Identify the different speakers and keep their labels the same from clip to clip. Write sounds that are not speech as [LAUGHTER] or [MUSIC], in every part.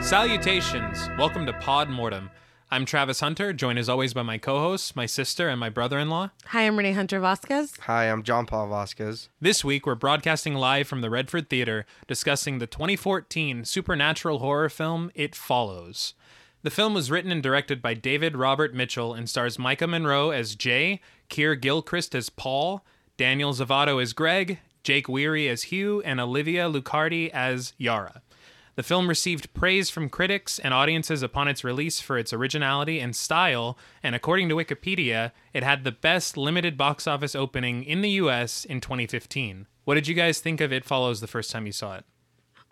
Speaker 1: Salutations! Welcome to Pod Mortem. I'm Travis Hunter, joined as always by my co hosts, my sister, and my brother in law.
Speaker 2: Hi, I'm Renee Hunter Vasquez.
Speaker 3: Hi, I'm John Paul Vasquez.
Speaker 1: This week, we're broadcasting live from the Redford Theater discussing the 2014 supernatural horror film It Follows. The film was written and directed by David Robert Mitchell and stars Micah Monroe as Jay, Keir Gilchrist as Paul, Daniel Zavato as Greg, Jake Weary as Hugh, and Olivia Lucardi as Yara. The film received praise from critics and audiences upon its release for its originality and style, and according to Wikipedia, it had the best limited box office opening in the US in 2015. What did you guys think of It Follows the first time you saw it?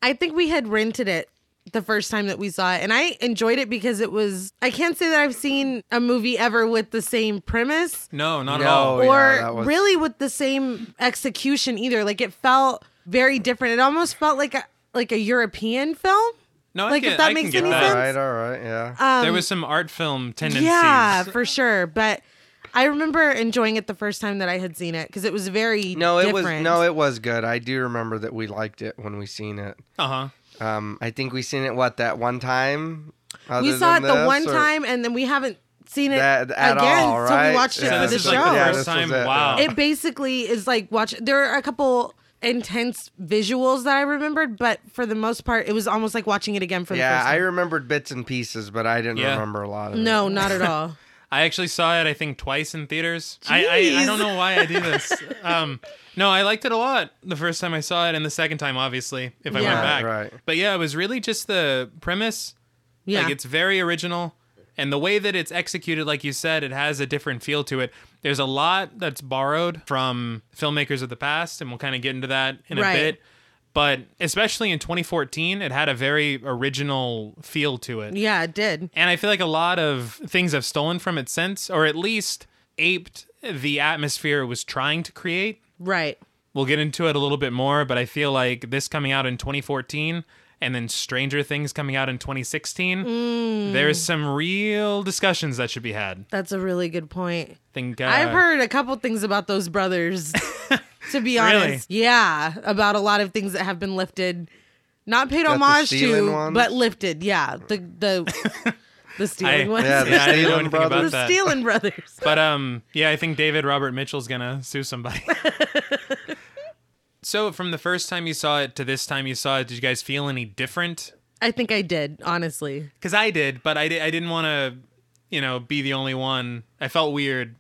Speaker 2: I think we had rented it the first time that we saw it, and I enjoyed it because it was. I can't say that I've seen a movie ever with the same premise
Speaker 1: No, not at
Speaker 3: No.
Speaker 1: all.
Speaker 3: Oh, yeah,
Speaker 2: or
Speaker 3: that was-
Speaker 2: really with the same execution either. Like it felt very different. It almost felt like a like a European film.
Speaker 1: No, I
Speaker 2: Like,
Speaker 1: can,
Speaker 2: if that
Speaker 1: I can
Speaker 2: makes
Speaker 1: get
Speaker 2: any
Speaker 1: that.
Speaker 3: All
Speaker 2: sense? Uh,
Speaker 3: right, all right, yeah.
Speaker 1: there was some art film tendencies.
Speaker 2: Um, Yeah, for sure. But I remember enjoying it the first time that I had seen it because it was very
Speaker 3: no, it
Speaker 2: different.
Speaker 3: was no, it was good. I do remember that we liked it when we seen it.
Speaker 1: Uh huh.
Speaker 3: Um, I think we seen it what that one time.
Speaker 2: we
Speaker 3: Other
Speaker 2: saw it
Speaker 3: than
Speaker 2: the
Speaker 3: this,
Speaker 2: one
Speaker 3: or-
Speaker 2: time and then we haven't seen it
Speaker 3: That- at
Speaker 2: again
Speaker 3: all,
Speaker 2: so
Speaker 3: right?
Speaker 2: we watched it
Speaker 3: Yeah,
Speaker 2: for
Speaker 1: this
Speaker 2: the
Speaker 1: is
Speaker 2: show
Speaker 1: like the
Speaker 3: Yeah,
Speaker 1: first
Speaker 3: this was
Speaker 1: time.
Speaker 3: it,
Speaker 1: wow.
Speaker 3: yeah.
Speaker 2: it basically is like watch there are a couple intense visuals that i remembered but for the most part it was almost like watching it again for the
Speaker 3: Yeah,
Speaker 2: first
Speaker 3: I
Speaker 2: time
Speaker 3: remembered bits and pieces, but I didn't
Speaker 1: Yeah.
Speaker 3: remember a lot of it.
Speaker 2: no not at all
Speaker 1: I actually saw it, I think, twice in theaters. I, I, I
Speaker 2: Jeez.
Speaker 1: don't know why I do
Speaker 2: [LAUGHS]
Speaker 1: this. um, no, I liked it a lot the first time I saw it, and the second time, obviously, if I went
Speaker 2: Yeah.
Speaker 1: back.
Speaker 3: Right.
Speaker 1: But yeah, it was really just the premise.
Speaker 2: yeah
Speaker 1: Like, it's very original. And the way that it's executed, like you said, it has a different feel to it. There's a lot that's borrowed from filmmakers of the past, and we'll kind of get into that in
Speaker 2: Right.
Speaker 1: a bit. But especially in 2014, it had a very original feel to it.
Speaker 2: yeah it did
Speaker 1: And I feel like a lot of things have stolen from it since, or at least aped the atmosphere it was trying to create.
Speaker 2: right
Speaker 1: We'll get into it a little bit more, but I feel like this coming out in 2014 and then Stranger Things coming out in 2016,
Speaker 2: Mm.
Speaker 1: there's some real discussions that should be had.
Speaker 2: that's a really good point
Speaker 1: Think, uh,
Speaker 2: i've heard a couple things about those brothers to be honest yeah about a lot of things that have been lifted not paid
Speaker 3: the
Speaker 2: homage to
Speaker 3: stealing ones?
Speaker 2: but lifted yeah the the the stealing
Speaker 1: I-
Speaker 2: ones [LAUGHS]
Speaker 3: Yeah,
Speaker 1: [LAUGHS]
Speaker 3: the
Speaker 1: Yeah, I didn't know
Speaker 3: Steven
Speaker 1: anything
Speaker 3: brothers.
Speaker 1: about
Speaker 2: the
Speaker 1: that.
Speaker 2: stealing brothers
Speaker 1: But um, yeah, I think David Robert Mitchell's gonna sue
Speaker 2: [LAUGHS]
Speaker 1: somebody. so from the first time you saw it to this time you saw it, did you guys feel any different?
Speaker 2: I think I did, honestly.
Speaker 1: Because I did, but I, di- I didn't want to, you know, be the only one. I felt weird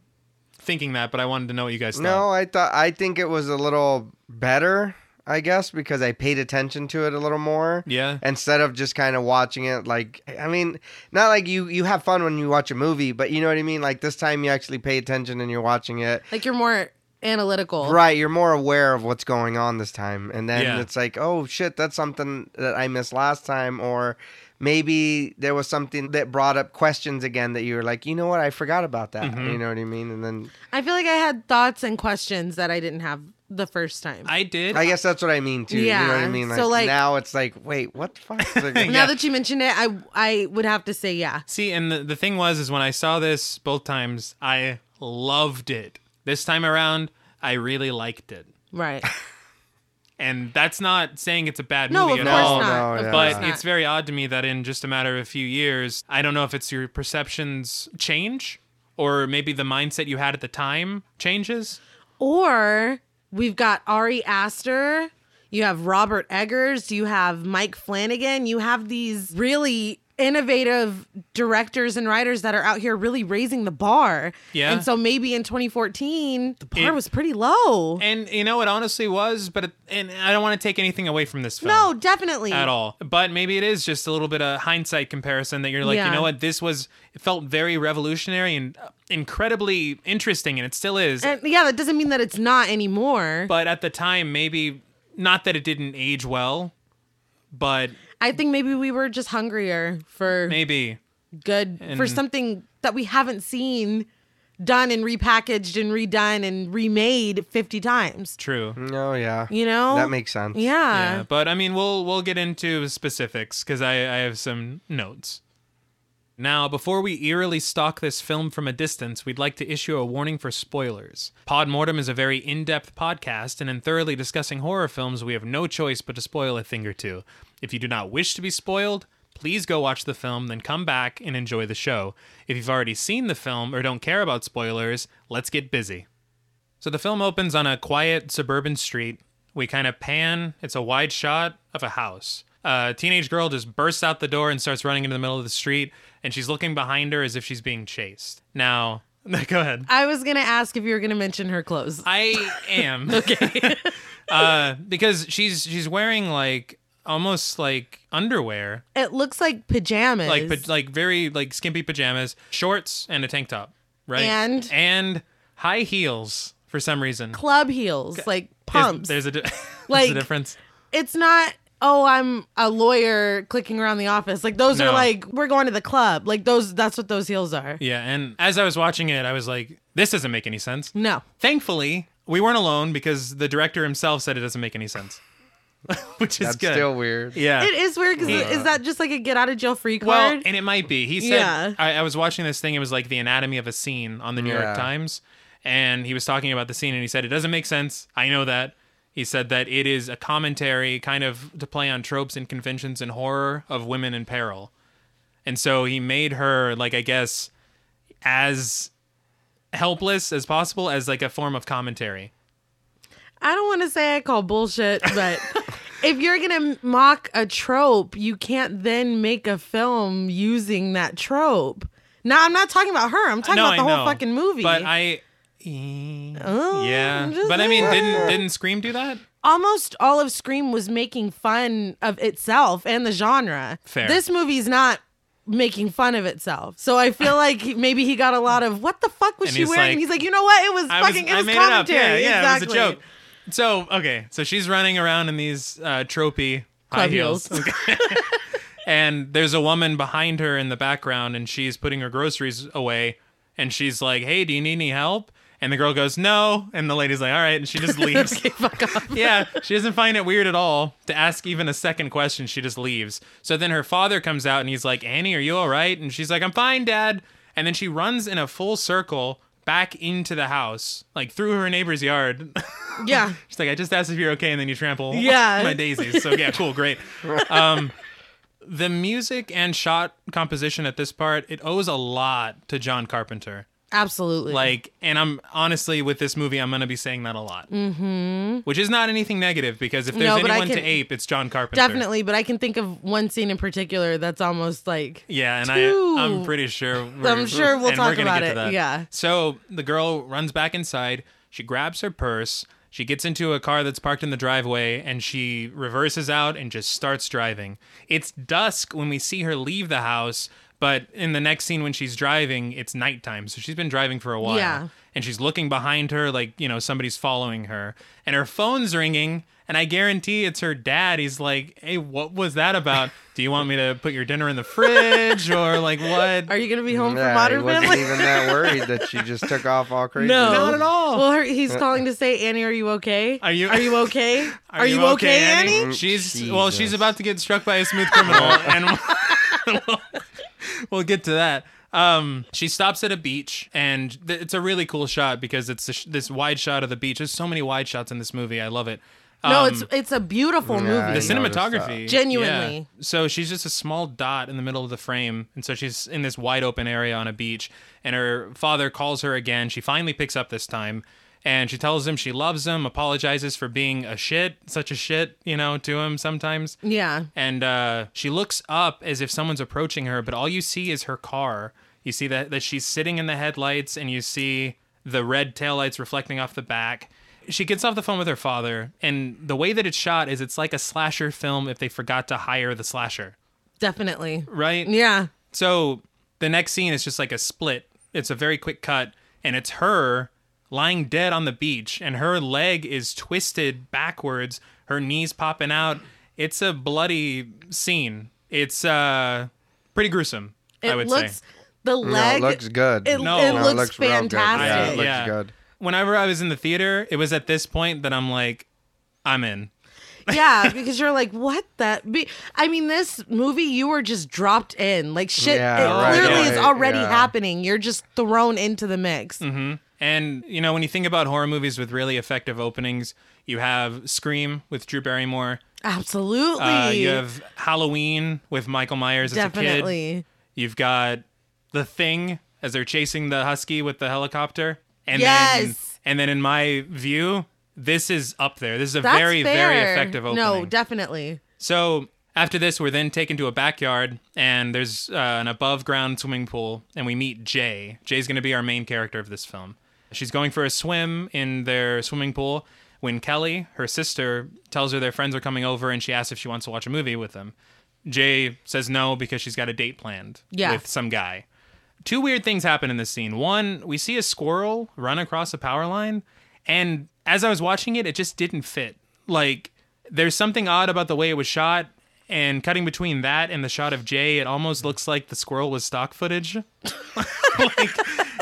Speaker 1: thinking that, but I wanted to know what you guys
Speaker 3: No,
Speaker 1: thought.
Speaker 3: I thought I think it was a little better, I guess, because I paid attention to it a little more.
Speaker 1: Yeah.
Speaker 3: Instead of just kind of watching it like I mean, not like you you have fun when you watch a movie, but you know what I mean? Like this time you actually pay attention and you're watching it.
Speaker 2: Like you're more analytical.
Speaker 3: Right, you're more aware of what's going on this time. And then
Speaker 1: Yeah.
Speaker 3: it's like, "Oh shit, that's something that I missed last time or maybe there was something that brought up questions again that you were like, "You know what? I forgot about that."
Speaker 1: Mm-hmm.
Speaker 3: You know what I mean? And then
Speaker 2: I feel like I had thoughts and questions that I didn't have the first time.
Speaker 1: I did.
Speaker 3: I guess that's what I mean too. You know what
Speaker 2: Yeah,
Speaker 3: I mean? Like,
Speaker 2: so, like-
Speaker 3: now it's like, wait, what
Speaker 1: [LAUGHS]
Speaker 3: the fuck? Is it-
Speaker 2: Now
Speaker 1: yeah.
Speaker 2: that you mention it, I I would have to say yeah.
Speaker 1: See, and the, the thing was, is when I saw this both times, I loved it. This time around, I really liked it. [LAUGHS]
Speaker 2: Right.
Speaker 1: And that's not saying it's a bad
Speaker 2: No, of
Speaker 1: movie
Speaker 2: course
Speaker 1: at all.
Speaker 2: not.
Speaker 3: no,
Speaker 2: of
Speaker 3: yeah.
Speaker 2: course
Speaker 1: But
Speaker 2: not.
Speaker 1: it's very odd to me that in just a matter of a few years, I don't know if it's your perceptions change or maybe the mindset you had at the time changes.
Speaker 2: Or we've got Ari Aster, you have Robert Eggers, you have Mike Flanagan, you have these really innovative directors and writers that are out here really raising the bar.
Speaker 1: Yeah.
Speaker 2: And so maybe in 2014, the bar
Speaker 1: It-
Speaker 2: was pretty low.
Speaker 1: And you know, it honestly was, but it, and I don't want to take anything away from this film.
Speaker 2: no, definitely.
Speaker 1: At all, but maybe it is just a little bit of hindsight comparison that you're like, you
Speaker 2: Yeah.
Speaker 1: know what, this was it felt very revolutionary and uh, incredibly interesting, and it still is.
Speaker 2: And yeah, that doesn't mean that it's not anymore.
Speaker 1: but at the time, maybe not that it didn't age well, but
Speaker 2: I think maybe we were just hungrier for
Speaker 1: maybe
Speaker 2: good for
Speaker 1: And-
Speaker 2: something that we haven't seen done and repackaged and redone and remade 50 times.
Speaker 1: true.
Speaker 3: [LAUGHS] no, oh, yeah.
Speaker 2: You know?
Speaker 3: That makes sense.
Speaker 2: Yeah.
Speaker 1: Yeah, but I mean, we'll we'll get into specifics because I I have some notes. Now, before we eerily stalk this film from a distance, we'd like to issue a warning for spoilers. Podmortem is a very in depth podcast, and in thoroughly discussing horror films, we have no choice but to spoil a thing or two. If you do not wish to be spoiled, Please go watch the film, then come back and enjoy the show. If you've already seen the film or don't care about spoilers, let's get busy. So the film opens on a quiet suburban street. We kind of pan, it's a wide shot of a house. A teenage girl just bursts out the door and starts running into the middle of the street, and she's looking behind her as if she's being chased. Now, [LAUGHS] go ahead.
Speaker 2: I was gonna ask if you were gonna mention her clothes.
Speaker 1: I
Speaker 2: [LAUGHS]
Speaker 1: am okay [LAUGHS] uh, because she's she's wearing like almost like underwear,
Speaker 2: It looks like pajamas.
Speaker 1: like pa- like very like skimpy pajamas, shorts, and a tank top, right?
Speaker 2: And?
Speaker 1: and high heels for some reason.
Speaker 2: club heels, like
Speaker 1: There's-
Speaker 2: pumps.
Speaker 1: There's, a di- [LAUGHS] there's
Speaker 2: Like-
Speaker 1: a difference.
Speaker 2: it's not. Oh, I'm a lawyer clicking around the office. Like those
Speaker 1: No.
Speaker 2: are like we're going to the club. Like those. That's what those heels are.
Speaker 1: Yeah, and as I was watching it, I was like, this doesn't make any sense.
Speaker 2: No.
Speaker 1: Thankfully, we weren't alone because the director himself said it doesn't make any sense, [LAUGHS] which is
Speaker 3: That's
Speaker 1: good.
Speaker 3: still weird.
Speaker 1: yeah,
Speaker 2: It is weird because is that just like a get out of jail free
Speaker 1: Well,
Speaker 2: card?
Speaker 1: and it might be. He said
Speaker 2: Yeah.
Speaker 1: I, I was watching this thing. It was like the anatomy of a scene on the New
Speaker 3: Yeah.
Speaker 1: York Times, and he was talking about the scene, and he said it doesn't make sense. I know that. He said that it is a commentary, kind of to play on tropes and conventions and horror of women in peril, and so he made her like I guess as helpless as possible as like a form of commentary.
Speaker 2: I don't want to say I call bullshit, but
Speaker 1: [LAUGHS]
Speaker 2: if you're gonna mock a trope, you can't then make a film using that trope. No, I'm not talking about her. I'm talking
Speaker 1: no,
Speaker 2: about the
Speaker 1: I
Speaker 2: whole
Speaker 1: know,
Speaker 2: fucking movie. Oh,
Speaker 1: But I. yeah,
Speaker 2: I'm just
Speaker 1: but I mean,
Speaker 2: saying.
Speaker 1: didn't didn't Scream do that?
Speaker 2: almost all of Scream was making fun of itself and the genre.
Speaker 1: Fair.
Speaker 2: This movie's not making fun of itself. So
Speaker 1: [LAUGHS]
Speaker 2: I feel like he- maybe he got a lot of what the fuck was
Speaker 1: And
Speaker 2: she
Speaker 1: he's
Speaker 2: wearing?
Speaker 1: like-
Speaker 2: he's like, you know what? It was
Speaker 1: I was-
Speaker 2: fucking
Speaker 1: I
Speaker 2: it was
Speaker 1: made
Speaker 2: commentary.
Speaker 1: It up. Yeah, yeah,
Speaker 2: exactly.
Speaker 1: it was a joke. So okay, so she's running around in these uh, tropey high
Speaker 2: Club
Speaker 1: heels,
Speaker 2: heels.
Speaker 1: [LAUGHS] and there's a woman behind her in the background, and she's putting her groceries away, and she's like, "Hey, do you need any help?" And the girl goes, "No," and the lady's like, "All right," and she
Speaker 2: [LAUGHS]
Speaker 1: just leaves.
Speaker 2: [LAUGHS] okay, fuck off.
Speaker 1: yeah, she doesn't find it weird at all to ask even a second question. She just leaves. So then her father comes out and he's like, Annie, are you all right? And she's like, I'm fine, Dad. And then she runs in a full circle back into the house, like through her neighbor's yard. [LAUGHS]
Speaker 2: Yeah.
Speaker 1: she's like, I just asked if you're okay, and then you trample [LAUGHS]
Speaker 2: Yeah.
Speaker 1: my daisies. So yeah, cool, great. Um, the music and shot composition at this part, it owes a lot to John Carpenter.
Speaker 2: Absolutely.
Speaker 1: Like, and I'm honestly with this movie, I'm gonna be saying that a lot, mm-hmm. which is not anything negative because if there's
Speaker 2: No, but I
Speaker 1: anyone to
Speaker 2: can-
Speaker 1: ape, it's John Carpenter.
Speaker 2: Definitely, but I can think of one scene in particular that's almost like
Speaker 1: Yeah, and
Speaker 2: Two.
Speaker 1: I, I'm pretty sure. We're,
Speaker 2: I'm sure we'll
Speaker 1: and
Speaker 2: talk
Speaker 1: we're gonna get
Speaker 2: about
Speaker 1: to
Speaker 2: it,
Speaker 1: that.
Speaker 2: yeah.
Speaker 1: So the girl runs back inside. She grabs her purse. She gets into a car that's parked in the driveway and she reverses out and just starts driving. It's dusk when we see her leave the house, but in the next scene when she's driving, it's nighttime. So she's been driving for a while.
Speaker 2: Yeah.
Speaker 1: And she's looking behind her like, you know, somebody's following her. And her phone's ringing. And I guarantee it's her dad. He's like, hey, what was that about? Do you want me to put your dinner in the fridge or like what?
Speaker 2: are you going to be home
Speaker 3: Yeah,
Speaker 2: for
Speaker 3: he
Speaker 2: Modern
Speaker 3: wasn't [LAUGHS]
Speaker 2: Family? [LAUGHS]
Speaker 3: even that worried that she just took off all crazy.
Speaker 2: No.
Speaker 1: Not at
Speaker 3: Oh.
Speaker 1: all.
Speaker 2: Well, her, he's
Speaker 3: Uh,
Speaker 2: calling to say, Annie, are you okay?
Speaker 1: Are you-
Speaker 2: Are you
Speaker 1: [LAUGHS]
Speaker 2: okay? Are, you, okay, Annie?
Speaker 1: She's well, she's
Speaker 3: Jesus.
Speaker 1: about to get struck by a smooth criminal, and we'll, we'll, [LAUGHS] get to that. Um, she stops at a beach, and th- it's a really cool shot because it's this, this wide shot of the beach. There's so many wide shots in this movie. I love it.
Speaker 2: no,
Speaker 1: Um,
Speaker 2: it's it's a beautiful
Speaker 3: yeah,
Speaker 1: the
Speaker 2: movie.
Speaker 3: I noticed
Speaker 1: cinematography
Speaker 3: that.
Speaker 2: Genuinely.
Speaker 1: yeah. so she's just a small dot in the middle of the frame and so she's in this wide open area on a beach and her father calls her again she finally picks up this time and she tells him she loves him apologizes for being a shit such a shit you know to him sometimes
Speaker 2: Yeah.
Speaker 1: and uh, she looks up as if someone's approaching her, but all you see is her car. You see that that she's sitting in the headlights, and you see the red taillights reflecting off the back. She gets off the phone with her father, and the way that it's shot is it's like a slasher film if they forgot to hire the slasher,
Speaker 2: Definitely.
Speaker 1: right?
Speaker 2: Yeah.
Speaker 1: So the next scene is just like a split. It's a very quick cut, and it's her lying dead on the beach, and her leg is twisted backwards, her knees popping out. It's a bloody scene. It's uh pretty gruesome,
Speaker 2: It
Speaker 1: I would
Speaker 2: looks
Speaker 1: say.
Speaker 2: the
Speaker 3: No,
Speaker 2: leg
Speaker 3: it looks good.
Speaker 2: It,
Speaker 1: No.
Speaker 2: it
Speaker 1: No, it
Speaker 2: looks,
Speaker 3: looks real good.
Speaker 2: fantastic.
Speaker 3: Yeah, it looks good.
Speaker 1: Whenever I was in the theater, it was at this point that I'm like, I'm in.
Speaker 3: [LAUGHS]
Speaker 2: yeah, because you're like, what the? Be- I mean, this movie, you were just dropped in. Like, shit,
Speaker 3: Yeah,
Speaker 2: it
Speaker 1: right,
Speaker 2: clearly is
Speaker 1: right,
Speaker 2: already
Speaker 3: yeah.
Speaker 2: happening. You're just thrown into the mix.
Speaker 1: Mm-hmm. And you know, when you think about horror movies with really effective openings, you have Scream with Drew Barrymore.
Speaker 2: Absolutely.
Speaker 1: Uh, you have Halloween with Michael Myers as a kid.
Speaker 2: Definitely.
Speaker 1: You've got The Thing as they're chasing the husky with the helicopter. And then
Speaker 2: Yes.
Speaker 1: and then in my view, this is up there. This is a
Speaker 2: That's
Speaker 1: very very
Speaker 2: fair.
Speaker 1: effective opening.
Speaker 2: No, definitely.
Speaker 1: So after this, we're then taken to a backyard, and there's uh, an above ground swimming pool, and we meet Jay. Jay's going to be our main character of this film. She's going for a swim in their swimming pool when Kelly, her sister, tells her their friends are coming over, and she asks if she wants to watch a movie with them. Jay says no because she's got a date planned
Speaker 2: Yeah.
Speaker 1: with some guy. Two weird things happen in this scene. One, we see a squirrel run across a power line, and as I was watching it, it just didn't fit. Like, there's something odd about the way it was shot, and cutting between that and the shot of Jay, it almost looks like the squirrel was stock footage. [LAUGHS] like,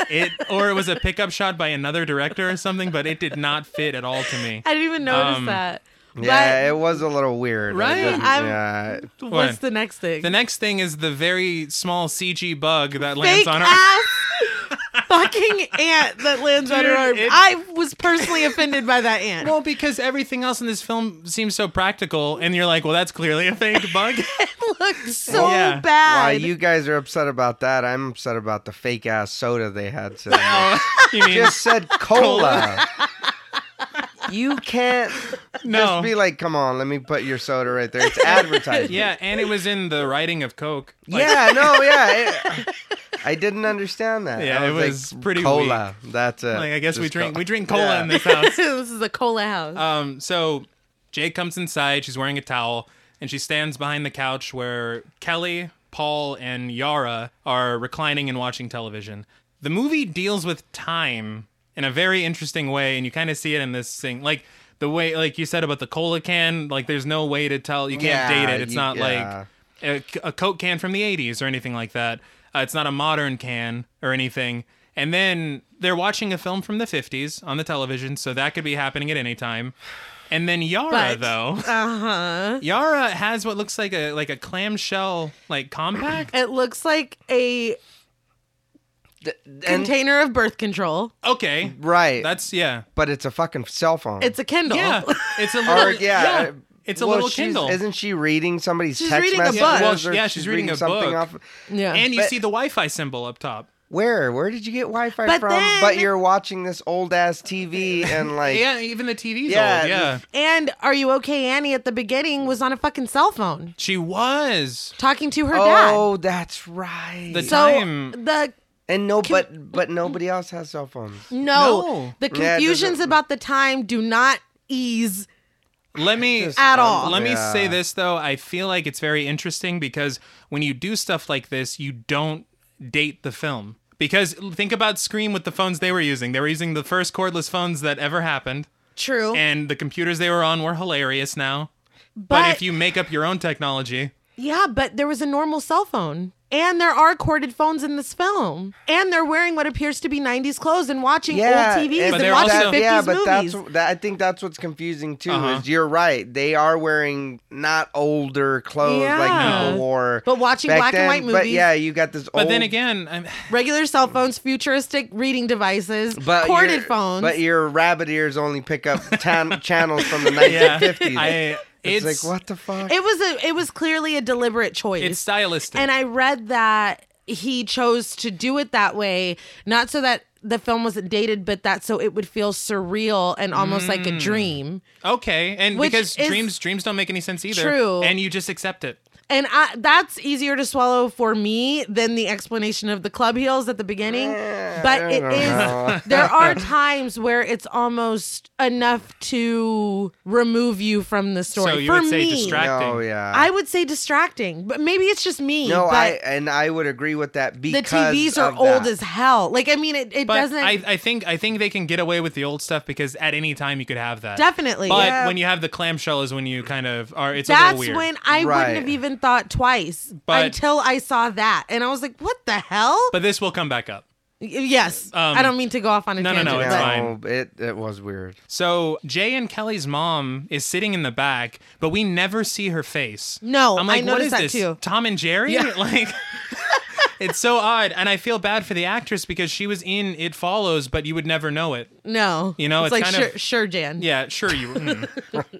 Speaker 1: it, or it was a pickup shot by another director or something, but it did not fit at all to me.
Speaker 2: I didn't even notice
Speaker 1: Um,
Speaker 2: that. But
Speaker 3: Yeah, it was a little weird. It
Speaker 1: Right?
Speaker 3: didn't-
Speaker 2: I'm-
Speaker 3: yeah.
Speaker 2: what's
Speaker 1: What?
Speaker 2: the next thing?
Speaker 1: The next thing is the very small CG bug that lands
Speaker 2: Fake
Speaker 1: on her.
Speaker 2: ass
Speaker 1: [LAUGHS]
Speaker 2: fucking ant that lands on her
Speaker 1: Dude,
Speaker 2: arm.
Speaker 1: it-
Speaker 2: I was personally offended by that ant.
Speaker 1: Well, because everything else in this film seems so practical, and you're like, well, that's clearly a fake bug.
Speaker 2: [LAUGHS] it looked so
Speaker 1: Yeah.
Speaker 2: bad.
Speaker 3: While you guys are upset about that, I'm upset about the fake ass soda they had. sitting there.
Speaker 1: [LAUGHS]
Speaker 3: [LAUGHS]
Speaker 1: you mean
Speaker 3: just said cola.
Speaker 1: [LAUGHS]
Speaker 3: you can't
Speaker 1: no?
Speaker 3: just be like, come on, let me put your soda right there. It's
Speaker 1: [LAUGHS]
Speaker 3: advertising.
Speaker 1: yeah, and it was in the writing of Coke. Like,
Speaker 3: yeah, no, yeah. it- I didn't understand that.
Speaker 1: Yeah,
Speaker 3: I
Speaker 1: it
Speaker 3: was
Speaker 1: was
Speaker 3: like,
Speaker 1: pretty
Speaker 3: cola. That's it.
Speaker 1: Like I guess we
Speaker 3: Just
Speaker 1: drink
Speaker 3: co-
Speaker 1: we drink cola
Speaker 3: Yeah.
Speaker 1: in this house.
Speaker 2: [LAUGHS] this is a cola house.
Speaker 1: Um, so Jay comes inside. She's wearing a towel, and she stands behind the couch where Kelly, Paul, and Yara are reclining and watching television. The movie deals with time in a very interesting way, and you kind of see it in this thing, like the way, like you said about the cola can. Like, there's no way to tell. You can't
Speaker 3: Yeah,
Speaker 1: date it. It's
Speaker 3: you-
Speaker 1: not
Speaker 3: yeah.
Speaker 1: like a, a Coke can from the '80s or anything like that. Uh, it's not a modern can or anything. And then they're watching a film from the 50s on the television, so that could be happening at any time. And then Yara
Speaker 2: But-
Speaker 1: though,
Speaker 2: Uh-huh.
Speaker 1: Yara has what looks like a like a clamshell like compact.
Speaker 2: It looks like a
Speaker 3: And-
Speaker 2: container of birth control.
Speaker 1: Okay,
Speaker 3: right.
Speaker 1: that's yeah,
Speaker 3: but it's a fucking cell phone.
Speaker 2: It's a Kindle.
Speaker 1: yeah. It's a little
Speaker 3: or, yeah. uh,
Speaker 1: It's a
Speaker 3: well,
Speaker 1: little
Speaker 3: she's-
Speaker 1: Kindle.
Speaker 3: Isn't she reading somebody's
Speaker 2: She's
Speaker 3: text
Speaker 2: reading a
Speaker 3: messages?
Speaker 2: book.
Speaker 1: Well,
Speaker 3: or
Speaker 1: she- yeah, she's reading a
Speaker 3: something
Speaker 1: book.
Speaker 3: off.
Speaker 2: [LAUGHS] Yeah.
Speaker 1: and you
Speaker 3: but-
Speaker 1: see the Wi-Fi symbol up top.
Speaker 3: Where? Where did you get Wi-Fi
Speaker 2: But
Speaker 3: from?
Speaker 2: then-
Speaker 3: but you're watching this old ass TV and like
Speaker 1: [LAUGHS] Yeah, even the TV's
Speaker 3: Yeah,
Speaker 1: old. Yeah,
Speaker 2: and Are You Okay Annie at the beginning was on a fucking cell phone
Speaker 1: she was.
Speaker 2: talking to her
Speaker 3: Oh, that's right.
Speaker 1: The
Speaker 2: dad.
Speaker 1: time.
Speaker 2: So the
Speaker 3: and no, but but nobody
Speaker 2: Mm-hmm.
Speaker 3: else has cell phones.
Speaker 2: no,
Speaker 1: No.
Speaker 2: the
Speaker 3: Yeah, it
Speaker 2: confusions
Speaker 3: doesn't-
Speaker 2: about the time do not ease.
Speaker 1: Let me
Speaker 3: Just-
Speaker 2: At all.
Speaker 1: Let me
Speaker 3: Yeah.
Speaker 1: say this though, I feel like it's very interesting because when you do stuff like this, you don't date the film. Because think about Scream with the phones they were using. They were using the first cordless phones that ever happened,
Speaker 2: [LAUGHS] True,
Speaker 1: and the computers they were on were hilarious now.
Speaker 2: but,
Speaker 1: But, if you make up your own technology,
Speaker 2: yeah, but there was a normal cell phone. And there are corded phones in this film. And they're wearing what appears to be 90s clothes and watching
Speaker 3: Yeah,
Speaker 2: old TVs
Speaker 3: and
Speaker 1: But
Speaker 2: and
Speaker 1: they're
Speaker 2: watching
Speaker 1: also-
Speaker 2: 50s
Speaker 3: yeah, but
Speaker 2: movies.
Speaker 3: that's that, I think that's what's confusing too.
Speaker 1: Uh-huh.
Speaker 3: Is you're right. They are wearing not older clothes like
Speaker 2: Yeah.
Speaker 3: people wore,
Speaker 2: But watching
Speaker 3: back
Speaker 2: black and
Speaker 3: then.
Speaker 2: white
Speaker 3: But
Speaker 2: movies.
Speaker 3: yeah, you got this.
Speaker 1: but
Speaker 3: old,
Speaker 2: Oh.
Speaker 1: then again,
Speaker 2: [LAUGHS]
Speaker 1: I'm,
Speaker 2: regular cell phones, futuristic reading devices,
Speaker 3: but
Speaker 2: corded
Speaker 3: your-
Speaker 2: phones.
Speaker 3: But your rabbit ears only
Speaker 1: [LAUGHS]
Speaker 3: pick up tan- channels from the 1950s.
Speaker 1: I,
Speaker 3: it's,
Speaker 1: it's
Speaker 3: like what the fuck.
Speaker 2: it was a it was clearly a deliberate choice.
Speaker 1: It's stylistic.
Speaker 2: and I read that he chose to do it that way, not so that the film wasn't dated, but that so it would feel surreal and almost like
Speaker 1: Mm.
Speaker 2: a dream.
Speaker 1: okay, and
Speaker 2: Which
Speaker 1: because
Speaker 2: is
Speaker 1: dreams dreams don't make any sense either.
Speaker 2: true.
Speaker 1: and you just accept it.
Speaker 2: And I, that's easier to swallow for me than the explanation of the club heels at the beginning. But
Speaker 3: [LAUGHS] I
Speaker 2: it
Speaker 3: don't know.
Speaker 2: is, [LAUGHS] there are times where it's almost enough to remove you from the story.
Speaker 1: So you
Speaker 2: for
Speaker 1: would say
Speaker 2: me,
Speaker 1: distract-
Speaker 3: no,
Speaker 1: acting.
Speaker 3: yeah.
Speaker 2: I would say distracting, but maybe it's just me.
Speaker 3: no,
Speaker 2: but
Speaker 3: I and I would agree with that
Speaker 2: the
Speaker 3: because
Speaker 2: TVs are
Speaker 3: of
Speaker 2: old
Speaker 3: that.
Speaker 2: as hell. Like, I mean, it, it
Speaker 1: But
Speaker 2: doesn't.
Speaker 1: I, I think I think they can get away with the old stuff because at any time you could have that.
Speaker 2: Definitely.
Speaker 1: But
Speaker 3: Yeah.
Speaker 1: when you have the clamshell is when you kind of are it's a
Speaker 2: That's
Speaker 1: little weird.
Speaker 2: when I
Speaker 3: Right.
Speaker 2: wouldn't have even thought twice
Speaker 1: But-
Speaker 2: until I saw that, and I was like, "What the hell?"
Speaker 1: but this will come back up.
Speaker 2: Y- yes,
Speaker 1: Um,
Speaker 2: I don't mean to go off on a
Speaker 1: no, no,
Speaker 2: tangent.
Speaker 1: no, Oh, it's
Speaker 2: but-
Speaker 1: fine.
Speaker 3: No, it it was weird.
Speaker 1: So Jay and Kelly's mom is sitting in the back, but we never see her face.
Speaker 2: No,
Speaker 1: I'm like,
Speaker 2: Oh, I
Speaker 1: what
Speaker 2: noticed
Speaker 1: is [LAUGHS]
Speaker 2: that
Speaker 1: this?
Speaker 2: too.
Speaker 1: Tom and Jerry? Like It's so odd, and I feel bad for the actress because she was in It Follows, but you would never know it.
Speaker 2: No.
Speaker 1: You know,
Speaker 2: it's,
Speaker 1: it's
Speaker 2: like
Speaker 1: kind
Speaker 2: sure,
Speaker 1: of-
Speaker 2: sure, Jan.
Speaker 1: Yeah, sure you. mm.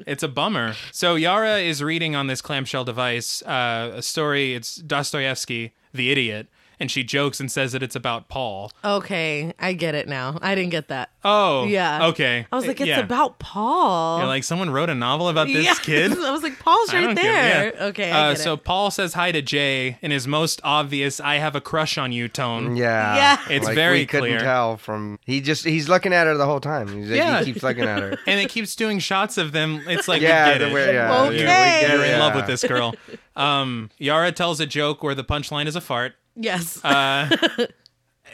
Speaker 1: it's a bummer. So Yara is reading on this clamshell device uh, a story. It's Dostoevsky, the idiot, and she jokes and says that it's about Paul.
Speaker 2: Okay, I get it now. I didn't get that.
Speaker 1: Oh,
Speaker 2: yeah.
Speaker 1: okay.
Speaker 2: I was like, it's
Speaker 1: Yeah.
Speaker 2: about Paul.
Speaker 1: You're like someone wrote a novel about this
Speaker 2: [LAUGHS] Yeah. [LAUGHS]
Speaker 1: kid.
Speaker 2: I was like, Paul's
Speaker 1: I
Speaker 2: right
Speaker 1: don't give-
Speaker 2: there.
Speaker 1: yeah.
Speaker 2: Okay, I
Speaker 1: Uh,
Speaker 2: get
Speaker 1: so
Speaker 2: it.
Speaker 1: Paul says hi to Jay in his most obvious "I have a crush on you" tone.
Speaker 3: Yeah.
Speaker 2: Yeah.
Speaker 1: It's
Speaker 3: Like,
Speaker 1: very
Speaker 3: we couldn't
Speaker 1: clear.
Speaker 3: tell from he just he's looking at her the whole time. He's like,
Speaker 1: Yeah.
Speaker 3: He keeps looking at
Speaker 1: [LAUGHS]
Speaker 3: her. [LAUGHS]
Speaker 1: And it keeps doing shots of them. It's like,
Speaker 3: yeah,
Speaker 1: we get
Speaker 3: the
Speaker 1: it.
Speaker 3: way- yeah,
Speaker 2: Okay.
Speaker 3: yeah, we get
Speaker 1: You're
Speaker 3: it,
Speaker 1: in love
Speaker 3: yeah.
Speaker 1: with this girl. Um, Yara tells a joke where the punchline is a fart.
Speaker 2: Yes.
Speaker 1: uh,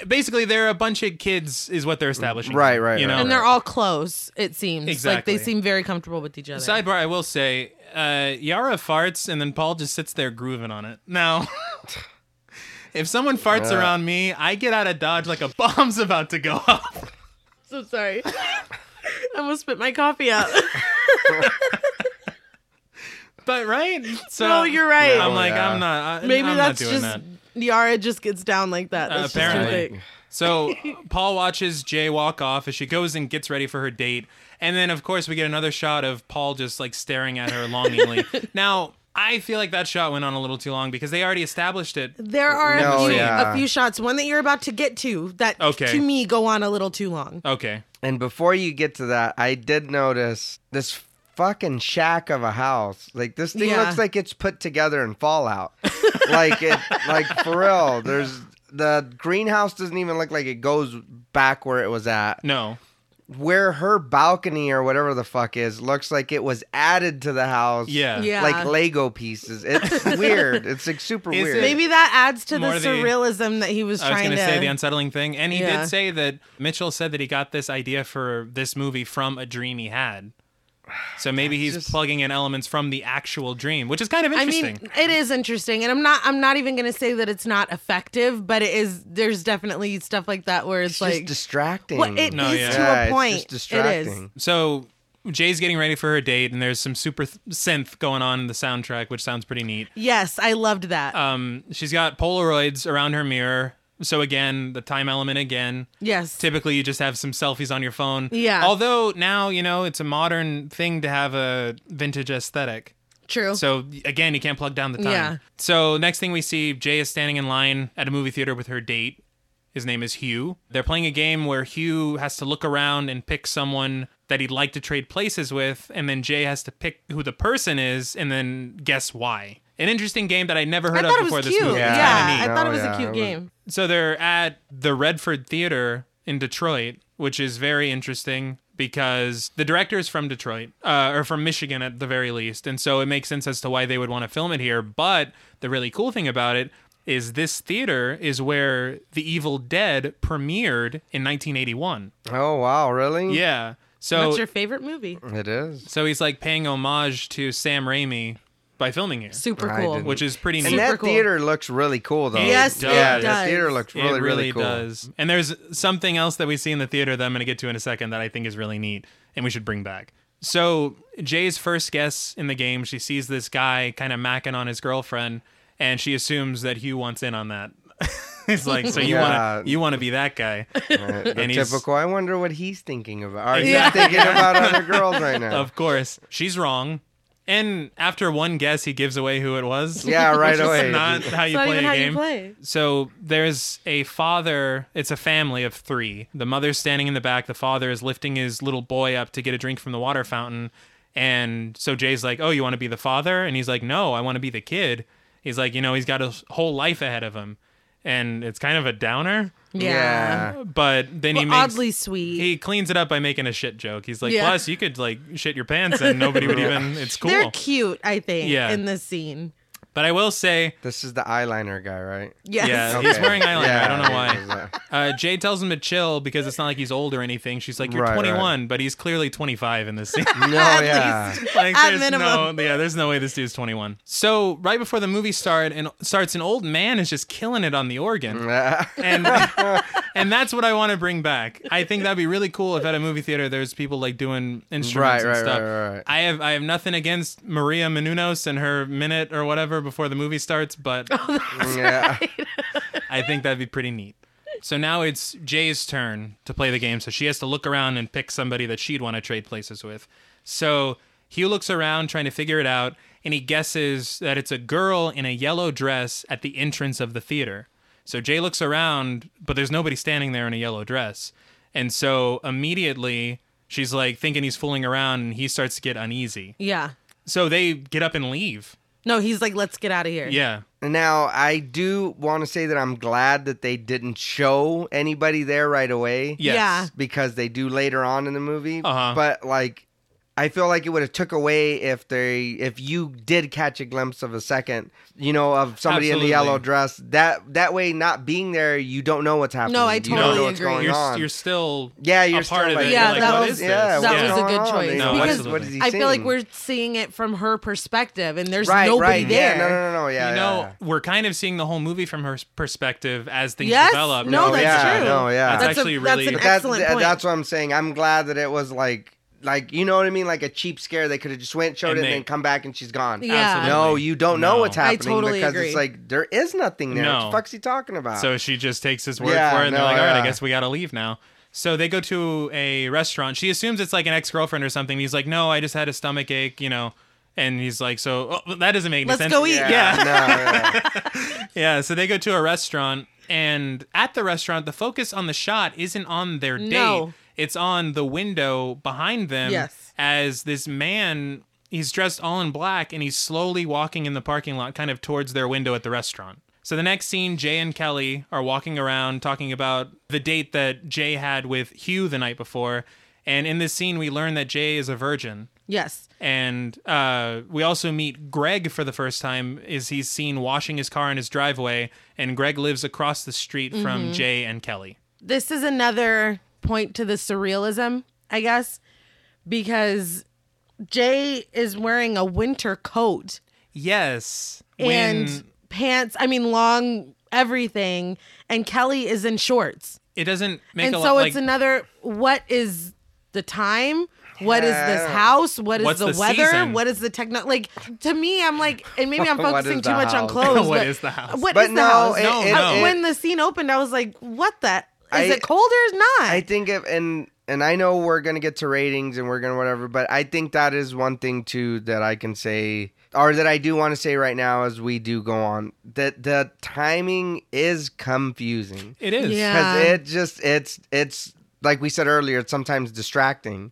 Speaker 1: Basically, they're a bunch of kids, is what they're establishing.
Speaker 3: Right, right,
Speaker 1: You know,
Speaker 2: [LAUGHS]
Speaker 3: right,
Speaker 2: and they're all close, it seems. Like
Speaker 1: Exactly.
Speaker 2: they seem very comfortable with each other.
Speaker 1: sidebar. I will say, uh, Yara farts, and then Paul just sits there grooving on it. Now, [LAUGHS] if someone farts
Speaker 3: Yeah.
Speaker 1: around me, I get out of dodge like a bomb's about to go off. [LAUGHS]
Speaker 2: so sorry. [LAUGHS] I almost spit my coffee out. [LAUGHS]
Speaker 1: But right, so
Speaker 2: no, you're right.
Speaker 1: I'm
Speaker 3: Oh,
Speaker 1: like,
Speaker 3: yeah.
Speaker 1: I'm not. I,
Speaker 2: Maybe
Speaker 1: I'm
Speaker 2: that's
Speaker 1: not doing
Speaker 2: just
Speaker 1: that.
Speaker 2: Yara just gets down like that.
Speaker 1: Uh,
Speaker 2: That's just her
Speaker 1: apparently.
Speaker 2: thing.
Speaker 1: So Paul watches Jay walk off as she goes and gets ready for her date. And then, of course, we get another shot of Paul just like staring at her longingly. now, I feel like that shot went on a little too long because they already established it.
Speaker 2: There are a,
Speaker 3: No,
Speaker 2: few,
Speaker 3: yeah.
Speaker 2: a few shots. One that you're about to get to that
Speaker 1: Okay.
Speaker 2: to me go on a little too long.
Speaker 1: Okay.
Speaker 3: And before you get to that, I did notice this fucking shack of a house. Like this thing
Speaker 2: Yeah.
Speaker 3: looks like it's put together
Speaker 2: [LAUGHS]
Speaker 3: in Fallout. like it like for real. There's the greenhouse doesn't even look like it goes back where it was at.
Speaker 1: No.
Speaker 3: Where her balcony or whatever the fuck is looks like it was added to the house.
Speaker 1: Oh, Yeah.
Speaker 2: Yeah.
Speaker 3: Like Lego pieces. It's
Speaker 2: [LAUGHS]
Speaker 3: weird. It's like super
Speaker 1: Is
Speaker 3: weird.
Speaker 1: it-
Speaker 2: Maybe that adds to the
Speaker 1: More the-
Speaker 2: surrealism that he was
Speaker 1: I was
Speaker 2: trying
Speaker 1: going to
Speaker 2: to
Speaker 1: say the unsettling thing. And he
Speaker 2: Yeah.
Speaker 1: did say that Mitchell said that he got this idea for this movie from a dream he had. So maybe he's
Speaker 3: just-
Speaker 1: plugging in elements from the actual dream, which is kind of
Speaker 2: I
Speaker 1: interesting.
Speaker 2: mean, it is interesting, and I'm not. I'm not even going to say that it's not effective, but it is. There's definitely stuff like that where it's,
Speaker 3: it's
Speaker 2: like
Speaker 3: just distracting.
Speaker 2: Well, it
Speaker 1: No,
Speaker 2: is
Speaker 1: yeah.
Speaker 2: to
Speaker 3: Yeah,
Speaker 2: a point.
Speaker 3: It's just
Speaker 2: It
Speaker 3: distracting.
Speaker 2: is.
Speaker 1: So Jay's getting ready for her date, and there's some super th- synth going on in the soundtrack, which sounds pretty neat.
Speaker 2: Yes, I loved that.
Speaker 1: Um, she's got Polaroids around her mirror. So again, the time element again.
Speaker 2: yes.
Speaker 1: Typically, you just have some selfies on your phone.
Speaker 2: Yeah.
Speaker 1: Although now, you know, it's a modern thing to have a vintage aesthetic.
Speaker 2: True.
Speaker 1: So again, you can't plug down the time.
Speaker 2: Yeah.
Speaker 1: So next thing we see, Jay is standing in line at a movie theater with her date. His name is Hugh. They're playing a game where Hugh has to look around and pick someone that he'd like to trade places with, and then Jay has to pick who the person is and then guess why. An interesting game that I never
Speaker 2: I
Speaker 1: heard
Speaker 2: thought
Speaker 1: of
Speaker 2: it
Speaker 1: before
Speaker 2: was
Speaker 1: this
Speaker 2: cute.
Speaker 1: movie.
Speaker 3: It's
Speaker 2: Yeah,
Speaker 3: kinda
Speaker 2: I
Speaker 3: neat.
Speaker 2: thought it
Speaker 3: Oh,
Speaker 2: was
Speaker 3: yeah,
Speaker 2: a cute
Speaker 3: it was-
Speaker 2: game.
Speaker 1: So they're at the Redford Theater in Detroit, which is very interesting because the director is from Detroit, uh, or from Michigan at the very least. And so it makes sense as to why they would want to film it here. But the really cool thing about it is this theater is where The Evil Dead premiered in 1981.
Speaker 3: Oh wow, really?
Speaker 1: Yeah. So,
Speaker 2: What's your favorite movie?
Speaker 3: It is.
Speaker 1: so he's like paying homage to Sam Raimi by filming here,
Speaker 2: Super
Speaker 3: I
Speaker 2: cool.
Speaker 3: didn't-
Speaker 1: which is pretty neat.
Speaker 3: and that
Speaker 2: Super cool.
Speaker 3: theater looks really cool though.
Speaker 2: Yes,
Speaker 1: it
Speaker 3: yeah,
Speaker 2: does.
Speaker 3: the theater looks really,
Speaker 1: it really,
Speaker 3: cool.
Speaker 1: does. And there's something else that we see in the theater that I'm going to get to in a second that I think is really neat and we should bring back. So, Jay's first guess in the game, she sees this guy kind of macking on his girlfriend and she assumes that Hugh wants in on that. [LAUGHS] it's like, so you
Speaker 3: Yeah.
Speaker 1: want to you want to be that guy.
Speaker 3: [LAUGHS] Right, Uh, the
Speaker 1: And he's-
Speaker 3: typical. I wonder what he's thinking about. Are
Speaker 2: Yeah.
Speaker 3: you thinking
Speaker 1: [LAUGHS]
Speaker 3: about other girls right now?
Speaker 1: of course, she's wrong. And after one guess, he gives away who it was. [LAUGHS]
Speaker 3: yeah, right
Speaker 1: It's
Speaker 3: away.
Speaker 1: not how you
Speaker 2: It's not
Speaker 1: play
Speaker 2: even
Speaker 1: a
Speaker 2: how you
Speaker 1: game.
Speaker 2: play.
Speaker 1: So there's a father. It's a family of three. The mother's standing in the back. The father is lifting his little boy up to get a drink from the water fountain. And so Jay's like, "Oh, you want to be the father?" And he's like, "No, I want to be the kid." He's like, "You know, he's got his whole life ahead of him." And it's kind of a downer,
Speaker 2: Yeah.
Speaker 1: but then he
Speaker 2: But
Speaker 1: makes
Speaker 2: oddly sweet.
Speaker 1: he cleans it up by making a shit joke. He's like,
Speaker 2: Yeah.
Speaker 1: "Plus, you could like shit your pants and nobody
Speaker 3: [LAUGHS]
Speaker 1: would even." It's cool.
Speaker 2: They're cute, I think,
Speaker 1: Yeah.
Speaker 2: in this scene.
Speaker 1: But I will say,
Speaker 3: This is the eyeliner guy, right?
Speaker 2: Yes.
Speaker 1: Yeah. He's wearing eyeliner. I don't know why.
Speaker 3: why.
Speaker 1: Uh, Jay tells him to chill because it's not like he's old or anything. She's like, "You're
Speaker 3: Right, right.
Speaker 1: 21," but he's clearly 25 in this
Speaker 2: [LAUGHS]
Speaker 1: scene. [LAUGHS]
Speaker 3: No, yeah.
Speaker 1: like,
Speaker 2: At
Speaker 1: there's
Speaker 2: minimum.
Speaker 1: no, yeah, there's no way this dude's 21. So right before the movie start and starts, an old man is just killing it on the
Speaker 3: Mm,
Speaker 1: organ, and and that's what I want to bring back. I think that'd be really cool if at a movie theater there's people like doing instruments
Speaker 3: Right,
Speaker 1: and
Speaker 3: right,
Speaker 1: stuff.
Speaker 3: right, right, right.
Speaker 1: I have I have nothing against Maria
Speaker 3: [LAUGHS]
Speaker 1: Menounos and her minute or whatever before the movie starts, but
Speaker 3: yeah.
Speaker 1: I think that'd be pretty neat. So now it's Jay's turn to play the game. So she has to look around and pick somebody that she'd want to trade places with. So Hugh looks around trying to figure it out, and he guesses that it's a girl in a yellow dress at the entrance of the theater. So Jay looks around, but there's nobody standing there in a yellow dress. And so immediately she's like thinking he's fooling around, and he starts to get uneasy.
Speaker 2: Yeah.
Speaker 1: So they get up and leave.
Speaker 2: No, he's like, let's get out of here.
Speaker 1: Yeah.
Speaker 3: Now, I do want to say that I'm glad that they didn't show anybody there right away
Speaker 1: Yes.
Speaker 2: Yeah.
Speaker 3: because they do later on in the movie.
Speaker 1: Uh-huh.
Speaker 3: But like, I feel like it would have took away if they if you did catch a glimpse of a second, you know, of somebody in the
Speaker 1: Absolutely.
Speaker 3: yellow dress. That that way, not being there, you don't know what's happening.
Speaker 2: I
Speaker 3: you don't
Speaker 2: totally
Speaker 3: know what's
Speaker 2: agree.
Speaker 3: going
Speaker 1: you're,
Speaker 3: on.
Speaker 1: you're still
Speaker 3: yeah, you're
Speaker 1: a part
Speaker 3: still
Speaker 1: of
Speaker 3: like,
Speaker 1: it.
Speaker 2: Yeah,
Speaker 1: You're like,
Speaker 2: that
Speaker 1: what
Speaker 2: was-
Speaker 1: is this?
Speaker 3: yeah,
Speaker 2: That
Speaker 3: what's
Speaker 2: was a
Speaker 3: going
Speaker 2: good
Speaker 3: on?
Speaker 2: choice.
Speaker 3: You know,
Speaker 1: No,
Speaker 3: what is-
Speaker 1: absolutely.
Speaker 3: what is he
Speaker 2: I feel like
Speaker 3: seeing?
Speaker 2: we're seeing it from her perspective, and there's
Speaker 3: right,
Speaker 2: nobody
Speaker 3: right,
Speaker 2: there.
Speaker 3: Yeah, no, no, no, no, yeah,
Speaker 1: you
Speaker 3: yeah,
Speaker 1: know,
Speaker 3: yeah.
Speaker 1: we're kind of seeing the whole movie from her s- perspective as things
Speaker 2: Yes?
Speaker 1: develop.
Speaker 2: No,
Speaker 3: No,
Speaker 2: that's
Speaker 3: yeah,
Speaker 2: true.
Speaker 3: no, yeah.
Speaker 1: That's,
Speaker 2: That's a-
Speaker 1: actually
Speaker 2: that's
Speaker 1: really.
Speaker 2: an
Speaker 3: But that-
Speaker 2: Excellent
Speaker 3: th-
Speaker 2: point.
Speaker 3: That's what I'm saying. I'm glad that it was like, like you know what I mean, like a cheap scare. They could have just went, showed
Speaker 1: And
Speaker 3: it,
Speaker 1: they-
Speaker 3: and then come back, and she's gone.
Speaker 2: Yeah.
Speaker 1: Absolutely.
Speaker 3: No, you don't know
Speaker 1: No.
Speaker 3: what's
Speaker 2: I
Speaker 3: happening
Speaker 2: totally
Speaker 3: because
Speaker 2: agree.
Speaker 3: it's like there is nothing there.
Speaker 1: No.
Speaker 3: What the fuck's he talking about?
Speaker 1: So she just takes his word
Speaker 3: Yeah,
Speaker 1: for it, and they're
Speaker 3: no,
Speaker 1: like, "All right, I
Speaker 3: yeah.
Speaker 1: guess we gotta leave now." So they go to a restaurant. She assumes it's like an ex girlfriend or something. He's like, "No, I just had a stomach ache," you know. And he's like, "So oh, that doesn't make any
Speaker 2: Let's
Speaker 1: sense."
Speaker 2: go eat.
Speaker 3: yeah,
Speaker 1: yeah. [LAUGHS]
Speaker 3: no, yeah.
Speaker 1: Yeah, so they go to a restaurant, and at the restaurant, the focus on the shot isn't on their date.
Speaker 2: No.
Speaker 1: It's on the window behind them
Speaker 2: Yes.
Speaker 1: as this man, he's dressed all in black, and he's slowly walking in the parking lot, kind of towards their window at the restaurant. So the next scene, Jay and Kelly are walking around talking about the date that Jay had with Hugh the night before. And in this scene, we learn that Jay is a virgin
Speaker 2: Yes.
Speaker 1: and uh, we also meet Greg for the first time. Is he's seen washing his car in his driveway, and Greg lives across the street
Speaker 2: Mm-hmm.
Speaker 1: from Jay and Kelly.
Speaker 2: This is another point to the surrealism, I guess, because Jay is wearing a winter coat
Speaker 1: Yes,
Speaker 2: and pants, I mean, long everything, and Kelly is in shorts.
Speaker 1: it doesn't make
Speaker 2: And
Speaker 1: a
Speaker 2: so
Speaker 1: lot.
Speaker 2: it's
Speaker 1: like,
Speaker 2: another what is the time? What is
Speaker 3: Yeah, I
Speaker 2: this
Speaker 3: don't-
Speaker 2: house? What is
Speaker 1: What's
Speaker 2: the,
Speaker 1: the
Speaker 2: weather?
Speaker 1: season?
Speaker 2: What is the techno? Like to me, I'm like, and maybe I'm
Speaker 3: [LAUGHS] What
Speaker 2: focusing
Speaker 3: is
Speaker 2: too
Speaker 3: the
Speaker 2: much on
Speaker 3: house?
Speaker 2: clothes.
Speaker 1: [LAUGHS] What
Speaker 2: but
Speaker 1: is the house?
Speaker 2: What
Speaker 3: But
Speaker 2: is the
Speaker 3: no,
Speaker 2: house?
Speaker 3: it-
Speaker 1: No,
Speaker 3: it-
Speaker 1: no.
Speaker 3: it-
Speaker 2: when the scene opened, I was like, "What the? Is
Speaker 3: I-
Speaker 2: it cold or not?"
Speaker 3: I think if and and I know we're gonna get to ratings and we're gonna whatever, but I think that is one thing too that I can say or that I do want to say right now as we do go on that the timing is confusing.
Speaker 1: it is.
Speaker 2: Yeah.
Speaker 3: because it just it's it's like we said earlier it's sometimes distracting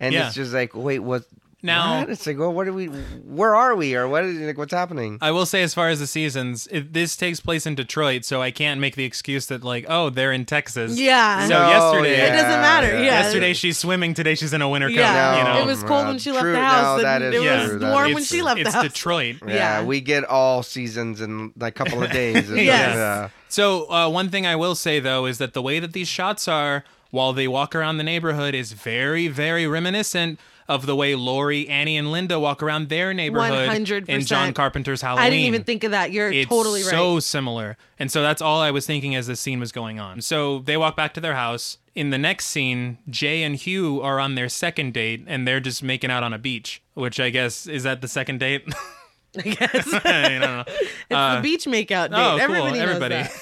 Speaker 3: and
Speaker 1: Yeah.
Speaker 3: it's just like wait what
Speaker 1: Now-
Speaker 3: what? it's like well what are we where are we or what is like what's happening
Speaker 1: I will say, as far as the seasons, it, this takes place in Detroit, so I can't make the excuse that like, oh, they're in Texas.
Speaker 2: yeah,
Speaker 1: So
Speaker 3: No,
Speaker 1: yesterday-
Speaker 2: it doesn't matter. Yeah,
Speaker 1: Yesterday she's swimming. Today she's in a winter coat.
Speaker 2: yeah,
Speaker 1: You know,
Speaker 2: it was cold when she left
Speaker 3: True,
Speaker 2: the house.
Speaker 3: no, that
Speaker 2: and
Speaker 3: is
Speaker 2: it
Speaker 1: Yeah.
Speaker 2: was
Speaker 3: true, that
Speaker 2: warm
Speaker 3: is
Speaker 2: when she
Speaker 3: true.
Speaker 2: left the
Speaker 1: it's
Speaker 2: house.
Speaker 1: Detroit.
Speaker 3: yeah,
Speaker 2: yeah.
Speaker 3: we get all seasons in like
Speaker 2: [LAUGHS]
Speaker 3: a couple of days It's
Speaker 2: Yes.
Speaker 3: like,
Speaker 1: So uh, one thing I will say though is that the way that these shots are, while they walk around the neighborhood, is very, very reminiscent of the way Lori, Annie, and Linda walk around their neighborhood
Speaker 2: 100%.
Speaker 1: in John Carpenter's Halloween.
Speaker 2: I didn't even think of that. You're
Speaker 1: It's
Speaker 2: totally right.
Speaker 1: so similar, and so that's all I was thinking as this scene was going on. So they walk back to their house. In the next scene, Jay and Hugh are on their second date, and they're just making out on a beach. Which I guess is that the second date. [LAUGHS]
Speaker 2: I guess it's
Speaker 1: I don't know.
Speaker 2: the beach makeout date.
Speaker 1: Oh, cool.
Speaker 2: Everybody, knows
Speaker 1: Everybody. [LAUGHS]
Speaker 2: that.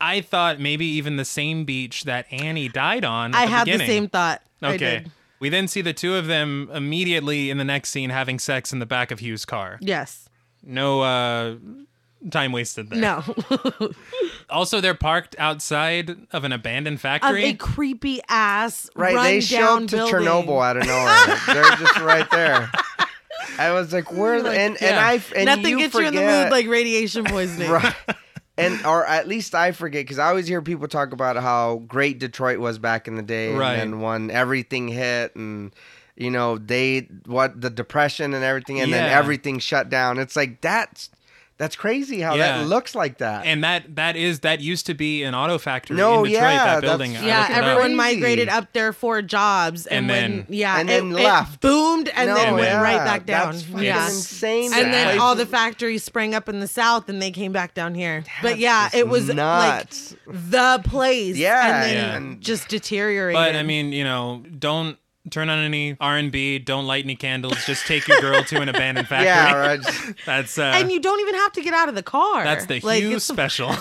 Speaker 1: I thought maybe even the same beach that Annie died on. at
Speaker 2: I
Speaker 1: the
Speaker 2: had the
Speaker 1: beginning.
Speaker 2: same thought. I
Speaker 1: Okay.
Speaker 2: did.
Speaker 1: We then see the two of them immediately in the next scene having sex in the back of Hugh's car.
Speaker 2: Yes.
Speaker 1: No uh, time wasted there.
Speaker 2: No.
Speaker 1: Also, they're parked outside of an abandoned
Speaker 2: [LAUGHS] of
Speaker 1: factory.
Speaker 2: a creepy ass
Speaker 3: right
Speaker 2: Run
Speaker 3: they show up to chernobyl out
Speaker 2: [LAUGHS]
Speaker 3: of nowhere they're just right there i was like where the and and
Speaker 1: yeah.
Speaker 3: i and
Speaker 2: Oh Nothing
Speaker 3: you
Speaker 2: gets
Speaker 3: forget,
Speaker 2: you in the mood like radiation poisoning.
Speaker 3: [LAUGHS] right and or at least i forget because i always hear people talk about how great detroit was back in the day
Speaker 1: Right.
Speaker 3: and then when everything hit and you know they what the depression and everything and then
Speaker 1: Yeah.
Speaker 3: everything shut down it's like that's that's crazy how
Speaker 1: Yeah.
Speaker 3: that looks like that
Speaker 1: and that that is that used to be an auto factory
Speaker 3: No,
Speaker 1: in Detroit.
Speaker 3: yeah,
Speaker 1: that
Speaker 3: that's-
Speaker 1: building. I
Speaker 2: Yeah,
Speaker 1: looked it up.
Speaker 2: everyone
Speaker 3: Crazy.
Speaker 2: migrated up there for jobs,
Speaker 1: And
Speaker 2: and, when
Speaker 1: then-
Speaker 2: yeah,
Speaker 3: And
Speaker 2: it-
Speaker 3: then
Speaker 2: it
Speaker 3: left.
Speaker 2: boomed, and
Speaker 3: No,
Speaker 2: then went
Speaker 3: yeah,
Speaker 2: right back down.
Speaker 3: that's fucking
Speaker 2: Yeah,
Speaker 3: insane
Speaker 2: and then
Speaker 3: that
Speaker 2: all the
Speaker 3: places-
Speaker 2: factories sprang up in the south, and they came back down here. But yeah, it was
Speaker 3: nuts.
Speaker 2: like the place.
Speaker 3: Yeah,
Speaker 2: and then
Speaker 3: Yeah.
Speaker 2: just deteriorated.
Speaker 1: But I mean, you know, don't Turn on any R and B. Don't light any candles. Just take your girl to an
Speaker 2: [LAUGHS]
Speaker 1: abandoned factory.
Speaker 3: Yeah, right.
Speaker 1: [LAUGHS] That's uh,
Speaker 2: and you don't even have to get out of the car.
Speaker 1: that's the uh,
Speaker 2: like,
Speaker 1: Hugh
Speaker 2: it's, [LAUGHS]
Speaker 1: special. [LAUGHS]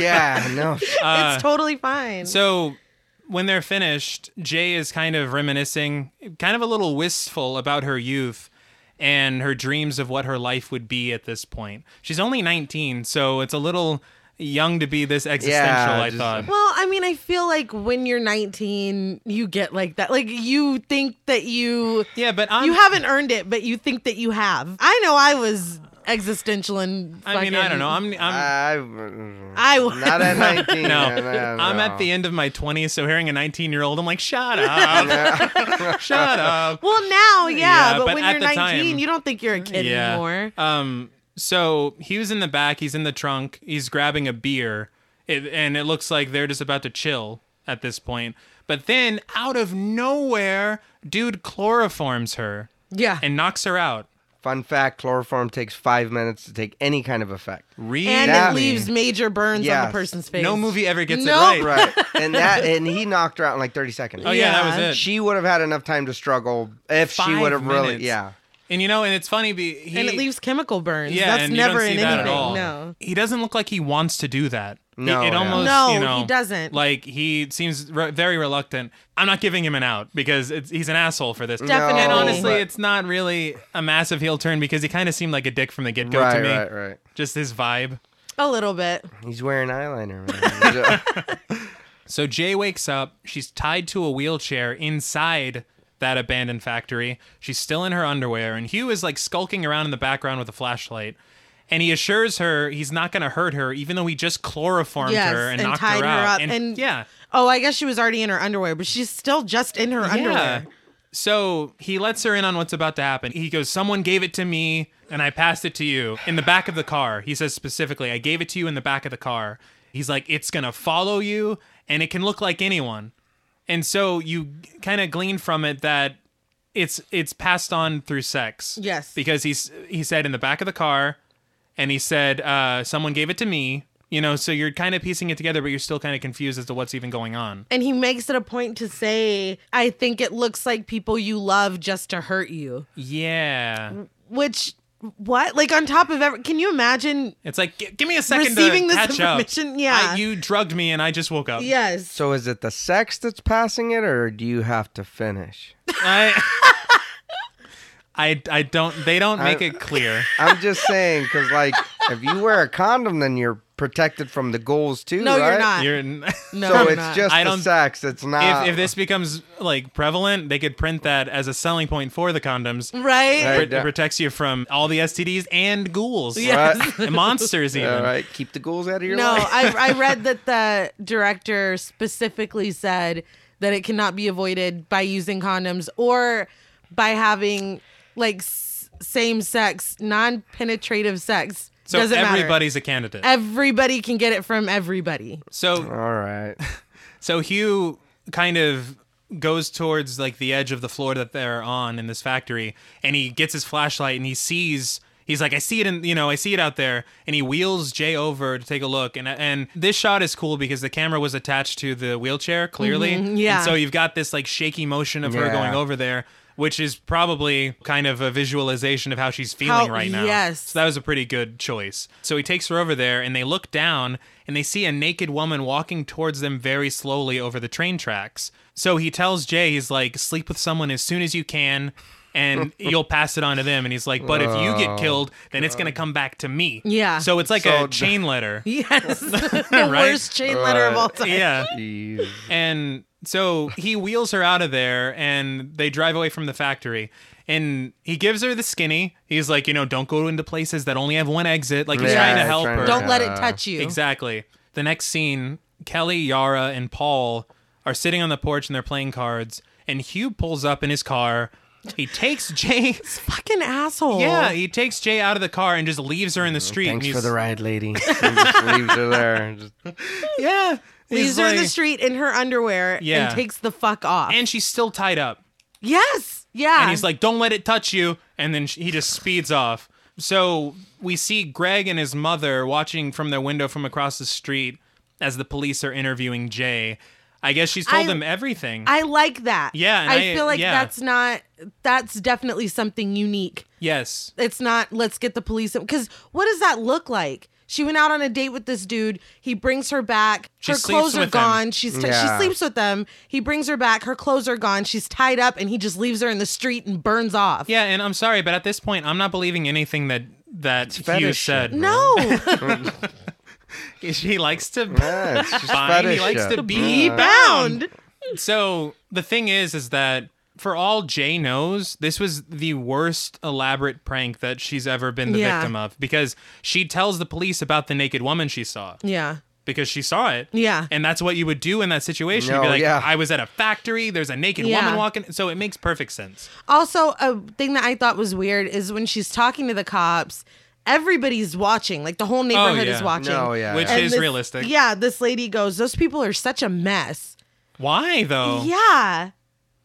Speaker 3: yeah, no.
Speaker 2: it's totally fine.
Speaker 1: So when they're finished, Jay is kind of reminiscing, kind of a little wistful about her youth and her dreams of what her life would be at this point. She's only 19, so it's a little young to be this existential,
Speaker 3: Yeah,
Speaker 1: I
Speaker 3: just-
Speaker 1: thought.
Speaker 2: Well, I mean, I feel like when you're 19, you get like that. Like you think that you
Speaker 1: Yeah, but I'm
Speaker 2: you haven't earned it, but you think that you have. I know I was existential and
Speaker 1: I mean, I don't know. I'm I'm
Speaker 3: I, uh,
Speaker 2: I was.
Speaker 3: not at 19.
Speaker 1: no,
Speaker 3: no, no.
Speaker 1: I'm at the end of my 20s, so hearing a 19 year old, I'm like,
Speaker 3: [LAUGHS]
Speaker 1: shut up, [LAUGHS] shut up.
Speaker 2: [LAUGHS] well, now, yeah,
Speaker 1: Yeah,
Speaker 2: but,
Speaker 1: but
Speaker 2: when
Speaker 1: at
Speaker 2: you're
Speaker 1: the
Speaker 2: 19,
Speaker 1: time-
Speaker 2: you don't think you're a kid anymore.
Speaker 1: Um, so he was in the back. He's in the trunk. He's grabbing a beer, it, and it looks like they're just about to chill at this point. But then, out of nowhere, dude chloroforms her
Speaker 2: Yeah.
Speaker 1: and knocks her out.
Speaker 3: Fun fact chloroform takes five minutes to take any kind of effect.
Speaker 1: Really?
Speaker 2: and
Speaker 3: That-
Speaker 2: it leaves major burns on the
Speaker 3: Yes.
Speaker 2: person's face.
Speaker 1: no movie ever gets
Speaker 2: Nope.
Speaker 1: it right.
Speaker 3: Right. And that and he knocked her out in like 30 seconds.
Speaker 1: Oh yeah, that
Speaker 2: Yeah.
Speaker 1: was it.
Speaker 3: She would have had enough time to struggle if she
Speaker 1: Five
Speaker 3: would have really
Speaker 1: minutes.
Speaker 3: yeah.
Speaker 1: and you know, and it's funny. Be, he,
Speaker 2: and it leaves chemical burns.
Speaker 1: Yeah,
Speaker 2: That's
Speaker 1: and you
Speaker 2: never
Speaker 1: don't see
Speaker 2: in
Speaker 1: that
Speaker 2: anything.
Speaker 1: at all.
Speaker 2: No.
Speaker 1: He doesn't look like he wants to do that.
Speaker 3: No,
Speaker 1: it, it
Speaker 3: yeah.
Speaker 1: almost
Speaker 2: No,
Speaker 1: you know,
Speaker 2: he doesn't.
Speaker 1: Like he seems re- very reluctant. I'm not giving him an out because it's, he's an asshole for this.
Speaker 2: Definitely.
Speaker 1: And
Speaker 2: No,
Speaker 1: honestly,
Speaker 3: but-
Speaker 1: it's not really a massive heel turn because he kind of seemed like a dick from the get go
Speaker 3: right,
Speaker 1: to me.
Speaker 3: right, right.
Speaker 1: Just his vibe.
Speaker 2: A little bit.
Speaker 3: He's wearing eyeliner,
Speaker 1: [LAUGHS]
Speaker 3: man.
Speaker 1: So Jay wakes up. She's tied to a wheelchair inside that abandoned factory. She's still in her underwear, and Hugh is like skulking around in the background with a flashlight. And he assures her he's not going to hurt her, even though he just chloroformed
Speaker 2: Yes,
Speaker 1: her and,
Speaker 2: and
Speaker 1: knocked
Speaker 2: tied
Speaker 1: her
Speaker 2: her
Speaker 1: out.
Speaker 2: up,
Speaker 1: And,
Speaker 2: and-
Speaker 1: yeah,
Speaker 2: Oh, I guess she was already in her underwear, but she's still just in her
Speaker 1: yeah.
Speaker 2: underwear.
Speaker 1: So he lets her in on what's about to happen. He goes, "Someone gave it to me, and I passed it to you in the back of the car." He says specifically, "I gave it to you in the back of the car." He's like, "It's gonna follow you, and it can look like anyone." And so you kind of glean from it that it's it's passed on through sex.
Speaker 2: Yes.
Speaker 1: because he's he said in the back of the car, and he said uh, someone gave it to me. You know, so you're kind of piecing it together, but you're still kind of confused as to what's even going on.
Speaker 2: And he makes it a point to say, I think it looks like people you love just to hurt you.
Speaker 1: Yeah.
Speaker 2: Which, what? Like, on top of every, can you imagine?
Speaker 1: It's like, gi- give me a second
Speaker 2: Receiving
Speaker 1: to
Speaker 2: this
Speaker 1: catch
Speaker 2: information,
Speaker 1: up.
Speaker 2: yeah.
Speaker 1: I, you drugged me and I just woke up.
Speaker 2: Yes.
Speaker 3: so is it the sex that's passing it or do you have to finish?
Speaker 1: I, [LAUGHS] I, I don't. They don't make it
Speaker 2: [LAUGHS]
Speaker 1: clear.
Speaker 3: I'm just saying cuz like if you wear a condom then you're protected from the goals too,
Speaker 2: No, you're
Speaker 3: right?
Speaker 2: not.
Speaker 1: You're. If,
Speaker 2: No,
Speaker 3: So
Speaker 2: we're
Speaker 3: it's
Speaker 2: not.
Speaker 3: just
Speaker 1: I
Speaker 3: the
Speaker 1: don't-
Speaker 3: sex. It's not
Speaker 1: if this becomes like prevalent, they could print that as a selling point for the condoms.
Speaker 2: Right?
Speaker 3: Right.
Speaker 1: It protects you from all the STDs and ghouls,
Speaker 2: Yes.
Speaker 1: and
Speaker 3: [LAUGHS]
Speaker 1: monsters even.
Speaker 3: all right, keep the ghouls out of your
Speaker 2: No,
Speaker 3: life.
Speaker 2: I, I read that the director specifically said that it cannot be avoided by using condoms or by having like s- same sex, non penetrative sex.
Speaker 1: So
Speaker 2: Doesn't matter.
Speaker 1: everybody's a candidate.
Speaker 2: Everybody can get it from everybody. [LAUGHS]
Speaker 1: so
Speaker 3: All
Speaker 1: [LAUGHS]
Speaker 3: right.
Speaker 1: So Hugh kind of goes towards like the edge of the floor that they're on in this factory, and he gets his flashlight and he sees. He's like, I see it in, you know, I see it out there, and he wheels Jay over to take a look, and and this shot is cool because the camera was attached to the wheelchair clearly,
Speaker 2: Mm-hmm, yeah.
Speaker 1: And so you've got this like shaky motion of her
Speaker 3: Yeah.
Speaker 1: going over there, which is probably kind of a visualization of how she's feeling
Speaker 2: How-
Speaker 1: right now.
Speaker 2: yes.
Speaker 1: So that was a pretty good choice. So he takes her over there and they look down and they see a naked woman walking towards them very slowly over the train tracks. So he tells Jay, he's like, sleep with someone as soon as you can
Speaker 3: [LAUGHS]
Speaker 1: and you'll pass it on to them. And he's like, but if you get killed, then it's going to come back to me.
Speaker 2: Yeah.
Speaker 1: So it's like
Speaker 3: Oh, So-
Speaker 1: a chain
Speaker 2: [LAUGHS]
Speaker 1: letter. [LAUGHS]
Speaker 2: Yes. the
Speaker 1: Right?
Speaker 2: worst chain letter of
Speaker 3: Uh,
Speaker 2: all time.
Speaker 1: Yeah.
Speaker 3: Jeez.
Speaker 1: And so he wheels her out of there and they drive away from the factory. And he gives her the skinny. He's like, you know, don't go into places that only have one exit. Like he's
Speaker 3: Yeah,
Speaker 1: trying to
Speaker 3: he's
Speaker 1: help
Speaker 3: trying
Speaker 1: her.
Speaker 3: to
Speaker 2: Don't let it
Speaker 3: Yeah.
Speaker 2: touch you.
Speaker 1: Exactly. The next scene, Kelly, Yara, and Paul are sitting on the porch and they're playing cards. And Hugh pulls up in his car. He
Speaker 2: [LAUGHS]
Speaker 1: takes Jay.
Speaker 2: Fucking
Speaker 1: [LAUGHS]
Speaker 2: asshole.
Speaker 1: Yeah, he takes Jay out of the car and just leaves her in the street.
Speaker 3: Mm, Thanks
Speaker 1: and
Speaker 3: for
Speaker 1: he's-
Speaker 3: the
Speaker 1: [LAUGHS]
Speaker 3: ride, lady. And just leaves her there. Just-
Speaker 1: Yeah.
Speaker 2: Leaves
Speaker 1: He's
Speaker 2: her in the
Speaker 1: like-
Speaker 2: street in her underwear
Speaker 1: Yeah.
Speaker 2: and takes the fuck off.
Speaker 1: And she's still tied up.
Speaker 2: yes. Yeah.
Speaker 1: and he's like, "Don't let it touch you," and then sh- he just speeds off. So we see Greg and his mother watching from their window from across the street as the police are interviewing Jay. I guess she's told
Speaker 2: I-
Speaker 1: him everything.
Speaker 2: I like that.
Speaker 1: Yeah, and
Speaker 2: I,
Speaker 1: I-
Speaker 2: feel like
Speaker 1: yeah.
Speaker 2: that's not that's definitely something unique.
Speaker 1: yes.
Speaker 2: It's not let's get the police because what does that look like? She went out on a date with this dude. He brings her back.
Speaker 1: She
Speaker 2: her
Speaker 1: sleeps
Speaker 2: clothes are
Speaker 1: with him.
Speaker 2: gone. She's t-
Speaker 3: Yeah.
Speaker 2: she sleeps with them. He brings her back. Her clothes are gone. She's tied up, and he just leaves her in the street and burns off.
Speaker 1: Yeah, and I'm sorry, but at this point, I'm not believing anything that that Hugh
Speaker 3: fetish
Speaker 1: said.
Speaker 3: shit,
Speaker 2: No,
Speaker 1: [LAUGHS] He likes to
Speaker 3: Yeah, it's just
Speaker 1: bind. He
Speaker 3: fetish
Speaker 1: likes
Speaker 3: shit.
Speaker 1: to [LAUGHS] be
Speaker 2: [LAUGHS] be bound.
Speaker 1: So the thing is, is that for all Jay knows, this was the worst elaborate prank that she's ever been the
Speaker 2: Yeah.
Speaker 1: victim of because she tells the police about the naked woman she saw
Speaker 2: Yeah,
Speaker 1: because she saw it.
Speaker 2: Yeah.
Speaker 1: And that's what you would do in that situation. You'd be
Speaker 3: No,
Speaker 1: like,
Speaker 3: yeah.
Speaker 1: I was at a factory, there's a naked
Speaker 2: Yeah.
Speaker 1: woman walking. So it makes perfect sense.
Speaker 2: Also, a thing that I thought was weird is when she's talking to the cops, everybody's watching. Like the whole neighborhood
Speaker 1: Oh, yeah.
Speaker 2: is watching.
Speaker 3: No, Oh, yeah.
Speaker 1: Which
Speaker 3: yeah.
Speaker 1: is- realistic.
Speaker 2: Yeah, this lady goes, Those people are such a mess.
Speaker 1: Why though?
Speaker 2: Yeah.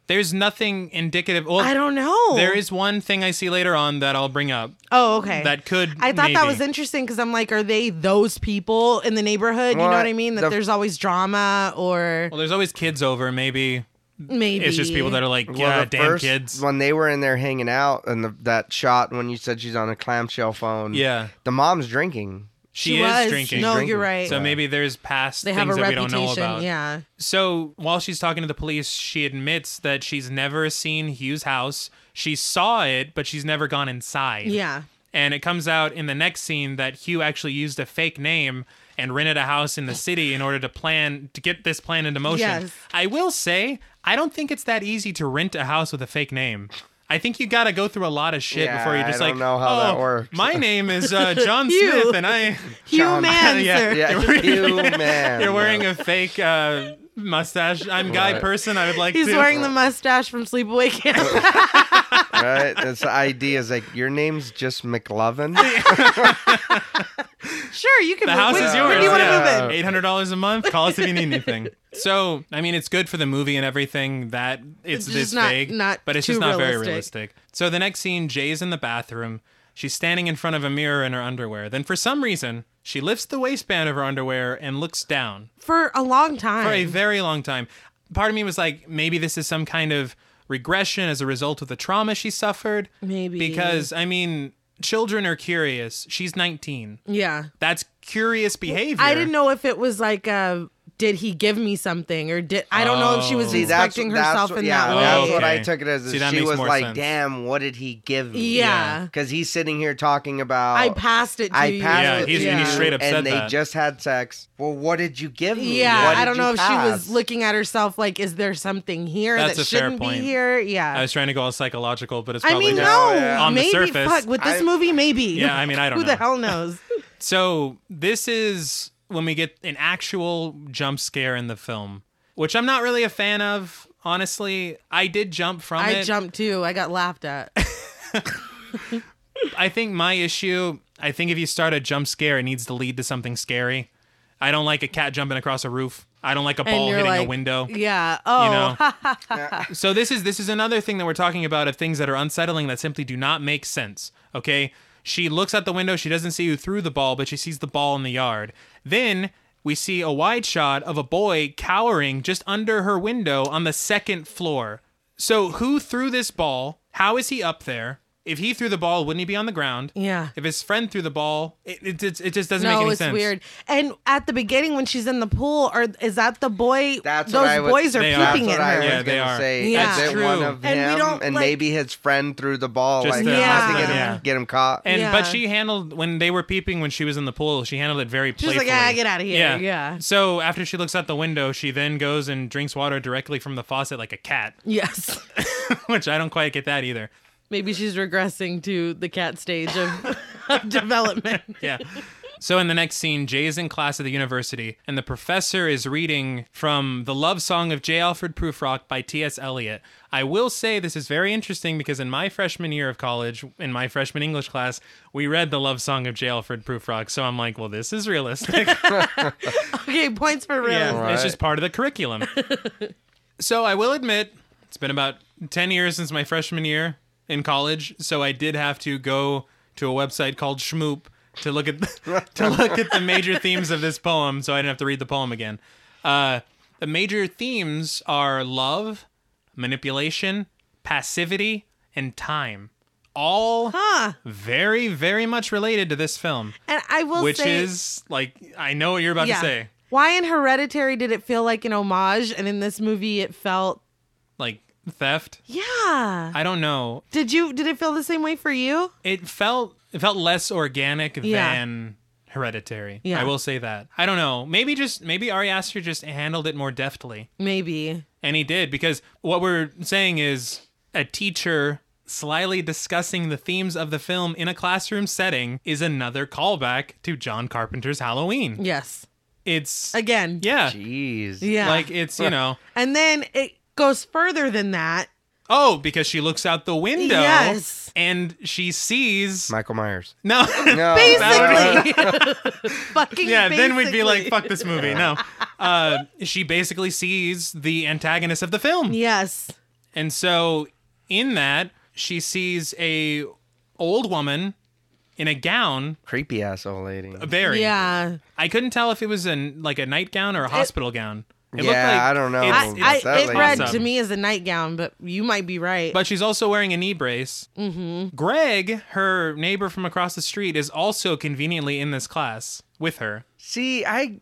Speaker 1: There's nothing indicative. Well,
Speaker 2: I don't know.
Speaker 1: There is one thing I see later on that I'll bring up.
Speaker 2: Oh, okay.
Speaker 1: that could
Speaker 2: I thought that
Speaker 1: maybe.
Speaker 2: was interesting because I'm like, are they those people in the neighborhood? you
Speaker 3: Well,
Speaker 2: know what I mean? That
Speaker 3: the-
Speaker 2: there's always drama or
Speaker 1: Well, there's always kids over. Maybe
Speaker 2: maybe
Speaker 1: it's just people that are like, yeah,
Speaker 3: Well, the
Speaker 1: damn
Speaker 3: first-
Speaker 1: kids.
Speaker 3: When they were in there hanging out, and the, that shot when you said she's on a clamshell phone.
Speaker 1: Yeah.
Speaker 3: the
Speaker 1: [LAUGHS]
Speaker 3: mom's drinking.
Speaker 1: She, is
Speaker 2: was.
Speaker 1: drinking.
Speaker 2: No,
Speaker 3: She's
Speaker 2: you're
Speaker 3: drinking.
Speaker 2: right.
Speaker 1: So maybe there's past
Speaker 2: they
Speaker 1: things
Speaker 2: have a
Speaker 1: that we
Speaker 2: reputation.
Speaker 1: don't know about.
Speaker 2: Yeah.
Speaker 1: So while she's talking to the police, she admits that she's never seen Hugh's house. She saw it, but she's never gone inside.
Speaker 2: Yeah.
Speaker 1: And it comes out in the next scene that Hugh actually used a fake name and rented a house in the city in order to plan to get this plan into motion.
Speaker 2: Yes.
Speaker 1: I will say, I don't think it's that easy to rent a house with a fake name. I think you got to go through a lot of shit
Speaker 3: Yeah,
Speaker 1: before you're
Speaker 3: I
Speaker 1: just
Speaker 3: don't
Speaker 1: like,
Speaker 3: know how
Speaker 1: oh,
Speaker 3: that works."
Speaker 1: my name is
Speaker 2: [LAUGHS]
Speaker 1: uh, John
Speaker 2: Hugh.
Speaker 1: Smith, and
Speaker 3: [LAUGHS]
Speaker 1: I
Speaker 2: Hugh Manser.
Speaker 1: Yeah,
Speaker 3: Yeah, you man.
Speaker 1: you're wearing a fake uh, mustache. I'm Guy
Speaker 3: Right.
Speaker 1: Person. I would like
Speaker 2: He's
Speaker 1: to.
Speaker 2: wearing the mustache from Sleepaway Camp.
Speaker 3: right. That's the idea. Is like your name's
Speaker 1: [LAUGHS]
Speaker 3: just McLovin.
Speaker 2: sure, you can
Speaker 1: the
Speaker 2: move.
Speaker 1: house
Speaker 2: when,
Speaker 1: is
Speaker 3: Wait,
Speaker 1: yours.
Speaker 2: When do you want to
Speaker 3: yeah.
Speaker 2: move in?
Speaker 1: Eight hundred dollars a month. Call us if you need
Speaker 2: [LAUGHS]
Speaker 1: anything. So, I mean, it's good for the movie and everything that it's,
Speaker 2: It's just
Speaker 1: this
Speaker 2: not-
Speaker 1: vague,
Speaker 2: not
Speaker 1: but it's
Speaker 2: too
Speaker 1: just not very
Speaker 2: realistic.
Speaker 1: realistic. So the next scene, Jay's in the bathroom. She's standing in front of a mirror in her underwear. Then, for some reason, she lifts the waistband of her underwear and looks down.
Speaker 2: for a long time.
Speaker 1: for a very long time. Part of me was like, maybe this is some kind of regression as a result of the trauma she suffered.
Speaker 2: Maybe.
Speaker 1: Because, I mean, children are curious. She's 19.
Speaker 2: yeah.
Speaker 1: That's curious behavior.
Speaker 2: I didn't know if it was like uh did he give me something or did I don't know if she was
Speaker 1: Oh.
Speaker 3: See, that's,
Speaker 2: inspecting
Speaker 3: that's
Speaker 2: herself
Speaker 3: what-
Speaker 2: in
Speaker 3: yeah,
Speaker 1: Oh,
Speaker 2: that
Speaker 3: That's
Speaker 2: way.
Speaker 3: what I
Speaker 1: okay.
Speaker 3: took it as. is
Speaker 1: See, that
Speaker 3: she
Speaker 1: makes
Speaker 3: was
Speaker 1: more
Speaker 3: like,
Speaker 1: sense.
Speaker 3: "Damn, what did he give me?"
Speaker 2: Yeah.
Speaker 3: because he's sitting here talking about.
Speaker 2: I passed it to
Speaker 3: I
Speaker 2: you.
Speaker 3: passed
Speaker 1: Yeah,
Speaker 3: it
Speaker 1: he's-
Speaker 3: to
Speaker 1: and he
Speaker 3: you,
Speaker 1: straight up
Speaker 3: and
Speaker 1: said
Speaker 3: they
Speaker 1: that.
Speaker 3: just had sex. Well, what did you give me?
Speaker 2: Yeah,
Speaker 3: What
Speaker 2: I
Speaker 3: did
Speaker 2: don't
Speaker 3: you
Speaker 2: know if she
Speaker 3: pass?
Speaker 2: was looking at herself like, is there something here
Speaker 1: That's
Speaker 2: that
Speaker 1: a fair
Speaker 2: shouldn't
Speaker 1: point.
Speaker 2: be here?
Speaker 1: I
Speaker 2: Yeah.
Speaker 1: was trying to go all psychological, but it's
Speaker 2: I,
Speaker 1: probably
Speaker 2: mean,
Speaker 1: just-
Speaker 2: no.
Speaker 3: Oh, yeah.
Speaker 1: On the
Speaker 2: maybe
Speaker 1: surface,
Speaker 2: fuck with this
Speaker 3: I-
Speaker 2: movie,
Speaker 1: [LAUGHS]
Speaker 2: maybe.
Speaker 1: Yeah, I mean, I don't
Speaker 2: Who the
Speaker 1: know. [LAUGHS]
Speaker 2: hell knows?
Speaker 1: So this is when we get an actual jump scare in the film, which I'm not really a fan of. Honestly, I did jump from
Speaker 2: I
Speaker 1: it.
Speaker 2: jumped too. I got laughed at.
Speaker 1: I think my issue, I think if you start a jump scare, it needs to lead to something scary. I don't like a cat jumping across a roof. I don't like a
Speaker 2: and
Speaker 1: ball
Speaker 2: you're
Speaker 1: hitting
Speaker 2: like,
Speaker 1: a window.
Speaker 2: Yeah. Oh.
Speaker 1: [LAUGHS] so this is this is another thing that we're talking about of things that are unsettling that simply do not make sense. Okay? She looks out the window, she doesn't see who threw the ball, but she sees the ball in the yard. Then we see a wide shot of a boy cowering just under her window on the second floor. So who threw this ball? How is he up there? If he threw the ball, wouldn't he be on the ground?
Speaker 2: Yeah.
Speaker 1: If his friend threw the ball, it it, it, it just doesn't
Speaker 2: No,
Speaker 1: make any
Speaker 2: it's
Speaker 1: sense.
Speaker 2: weird. And at the beginning, when she's in the pool, or is that the boy?
Speaker 3: That's
Speaker 2: those
Speaker 3: what I would-
Speaker 2: boys are
Speaker 1: They are.
Speaker 2: peeping at
Speaker 3: That's what I
Speaker 2: her.
Speaker 3: was
Speaker 1: Yeah, they
Speaker 3: gonna
Speaker 1: are.
Speaker 3: Say.
Speaker 2: Yeah.
Speaker 3: Is
Speaker 1: That's
Speaker 3: it
Speaker 1: true.
Speaker 3: One of
Speaker 2: And we
Speaker 3: him,
Speaker 2: don't,
Speaker 3: and
Speaker 2: like-
Speaker 3: maybe his friend threw the ball,
Speaker 1: Just
Speaker 3: like
Speaker 1: to-
Speaker 3: just to
Speaker 2: Yeah.
Speaker 3: get him,
Speaker 1: Yeah.
Speaker 3: get him caught.
Speaker 1: And
Speaker 2: Yeah.
Speaker 1: but she handled when they were peeping when she was in the pool. She handled it very
Speaker 2: was
Speaker 1: playfully.
Speaker 2: like, "Ah, get outta here." Yeah.
Speaker 1: So after she looks out the window, she then goes and drinks water directly from the faucet like a cat, [LAUGHS]
Speaker 2: Yes. [LAUGHS]
Speaker 1: which I don't quite get that either.
Speaker 2: Maybe she's regressing to the cat stage
Speaker 1: [LAUGHS]
Speaker 2: of, of development.
Speaker 1: Yeah. So in the next scene, Jay is in class at the university, and the professor is reading from the love song of J. Alfred Prufrock by T.S. Eliot. I will say this is very interesting because in my freshman year of college, in my freshman English class, we read the love song of J. Alfred Prufrock. So I'm like, well, this is realistic.
Speaker 2: Okay, points for real.
Speaker 1: Yeah, it's
Speaker 3: Right.
Speaker 1: just part of the
Speaker 2: [LAUGHS]
Speaker 1: curriculum. so I will admit, it's been about 10 years since my freshman year in college, so I did have to go to a website called Schmoop to
Speaker 2: [LAUGHS]
Speaker 1: look at the, to look at the major themes of this poem, so I didn't have to read the poem again. Uh, The major themes are love, manipulation, passivity, and time. All
Speaker 2: Huh.
Speaker 1: very, very much related to this film,
Speaker 2: And I will
Speaker 1: which
Speaker 2: say,
Speaker 1: is like I know what you're about to say.
Speaker 2: Why in Hereditary did it feel like an homage, and in this movie it felt
Speaker 1: Like theft.
Speaker 2: yeah.
Speaker 1: I don't know.
Speaker 2: Did you did it feel the same way for you?
Speaker 1: It felt it felt less organic
Speaker 2: Yeah.
Speaker 1: than Hereditary.
Speaker 2: Yeah.
Speaker 1: I will say that. I don't know. Maybe just maybe Ari Aster just handled it more deftly.
Speaker 2: Maybe.
Speaker 1: And he did because what we're saying is a teacher slyly discussing the themes of the film in a classroom setting is another callback to John Carpenter's Halloween.
Speaker 2: Yes.
Speaker 1: It's
Speaker 2: Again.
Speaker 1: yeah,
Speaker 3: Jeez.
Speaker 2: Yeah.
Speaker 1: like it's you know
Speaker 2: and then it goes further than that.
Speaker 1: oh because she looks out the window
Speaker 2: Yes.
Speaker 1: and she sees
Speaker 3: Michael
Speaker 2: [LAUGHS]
Speaker 3: Myers.
Speaker 1: no [LAUGHS]
Speaker 3: No.
Speaker 2: Basically. Fucking
Speaker 1: yeah then we'd be like
Speaker 2: basically.
Speaker 1: fuck this movie
Speaker 2: [LAUGHS]
Speaker 1: no uh she basically sees the antagonist of the film
Speaker 2: Yes.
Speaker 1: And so in that she sees a old woman in a gown,
Speaker 3: Creepy ass old lady.
Speaker 1: a very.
Speaker 2: Yeah.
Speaker 1: I couldn't tell if it was an like a nightgown or a hospital gown. It
Speaker 3: Yeah, I don't know.
Speaker 1: it's-
Speaker 3: Oh,
Speaker 1: it's-
Speaker 2: I,
Speaker 3: that
Speaker 2: it
Speaker 3: lady.
Speaker 2: read to
Speaker 1: Awesome.
Speaker 2: me as a nightgown, but you might be right.
Speaker 1: but she's also wearing a knee brace. Mm-hmm. Greg, her neighbor from across the street, is also conveniently in this class with her.
Speaker 3: See, I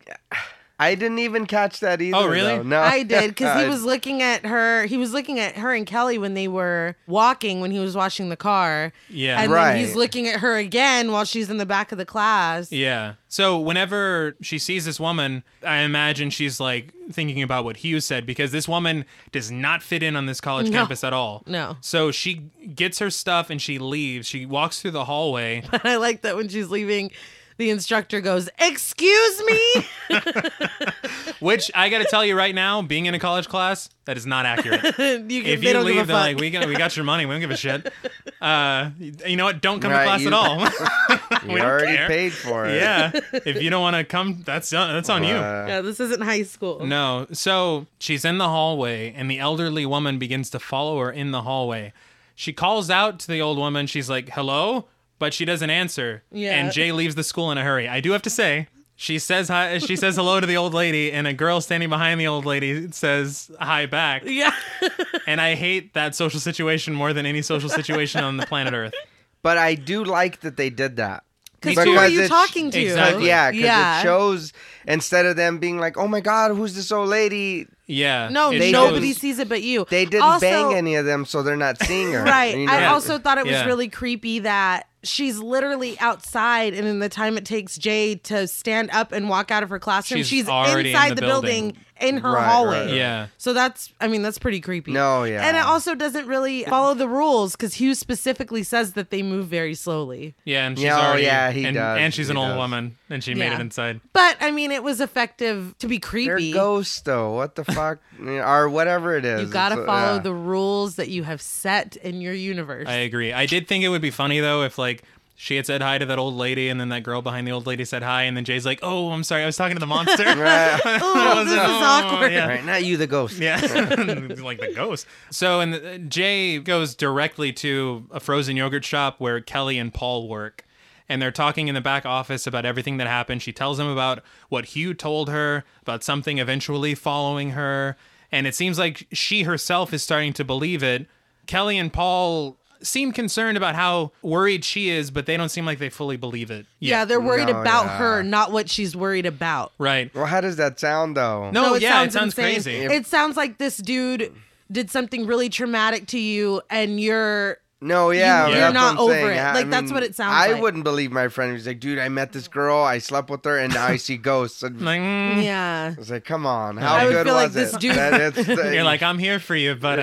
Speaker 3: I didn't even catch that either.
Speaker 1: Oh, really?
Speaker 3: though.
Speaker 2: [LAUGHS]
Speaker 3: No.
Speaker 2: I did because
Speaker 3: [LAUGHS] I-
Speaker 2: he was looking at her. He was looking at her and Kelly when they were walking when he was washing the car.
Speaker 1: Yeah.
Speaker 2: and
Speaker 3: Right.
Speaker 2: then he's looking at her again while she's in the back of the class.
Speaker 1: Yeah. So whenever she sees this woman, I imagine she's like thinking about what Hugh said because this woman does not fit in on this college
Speaker 2: No.
Speaker 1: campus at all.
Speaker 2: No.
Speaker 1: So she gets her stuff and she leaves. She walks through the hallway. [LAUGHS]
Speaker 2: And [LAUGHS] I like that when she's leaving, the instructor goes, "Excuse me." [LAUGHS]
Speaker 1: Which I got to tell you right now, being in a college class, that is not
Speaker 2: [LAUGHS]
Speaker 1: accurate.
Speaker 2: you can,
Speaker 1: If
Speaker 2: they
Speaker 1: you
Speaker 2: don't
Speaker 1: leave,
Speaker 2: give
Speaker 1: they're
Speaker 2: a fuck.
Speaker 3: [LAUGHS]
Speaker 1: like, we got, we got your money. We don't give a
Speaker 2: [LAUGHS]
Speaker 1: shit. Uh, you know what? Don't come to
Speaker 3: Right,
Speaker 1: class
Speaker 3: you-
Speaker 1: at
Speaker 3: [LAUGHS]
Speaker 1: all.
Speaker 3: You
Speaker 1: don't
Speaker 3: already
Speaker 1: care.
Speaker 3: paid for
Speaker 1: [LAUGHS]
Speaker 3: it.
Speaker 1: yeah. If you don't want to come, that's that's on you.
Speaker 3: Uh,
Speaker 2: yeah, this isn't high school.
Speaker 1: No. So she's in the hallway, and the elderly woman begins to follow her in the hallway. She calls out to the old woman. She's like, hello? But she doesn't answer.
Speaker 2: Yeah.
Speaker 1: And Jay leaves the school in a hurry. I do have to say, she says hi. She says hello to the old lady, and a girl standing behind the old lady says hi back.
Speaker 2: [LAUGHS] Yeah.
Speaker 1: And I hate that social situation more than any social situation on the planet Earth.
Speaker 3: but I do like that they did that.
Speaker 2: Because
Speaker 1: Me
Speaker 2: who
Speaker 1: too.
Speaker 2: are you
Speaker 3: Because it-
Speaker 2: talking to?
Speaker 1: Exactly.
Speaker 3: Yeah, because
Speaker 2: Yeah.
Speaker 3: it shows instead of them being like, "Oh my God, who's this old lady?"
Speaker 1: Yeah.
Speaker 2: No,
Speaker 1: it
Speaker 3: They
Speaker 2: nobody
Speaker 1: shows-
Speaker 2: sees it but you.
Speaker 3: They didn't
Speaker 2: Also-
Speaker 3: bang any of them, so they're not seeing her.
Speaker 2: Right.
Speaker 3: you
Speaker 2: I
Speaker 3: know?
Speaker 2: also thought it was
Speaker 1: Yeah.
Speaker 2: really creepy that she's literally outside, and in the time it takes Jay to stand up and walk out of her classroom,
Speaker 1: She's
Speaker 2: she's,
Speaker 1: already in
Speaker 2: inside
Speaker 1: the
Speaker 2: the building, in her
Speaker 3: Right,
Speaker 2: hallway.
Speaker 3: right, right.
Speaker 1: Yeah.
Speaker 2: So that's, I mean, that's pretty creepy.
Speaker 3: No, yeah.
Speaker 2: And it also doesn't really follow the rules because Hugh specifically says that they move very slowly.
Speaker 1: Yeah. And she's
Speaker 3: Yeah, oh,
Speaker 1: already.
Speaker 3: yeah, he
Speaker 1: and,
Speaker 3: does,
Speaker 1: and she's
Speaker 3: he
Speaker 1: an old
Speaker 3: does.
Speaker 1: woman, and she made
Speaker 2: Yeah.
Speaker 1: it inside.
Speaker 2: But I mean, it was effective to be
Speaker 3: they're
Speaker 2: creepy.
Speaker 3: ghosts, though. What the fuck, or whatever it is.
Speaker 2: you got to
Speaker 3: It's, uh,
Speaker 2: follow
Speaker 3: yeah.
Speaker 2: the rules that you have set in your universe.
Speaker 1: I agree. I did think it would be funny though if like she had said hi to that old lady and then that girl behind the old lady said hi and then Jay's like, "Oh, I'm sorry. I was talking to the [LAUGHS]
Speaker 2: [LAUGHS]
Speaker 1: monster."
Speaker 3: Right,
Speaker 2: oh, this is awkward.
Speaker 1: yeah.
Speaker 3: right, not you, the ghost.
Speaker 1: yeah. [LAUGHS] like the ghost. So and uh, Jay goes directly to a frozen yogurt shop where Kelly and Paul work. And they're talking in the back office about everything that happened. She tells him about what Hugh told her, about something eventually following her. And it seems like she herself is starting to believe it. Kelly and Paul seem concerned about how worried she is, but they don't seem like they fully believe it. yet.
Speaker 2: Yeah, they're worried
Speaker 3: No,
Speaker 2: about
Speaker 3: yeah.
Speaker 2: her, not what she's worried about.
Speaker 1: Right.
Speaker 3: Well, how does that sound, though?
Speaker 1: No,
Speaker 2: No,
Speaker 1: yeah, it sounds
Speaker 2: insane.
Speaker 1: crazy.
Speaker 2: It sounds like this dude did something really traumatic to you, and you're
Speaker 3: No, yeah,
Speaker 2: you're
Speaker 3: that's
Speaker 2: not
Speaker 3: what I'm
Speaker 2: over
Speaker 3: saying.
Speaker 2: it.
Speaker 3: I
Speaker 2: Like, that's what it sounds
Speaker 3: I
Speaker 2: like.
Speaker 3: wouldn't believe my friend. He was like, "Dude, I met this girl. I slept with her, and now I see ghosts." And I
Speaker 1: Like, mm.
Speaker 2: yeah.
Speaker 3: was like, "Come on, how
Speaker 2: I would
Speaker 3: good
Speaker 2: feel like
Speaker 3: was
Speaker 2: this
Speaker 3: it?"
Speaker 2: dude-
Speaker 1: [LAUGHS]
Speaker 3: That it's the-
Speaker 1: You're like, I'm here for you, but uh,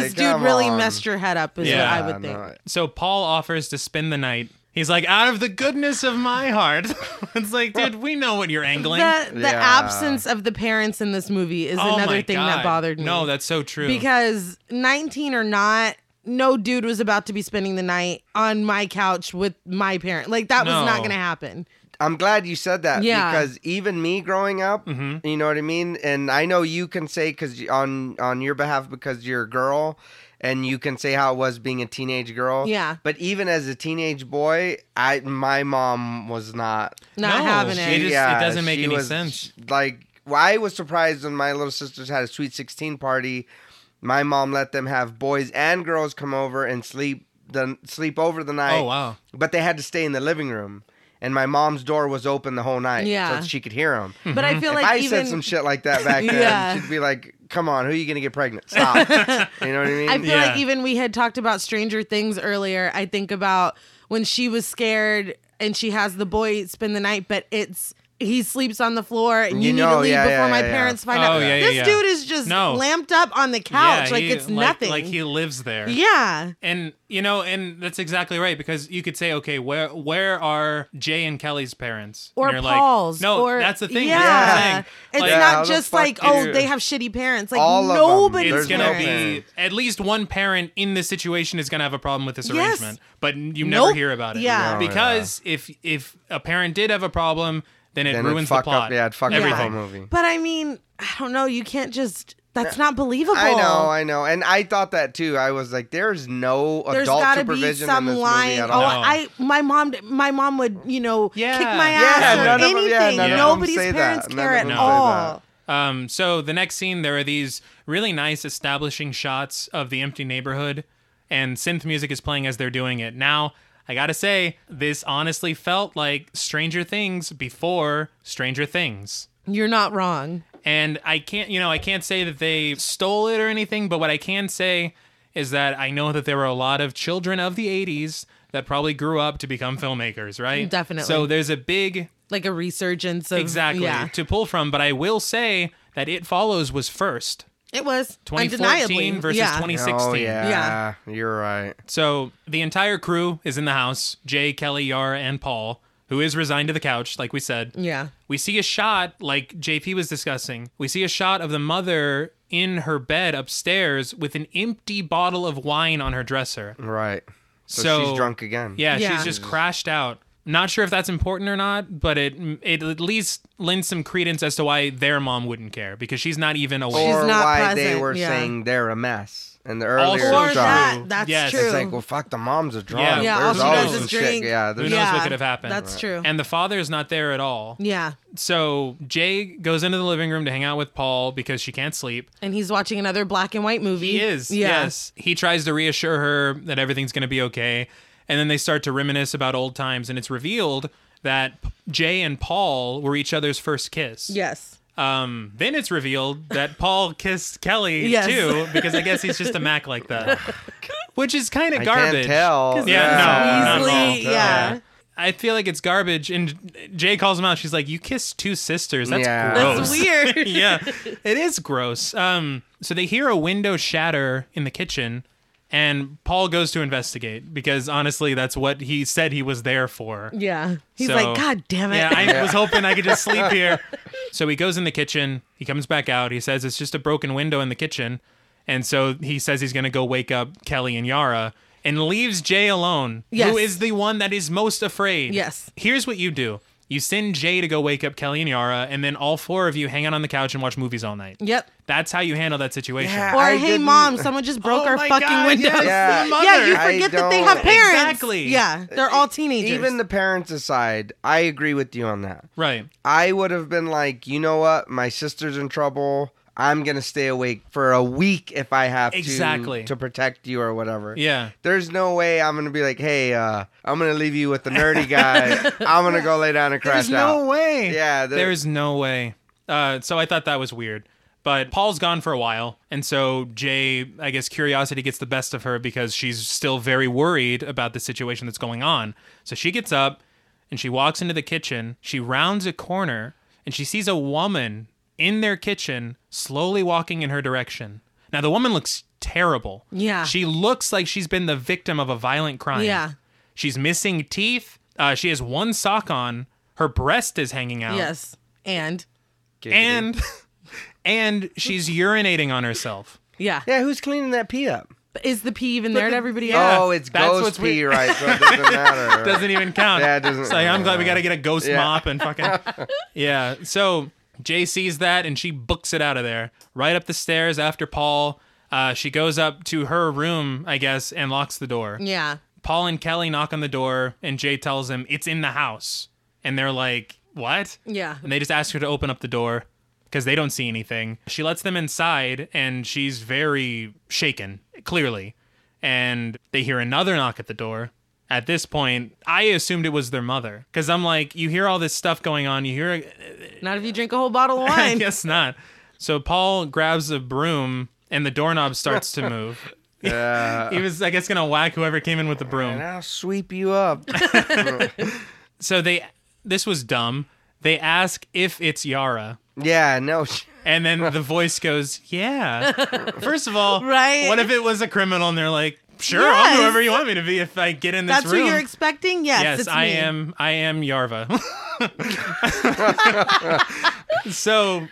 Speaker 2: [LAUGHS] this dude
Speaker 3: come
Speaker 2: really
Speaker 3: on.
Speaker 2: messed your head up, is
Speaker 1: Yeah,
Speaker 2: what I would think.
Speaker 3: no.
Speaker 1: So Paul offers to spend the night. He's like, out of the goodness of my heart. [LAUGHS] it's like, dude, we know what you're angling.
Speaker 2: The the
Speaker 3: Yeah.
Speaker 2: absence of the parents in this movie is
Speaker 1: Oh
Speaker 2: another
Speaker 1: my
Speaker 2: thing
Speaker 1: God.
Speaker 2: that bothered me.
Speaker 1: No, that's so true.
Speaker 2: because 19 or not, no dude was about to be spending the night on my couch with my parent. Like that
Speaker 1: No.
Speaker 2: was not going to happen.
Speaker 3: I'm glad you said that
Speaker 2: Yeah.
Speaker 3: because even me growing up, you know what I mean, and I know you can say because on on your behalf because you're a girl, and you can say how it was being a teenage girl.
Speaker 2: Yeah.
Speaker 3: but even as a teenage boy, I my mom was not
Speaker 2: Not
Speaker 1: No,
Speaker 2: having
Speaker 1: she
Speaker 2: it.
Speaker 1: just- it doesn't make
Speaker 3: she
Speaker 1: any
Speaker 3: was,
Speaker 1: sense.
Speaker 3: Like well, I was surprised when my little sisters had a sweet 16 party. My mom let them have boys and girls come over and sleep the sleep over the night.
Speaker 1: Oh, wow.
Speaker 3: But they had to stay in the living room, and my mom's door was open the whole night,
Speaker 2: Yeah.
Speaker 3: so she could hear them.
Speaker 1: Hmm.
Speaker 2: But
Speaker 1: Mm-hmm.
Speaker 2: I feel
Speaker 3: If
Speaker 2: like
Speaker 3: I
Speaker 2: even
Speaker 3: said some shit like
Speaker 2: [LAUGHS]
Speaker 3: that back then,
Speaker 2: Yeah.
Speaker 3: she'd be like, "Come on, who are you gonna get
Speaker 2: [LAUGHS]
Speaker 3: pregnant? Stop." you know what I mean?
Speaker 2: I feel
Speaker 1: Yeah.
Speaker 2: like even we had talked about Stranger Things earlier. I think about when she was scared and she has the boy spend the night, but it's he sleeps on the floor and you,
Speaker 3: You
Speaker 2: need
Speaker 3: know,
Speaker 2: to leave
Speaker 3: yeah,
Speaker 2: before
Speaker 3: yeah,
Speaker 2: my
Speaker 3: yeah, yeah.
Speaker 2: parents find
Speaker 1: Oh,
Speaker 2: out.
Speaker 1: yeah, yeah,
Speaker 2: this
Speaker 1: yeah.
Speaker 2: dude is just
Speaker 1: No.
Speaker 2: lamped up on the couch
Speaker 1: Yeah,
Speaker 2: like
Speaker 1: he-
Speaker 2: it's nothing.
Speaker 1: Like he lives there.
Speaker 2: yeah.
Speaker 1: And you know, and that's exactly right because you could say, okay, where where are Jay and Kelly's parents?
Speaker 2: Or
Speaker 1: and you're like,
Speaker 2: Paul's.
Speaker 1: no,
Speaker 2: or,
Speaker 1: that's the thing.
Speaker 2: Yeah.
Speaker 1: That's the
Speaker 2: It's
Speaker 1: thing. Like,
Speaker 3: how
Speaker 2: not
Speaker 3: the
Speaker 2: just
Speaker 3: fuck
Speaker 2: like,
Speaker 3: do
Speaker 2: oh,
Speaker 3: you-
Speaker 2: they have shitty parents. Like,
Speaker 3: All of them.
Speaker 2: nobody's
Speaker 1: it's
Speaker 3: There's
Speaker 1: gonna
Speaker 3: no
Speaker 2: parents.
Speaker 1: be
Speaker 3: parents.
Speaker 1: at least one parent in this situation is gonna have a problem with this
Speaker 2: Yes.
Speaker 1: arrangement, but n- you never
Speaker 2: Nope.
Speaker 1: hear about it.
Speaker 2: Yeah. No,
Speaker 1: because if if a parent did have a problem, then it
Speaker 3: Then it'd
Speaker 1: ruins the
Speaker 3: fuck
Speaker 1: plot.
Speaker 3: Up, yeah, it'd fuck up the
Speaker 1: everything.
Speaker 3: whole movie.
Speaker 2: But I mean, I don't know. You can't just. That's not believable.
Speaker 3: I know, I know, and I thought that too. I was like, "There's no
Speaker 2: There's
Speaker 3: adult
Speaker 2: gotta be
Speaker 3: supervision
Speaker 2: some
Speaker 3: in this
Speaker 2: line.
Speaker 3: movie at
Speaker 2: oh,
Speaker 3: all."
Speaker 1: No.
Speaker 2: I my mom my mom would you know
Speaker 1: Yeah.
Speaker 2: kick my
Speaker 1: Yeah,
Speaker 2: ass or
Speaker 1: none
Speaker 3: of 'em-
Speaker 2: anything.
Speaker 3: yeah, none
Speaker 1: of 'em
Speaker 2: Nobody's
Speaker 3: say that.
Speaker 2: parents
Speaker 3: None
Speaker 2: care
Speaker 3: of
Speaker 2: at
Speaker 3: 'em say
Speaker 2: all.
Speaker 1: Um, so the next scene, there are these really nice establishing shots of the empty neighborhood, and synth music is playing as they're doing it. Now, I gotta say, this honestly felt like Stranger Things before Stranger Things.
Speaker 2: You're not wrong.
Speaker 1: And I can't, you know, I can't say that they stole it or anything, but what I can say is that I know that there were a lot of children of the 80s that probably grew up to become filmmakers, right?
Speaker 2: Definitely.
Speaker 1: So there's a big
Speaker 2: Like a resurgence of
Speaker 1: exactly
Speaker 2: Yeah,
Speaker 1: to pull from, but I will say that It Follows was first.
Speaker 2: it was
Speaker 1: 2014
Speaker 2: undeniably
Speaker 1: versus
Speaker 2: yeah.
Speaker 1: 2016.
Speaker 3: Oh yeah,
Speaker 2: Yeah.
Speaker 3: you're right.
Speaker 1: So the entire crew is in the house Jay, Kelly, Yara, and Paul, who is resigned to the couch, like we said.
Speaker 2: Yeah,
Speaker 1: We see a shot, like JP was discussing, we see a shot of the mother in her bed upstairs with an empty bottle of wine on her dresser.
Speaker 3: Right. So,
Speaker 1: So-
Speaker 3: she's drunk again.
Speaker 1: Yeah,
Speaker 2: Yeah.
Speaker 1: she's just crashed out. Not sure if that's important or not, but it it at least lends some credence as to why their mom wouldn't care because she's not even aware.
Speaker 3: Or
Speaker 2: not
Speaker 3: why they
Speaker 2: present,
Speaker 3: were
Speaker 2: yeah.
Speaker 3: saying they're a mess and the
Speaker 1: Also
Speaker 3: earlier
Speaker 2: or
Speaker 1: true.
Speaker 3: shot.
Speaker 2: that. That's
Speaker 1: Yes.
Speaker 2: true.
Speaker 1: It's
Speaker 3: It's like, well, fuck, the mom's a drunk.
Speaker 1: Yeah.
Speaker 2: Yeah,
Speaker 3: There's
Speaker 1: all she
Speaker 3: always
Speaker 1: does
Speaker 3: some
Speaker 1: is
Speaker 3: shit.
Speaker 2: drink.
Speaker 3: Yeah.
Speaker 1: Who knows
Speaker 3: There's
Speaker 2: Yeah.
Speaker 1: what could have happened?
Speaker 2: That's true.
Speaker 1: And the father is not there at all.
Speaker 2: yeah,
Speaker 1: So Jay goes into the living room to hang out with Paul because she can't sleep.
Speaker 2: and he's watching another black and white movie.
Speaker 1: He is.
Speaker 2: Yeah.
Speaker 1: Yes. He tries to reassure her that everything's going to be okay. And then they start to reminisce about old times. And it's revealed that Jay and Paul were each other's first kiss.
Speaker 2: Yes.
Speaker 1: Um, then it's revealed that Paul kissed Kelly
Speaker 2: Yes.
Speaker 1: too, because I guess he's just a Mac like
Speaker 3: [LAUGHS]
Speaker 1: that, which is kind of
Speaker 3: I
Speaker 1: garbage.
Speaker 3: can't tell.
Speaker 2: Because
Speaker 1: Yeah, no, not
Speaker 2: it's
Speaker 1: at all.
Speaker 2: Weasley, yeah.
Speaker 1: I feel like it's garbage. And Jay calls him out. She's like, "You kissed two sisters. That's
Speaker 3: Yeah.
Speaker 1: gross."
Speaker 2: That's
Speaker 1: [LAUGHS]
Speaker 2: weird.
Speaker 1: yeah, it is gross. Um, so they hear a window shatter in the kitchen, and Paul goes to investigate because honestly, that's what he said he was there for.
Speaker 2: [LAUGHS] Yeah. He's
Speaker 1: So-
Speaker 2: like, God damn it.
Speaker 1: Yeah, I was hoping I could just sleep here. So he goes in the kitchen. He comes back out. He says it's just a broken window in the kitchen, and so he says he's going to go wake up Kelly and Yara. And leaves Jay alone,
Speaker 2: Yes.
Speaker 1: who is the one that is most afraid.
Speaker 2: Yes.
Speaker 1: Here's what you do you send Jay to go wake up Kelly and Yara, and then all four of you hang out on the couch and watch movies all night.
Speaker 2: [LAUGHS] yep.
Speaker 1: That's how you handle that situation.
Speaker 3: Yeah.
Speaker 2: Or
Speaker 3: I
Speaker 2: hey,
Speaker 3: didn't-
Speaker 2: mom, someone just broke
Speaker 1: Oh
Speaker 2: our
Speaker 1: my
Speaker 2: fucking
Speaker 1: God,
Speaker 2: windows.
Speaker 1: yes,
Speaker 3: Yeah.
Speaker 1: the
Speaker 3: Yeah,
Speaker 1: mother.
Speaker 2: [LAUGHS] Yeah, you
Speaker 3: I
Speaker 2: forget that they
Speaker 3: don't-
Speaker 2: have parents.
Speaker 1: Exactly.
Speaker 2: Yeah, they're all teenagers.
Speaker 3: Even the parents aside, I agree with you on that.
Speaker 1: Right.
Speaker 3: I would have been like, you know what? My sister's in trouble. I'm going to stay awake for a week if I have to
Speaker 1: Exactly.
Speaker 3: to protect you or whatever.
Speaker 1: Yeah.
Speaker 3: There's no way I'm going to be like, "Hey, uh, I'm going to leave you with the nerdy [LAUGHS] guy. I'm going to go lay down and crash
Speaker 1: There's
Speaker 3: out."
Speaker 1: no way.
Speaker 3: Yeah, there-
Speaker 1: There's no way. Uh, so I thought that was weird. But Paul's gone for a while, and so Jay, I guess curiosity gets the best of her because she's still very worried about the situation that's going on. So she gets up and she walks into the kitchen. She rounds a corner and she sees a woman in their kitchen slowly walking in her direction. Now the woman looks terrible.
Speaker 2: Yeah.
Speaker 1: She looks like she's been the victim of a violent crime.
Speaker 2: Yeah.
Speaker 1: She's missing teeth. Uh, she has one sock on. Her breast is hanging out.
Speaker 2: yes, and
Speaker 1: And and she's urinating on herself.
Speaker 2: yeah,
Speaker 3: Yeah, who's cleaning that pee up?
Speaker 2: is the pee even there to everybody
Speaker 1: yeah.
Speaker 2: else?
Speaker 3: oh, it's
Speaker 1: that's
Speaker 3: ghost
Speaker 1: what's
Speaker 3: pee,
Speaker 1: weird.
Speaker 3: right? So
Speaker 1: [LAUGHS]
Speaker 3: it doesn't matter.
Speaker 1: Doesn't even count.
Speaker 3: [LAUGHS] Yeah, it doesn't-
Speaker 1: It's like, I'm glad we got to get a ghost
Speaker 3: Yeah.
Speaker 1: mop and fucking. yeah. So Jay sees that and she books it out of there, right up the stairs after Paul. Uh, she goes up to her room, I guess, and locks the door.
Speaker 2: Yeah,
Speaker 1: Paul and Kelly knock on the door, and Jay tells them it's in the house. And they're like, What?
Speaker 2: Yeah.
Speaker 1: And they just ask her to open up the door. because they don't see anything. She lets them inside and she's very shaken, clearly. And they hear another knock at the door. At this point, I assumed it was their mother because I'm like, you hear all this stuff going on. You hear
Speaker 2: Not if you drink a whole bottle
Speaker 1: [LAUGHS]
Speaker 2: of
Speaker 1: I
Speaker 2: wine.
Speaker 1: guess not. So Paul grabs a broom and the doorknob starts to move. [LAUGHS] he was, I guess, gonna whack whoever came in with the
Speaker 3: And
Speaker 1: broom.
Speaker 3: I'll sweep you up.
Speaker 1: So they, this was dumb. They ask if it's Yara,
Speaker 3: [LAUGHS] yeah, no. sh-
Speaker 1: and then the voice goes, "Yeah." First of all,
Speaker 2: Right.
Speaker 1: What if it was a criminal? And they're like, "Sure,
Speaker 2: Yes.
Speaker 1: I'm whoever you want me to be if I get in this
Speaker 2: That's
Speaker 1: room."
Speaker 2: what you're expecting? Yes,
Speaker 1: yes,
Speaker 2: it's
Speaker 1: I
Speaker 2: me.
Speaker 1: am. I am Yarva. [LAUGHS] so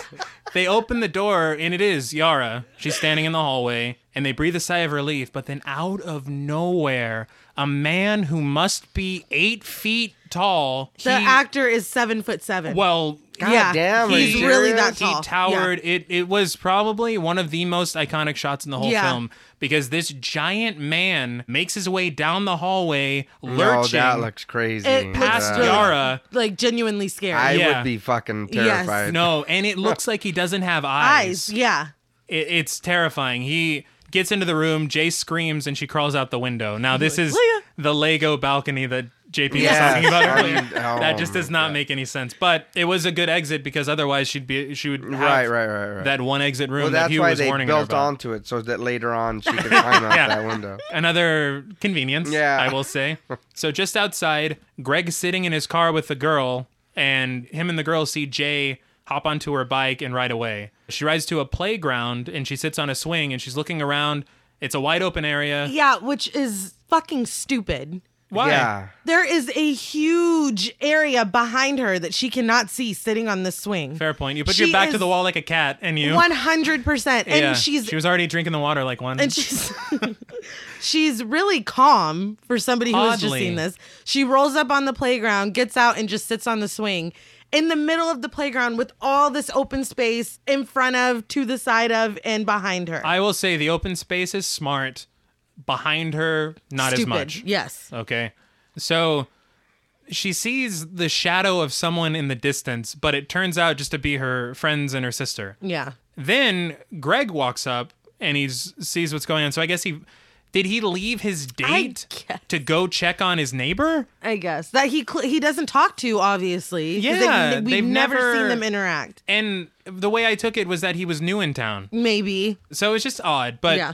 Speaker 1: [LAUGHS] they open the door, and it is Yara. She's standing in the hallway, and they breathe a sigh of relief. But then, out of nowhere, a man who must be eight feet tall.
Speaker 2: The
Speaker 1: he-
Speaker 2: actor is seven foot seven.
Speaker 1: Well.
Speaker 3: God
Speaker 2: yeah,
Speaker 3: damn, are
Speaker 2: he's
Speaker 3: you
Speaker 2: really
Speaker 3: serious?
Speaker 2: that
Speaker 1: He
Speaker 2: tall.
Speaker 1: towered. It it was probably one of the most iconic shots in the whole
Speaker 2: Yeah.
Speaker 1: film because this giant man makes his way down the hallway,
Speaker 3: No,
Speaker 1: lurching
Speaker 3: that looks crazy.
Speaker 2: It looks
Speaker 1: past
Speaker 3: Uh,
Speaker 2: really-
Speaker 1: Yara.
Speaker 2: Yeah. Like genuinely scary.
Speaker 3: I
Speaker 1: Yeah.
Speaker 3: would be fucking
Speaker 2: Yes.
Speaker 3: terrified.
Speaker 1: No, and it looks like he doesn't
Speaker 2: [LAUGHS]
Speaker 1: have eyes.
Speaker 2: Eyes, yeah.
Speaker 1: It, it's terrifying. He gets into the room. Jay screams, and she crawls out the window. Now this is
Speaker 2: "Leah."
Speaker 1: the Lego balcony that JP was
Speaker 3: Yeah.
Speaker 1: talking about earlier.
Speaker 3: Um, oh
Speaker 1: that just does
Speaker 3: my
Speaker 1: not
Speaker 3: God.
Speaker 1: make any sense. But it was a good exit because otherwise she'd be she would have
Speaker 3: Right, right, right, right.
Speaker 1: that one exit room
Speaker 3: well,
Speaker 1: that
Speaker 3: that's
Speaker 1: Hugh
Speaker 3: why
Speaker 1: was
Speaker 3: they
Speaker 1: warning her
Speaker 3: built
Speaker 1: about.
Speaker 3: onto it so that later on she
Speaker 1: [LAUGHS]
Speaker 3: could climb out
Speaker 1: Yeah.
Speaker 3: that window.
Speaker 1: Another convenience,
Speaker 3: Yeah.
Speaker 1: I will
Speaker 3: [LAUGHS]
Speaker 1: say. So just outside, Greg's sitting in his car with the girl, and him and the girl see Jay hop onto her bike and ride away. She rides to a playground and she sits on a swing and she's looking around. It's a wide open area.
Speaker 2: Yeah, which is fucking stupid.
Speaker 1: Why?
Speaker 3: Yeah.
Speaker 2: There is a huge area behind her that she cannot see sitting on the swing.
Speaker 1: Fair point. You put
Speaker 2: She
Speaker 1: your back
Speaker 2: is
Speaker 1: to the wall like a cat, and you.
Speaker 2: One hundred percent, and
Speaker 1: Yeah.
Speaker 2: she's
Speaker 1: she was already drinking the water like one.
Speaker 2: and she's [LAUGHS] she's really calm for somebody who has just
Speaker 1: Oddly.
Speaker 2: seen this. She rolls up on the playground, gets out, and just sits on the swing in the middle of the playground with all this open space in front of, to the side of, and behind her.
Speaker 1: I will say the open space is smart. Behind her, not
Speaker 2: Stupid.
Speaker 1: as much.
Speaker 2: Yes.
Speaker 1: Okay. So she sees the shadow of someone in the distance, but it turns out just to be her friends and her sister.
Speaker 2: Yeah.
Speaker 1: Then Greg walks up and he sees what's going on. So I guess he did he leave his date
Speaker 2: guess.
Speaker 1: to go check on his neighbor?
Speaker 2: I guess that he cl- he doesn't talk to obviously. 'cause
Speaker 1: Yeah,
Speaker 2: we've
Speaker 1: they've
Speaker 2: never, seen
Speaker 1: never-
Speaker 2: them interact.
Speaker 1: And the way I took it was that he was new in town.
Speaker 2: Maybe
Speaker 1: So it's just odd, but
Speaker 2: Yeah.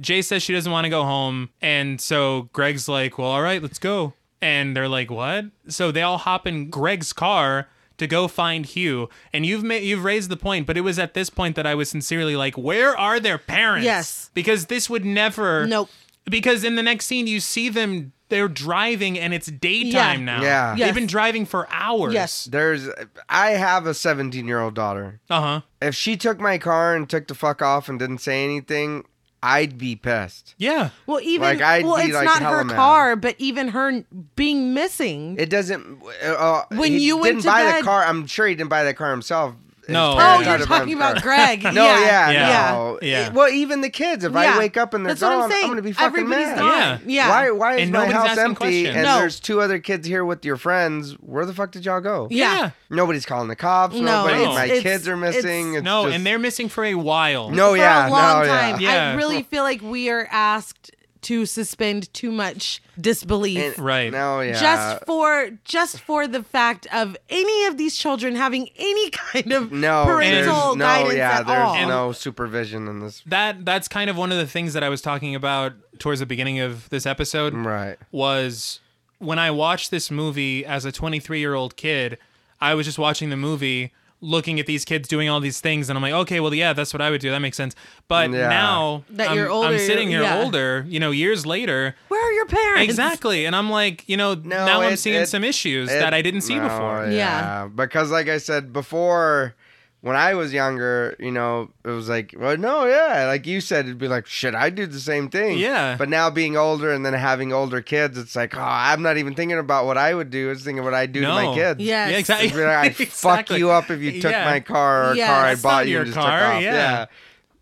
Speaker 1: Jay says she doesn't want to go home, and so Greg's like, "Well, all right, let's go." And they're like, "What?" So they all hop in Greg's car to go find Hugh. And you've ma- you've raised the point, but it was at this point that I was sincerely like, "Where are their parents?"
Speaker 2: Yes.
Speaker 1: because this would never.
Speaker 2: Nope.
Speaker 1: Because in the next scene, you see them. They're driving, and it's daytime
Speaker 2: Yeah.
Speaker 1: now.
Speaker 3: Yeah.
Speaker 1: they've
Speaker 2: Yes.
Speaker 1: been driving for hours.
Speaker 2: Yes.
Speaker 3: There's, I have a 17 year old daughter.
Speaker 1: Uh huh.
Speaker 3: If she took my car and took the fuck off and didn't say anything, I'd be pissed.
Speaker 1: Yeah.
Speaker 2: Well, even
Speaker 3: Like, I'd
Speaker 2: well,
Speaker 3: be,
Speaker 2: it's
Speaker 3: like,
Speaker 2: not
Speaker 3: hella
Speaker 2: her
Speaker 3: mad.
Speaker 2: car, but even her n- being missing.
Speaker 3: It doesn't. Uh,
Speaker 2: When
Speaker 3: he
Speaker 2: you went
Speaker 3: didn't
Speaker 2: to
Speaker 3: buy
Speaker 2: bed-
Speaker 3: the car, I'm sure he didn't buy the car himself. His
Speaker 1: No.
Speaker 2: oh,
Speaker 3: parents
Speaker 1: Yeah.
Speaker 3: had
Speaker 2: you're
Speaker 3: to buy
Speaker 2: talking
Speaker 3: him the
Speaker 2: about
Speaker 3: car.
Speaker 2: Greg.
Speaker 3: No, yeah,
Speaker 1: Yeah.
Speaker 3: no.
Speaker 1: Yeah.
Speaker 3: It- well, even the kids. If
Speaker 2: Yeah.
Speaker 3: I wake up and they're
Speaker 2: That's
Speaker 3: gone,
Speaker 2: what I'm saying.
Speaker 3: gonna be fucking
Speaker 2: Everybody's
Speaker 3: mad.
Speaker 2: gone.
Speaker 1: Yeah.
Speaker 2: Yeah.
Speaker 3: Why? Why is
Speaker 1: And
Speaker 3: my
Speaker 1: nobody's
Speaker 3: house
Speaker 1: asking
Speaker 3: empty
Speaker 1: questions.
Speaker 3: and
Speaker 2: No.
Speaker 3: there's two other kids here with your friends? Where the fuck did y'all go?
Speaker 2: Yeah.
Speaker 3: Nobody's calling the cops.
Speaker 2: No,
Speaker 3: nobody.
Speaker 1: it's-
Speaker 3: my
Speaker 2: it's-
Speaker 3: kids are missing.
Speaker 2: it's-
Speaker 3: It's
Speaker 1: no,
Speaker 3: just-
Speaker 1: and they're missing for a while.
Speaker 3: no,
Speaker 2: For
Speaker 3: Oh,
Speaker 2: a
Speaker 3: yeah,
Speaker 2: long
Speaker 3: no,
Speaker 2: time.
Speaker 3: yeah.
Speaker 1: Yeah.
Speaker 2: I really feel like we are asked to suspend too much disbelief.
Speaker 3: And-
Speaker 1: Right.
Speaker 3: No, yeah.
Speaker 2: Just for just for the fact of any of these children having any kind of
Speaker 3: no there's-
Speaker 2: parental
Speaker 3: no,
Speaker 2: guidance
Speaker 3: yeah.
Speaker 2: at
Speaker 3: there's
Speaker 2: all.
Speaker 3: no supervision in this.
Speaker 1: that that's kind of one of the things that I was talking about towards the beginning of this episode
Speaker 3: Right.
Speaker 1: was when I watched this movie as a 23 year old kid, I was just watching the movie looking at these kids doing all these things and I'm like, okay, well yeah, that's what I would do. That makes sense. But
Speaker 3: Yeah.
Speaker 1: now
Speaker 2: That
Speaker 1: I'm,
Speaker 2: you're older,
Speaker 1: I'm sitting here
Speaker 2: yeah.
Speaker 1: older, you know, years
Speaker 2: [LAUGHS]
Speaker 1: later.
Speaker 2: Where are your parents?
Speaker 1: Exactly. And I'm like, you know,
Speaker 3: No,
Speaker 1: now I'm
Speaker 3: it-
Speaker 1: seeing
Speaker 3: it-
Speaker 1: some issues
Speaker 3: It-
Speaker 1: that I didn't see
Speaker 3: no,
Speaker 1: before.
Speaker 2: Yeah.
Speaker 3: Because, like I said before, when I was younger, you know, it was like, well, no, yeah. Like you said, it'd be like, shit, I do the same thing.
Speaker 1: Yeah.
Speaker 3: But now being older and then having older kids, it's like, oh, I'm not even thinking about what I would do. It's thinking what I do to
Speaker 1: No.
Speaker 3: my kids.
Speaker 1: [LAUGHS]
Speaker 2: Yeah.
Speaker 1: Yeah,
Speaker 2: Yes.
Speaker 1: exactly.
Speaker 3: It'd be like,
Speaker 1: [LAUGHS]
Speaker 3: I'd
Speaker 1: Exactly.
Speaker 3: fuck you up if you took
Speaker 1: Yeah.
Speaker 3: my car or
Speaker 2: Yeah,
Speaker 3: car I
Speaker 2: that's
Speaker 1: not
Speaker 3: bought you
Speaker 1: your
Speaker 3: and just
Speaker 1: car,
Speaker 3: took off.
Speaker 1: yeah.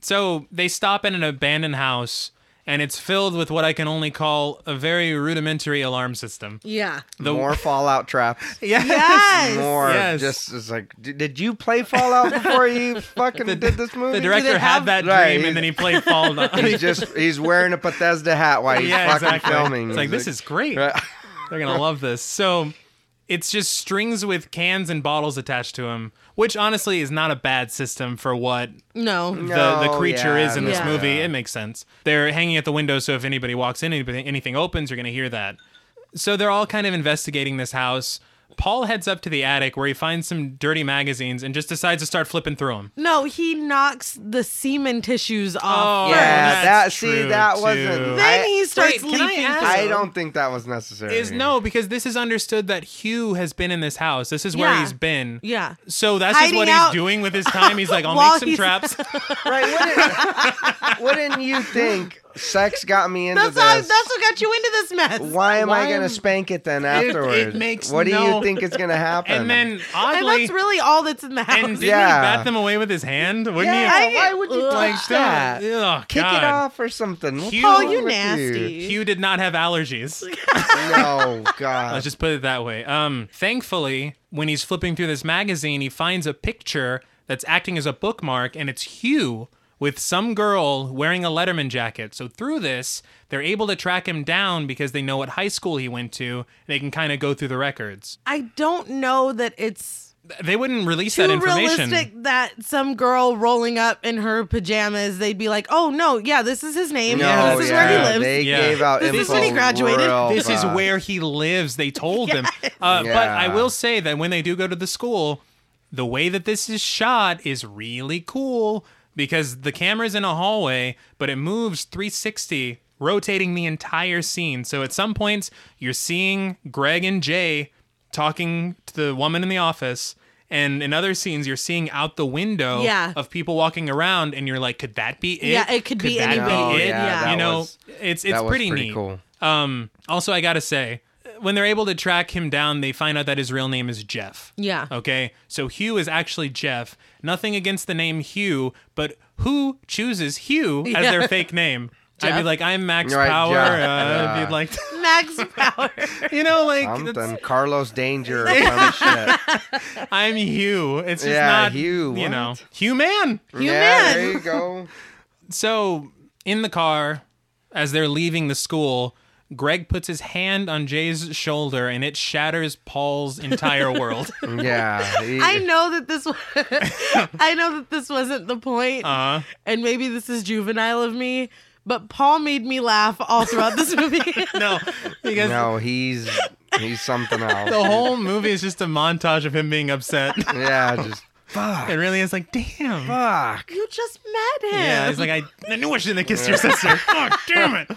Speaker 1: So they stop at an abandoned house and it's filled with what I can only call a very rudimentary alarm
Speaker 3: [LAUGHS]
Speaker 1: system.
Speaker 2: Yeah.
Speaker 1: The
Speaker 3: more Fallout traps.
Speaker 1: Yes.
Speaker 2: Yes.
Speaker 3: More
Speaker 1: Yes.
Speaker 3: just it's like, d- did you play Fallout
Speaker 1: [LAUGHS]
Speaker 3: before you fucking did this movie?
Speaker 1: The director had
Speaker 2: have-
Speaker 1: that dream,
Speaker 3: Right,
Speaker 1: and then he played Fallout. [LAUGHS]
Speaker 3: He's just he's wearing a Bethesda hat while [LAUGHS] he's
Speaker 1: yeah,
Speaker 3: fucking
Speaker 1: exactly.
Speaker 3: filming.
Speaker 1: It's like this
Speaker 3: [LAUGHS]
Speaker 1: is great. [LAUGHS] They're gonna love this. So it's just strings with cans and bottles attached to them, which honestly is not a bad system for what
Speaker 2: No.
Speaker 1: the, the
Speaker 3: No,
Speaker 1: creature
Speaker 3: yeah,
Speaker 1: is in this
Speaker 2: Oh, yeah.
Speaker 1: movie. It makes sense. They're hanging at the window, so if anybody walks in, anybody, anything opens, you're going to hear that. So they're all kind of investigating this house. Paul heads up to the attic where he finds some dirty magazines and just decides to start flipping through them.
Speaker 2: No, he knocks the semen tissues off.
Speaker 1: Oh,
Speaker 2: first.
Speaker 3: Yeah, that
Speaker 1: that's
Speaker 3: see
Speaker 1: true,
Speaker 3: that
Speaker 1: too.
Speaker 3: wasn't.
Speaker 2: Then
Speaker 3: I,
Speaker 2: he starts
Speaker 1: Wait, can I
Speaker 2: leaping.
Speaker 1: ask-
Speaker 2: through.
Speaker 3: I don't think that was necessary.
Speaker 1: Is [LAUGHS] no because this is understood that Hugh has been in this house. This is where
Speaker 2: Yeah.
Speaker 1: he's been.
Speaker 2: Yeah.
Speaker 1: So that's just
Speaker 2: Hiding
Speaker 1: what
Speaker 2: out.
Speaker 1: he's doing with his time. He's
Speaker 2: [LAUGHS]
Speaker 1: like, I'll
Speaker 2: While
Speaker 1: make some
Speaker 2: he's-
Speaker 1: traps.
Speaker 3: right? Wouldn't,
Speaker 1: [LAUGHS]
Speaker 3: wouldn't you think sex got me into
Speaker 2: That's
Speaker 3: this?
Speaker 2: how, that's what got you into this mess.
Speaker 3: why am I
Speaker 1: why
Speaker 3: gonna
Speaker 1: am-
Speaker 3: spank it then afterwards?
Speaker 1: makes
Speaker 3: what do
Speaker 1: no-
Speaker 3: you think is gonna
Speaker 1: [LAUGHS]
Speaker 3: happen?
Speaker 1: and then
Speaker 2: And
Speaker 1: oddly,
Speaker 2: that's really all that's in the house.
Speaker 1: and didn't
Speaker 3: Yeah.
Speaker 1: he bat them away with his hand? Wouldn't he?
Speaker 3: yeah,
Speaker 2: I-
Speaker 3: why would you
Speaker 2: Ugh.
Speaker 3: touch
Speaker 2: Like
Speaker 3: that?
Speaker 1: Ugh,
Speaker 3: Kick
Speaker 1: God.
Speaker 3: it off or something. What's
Speaker 1: Hugh-
Speaker 2: Paul,
Speaker 3: wrong
Speaker 2: you
Speaker 3: with
Speaker 2: nasty. [LAUGHS]
Speaker 1: Hugh did not have allergies.
Speaker 3: No, God.
Speaker 1: Let's just put it that way. Um, thankfully, when he's flipping through this magazine, he finds a picture that's acting as a bookmark, and it's Hugh with some girl wearing a Letterman jacket. So through this, they're able to track him down because they know what high school he went to, and they can kind of go through the records.
Speaker 2: I don't know that it's
Speaker 1: Th- They wouldn't release that
Speaker 2: too
Speaker 1: information.
Speaker 2: realistic that some girl rolling up in her pajamas, they'd be like, "Oh no, yeah, this is his name.
Speaker 3: no,
Speaker 1: Yeah,
Speaker 2: this is
Speaker 3: yeah,
Speaker 2: where he lives."
Speaker 3: They
Speaker 1: Yeah.
Speaker 3: gave out
Speaker 2: This is
Speaker 3: info
Speaker 2: when he graduated.
Speaker 3: real
Speaker 1: This is
Speaker 3: fast.
Speaker 1: where he lives. They told
Speaker 2: [LAUGHS]
Speaker 1: them. Uh, But
Speaker 3: Yeah.
Speaker 1: I will say that when they do go to the school, the way that this is shot is really cool because the camera's in a hallway, but it moves 360, rotating the entire scene. So at some points, you're seeing Greg and Jay talking to the woman in the office. And in other scenes, you're seeing out the window
Speaker 2: Yeah.
Speaker 1: of people walking around, and you're like, "Could that be it?
Speaker 2: Yeah, it could be
Speaker 1: that
Speaker 2: anybody.
Speaker 1: be it?
Speaker 2: Oh, yeah,
Speaker 1: you
Speaker 3: that
Speaker 1: know,
Speaker 3: was-
Speaker 1: it's it's
Speaker 3: that was pretty
Speaker 1: neat.
Speaker 3: cool.
Speaker 1: Um, also, I gotta say, when they're able to track him down, they find out that his real name is Jeff.
Speaker 2: Yeah.
Speaker 1: Okay. So Hugh is actually Jeff. Nothing against the name Hugh, but who chooses Hugh as
Speaker 2: Yeah.
Speaker 1: their fake name? I'd be
Speaker 2: Jeff.
Speaker 1: like, I'm Max
Speaker 3: Right,
Speaker 1: Power.
Speaker 3: Jeff.
Speaker 1: Uh,
Speaker 3: Yeah.
Speaker 1: If you'd like, to,
Speaker 2: [LAUGHS]
Speaker 1: [LAUGHS]
Speaker 2: Max Power.
Speaker 1: you know, like
Speaker 3: Something.
Speaker 1: that's,
Speaker 3: Carlos
Speaker 2: [LAUGHS]
Speaker 3: Danger or some shit.
Speaker 1: I'm Hugh. It's just
Speaker 3: Yeah,
Speaker 1: not
Speaker 3: Hugh,
Speaker 1: You
Speaker 3: what?
Speaker 1: know, Hugh man.
Speaker 3: Yeah,
Speaker 2: Human.
Speaker 3: there you go.
Speaker 1: So in the car, as they're leaving the school, Greg puts his hand on Jay's shoulder, and it shatters Paul's entire
Speaker 3: [LAUGHS]
Speaker 1: world.
Speaker 3: Yeah. he-
Speaker 2: I know that this. wa- I know that this wasn't the point,
Speaker 3: Uh-huh.
Speaker 1: Uh,
Speaker 2: and maybe this is juvenile of me. But Paul made me laugh all throughout this movie. [LAUGHS]
Speaker 1: no, because
Speaker 3: No, he's he's something else.
Speaker 1: the whole movie is just a montage of him being upset.
Speaker 3: yeah, just fuck,
Speaker 1: it really is like, damn.
Speaker 3: fuck.
Speaker 2: you just met him.
Speaker 1: Yeah, he's like, I, I knew I shouldn't have kissed your sister. [LAUGHS] Fuck, damn it.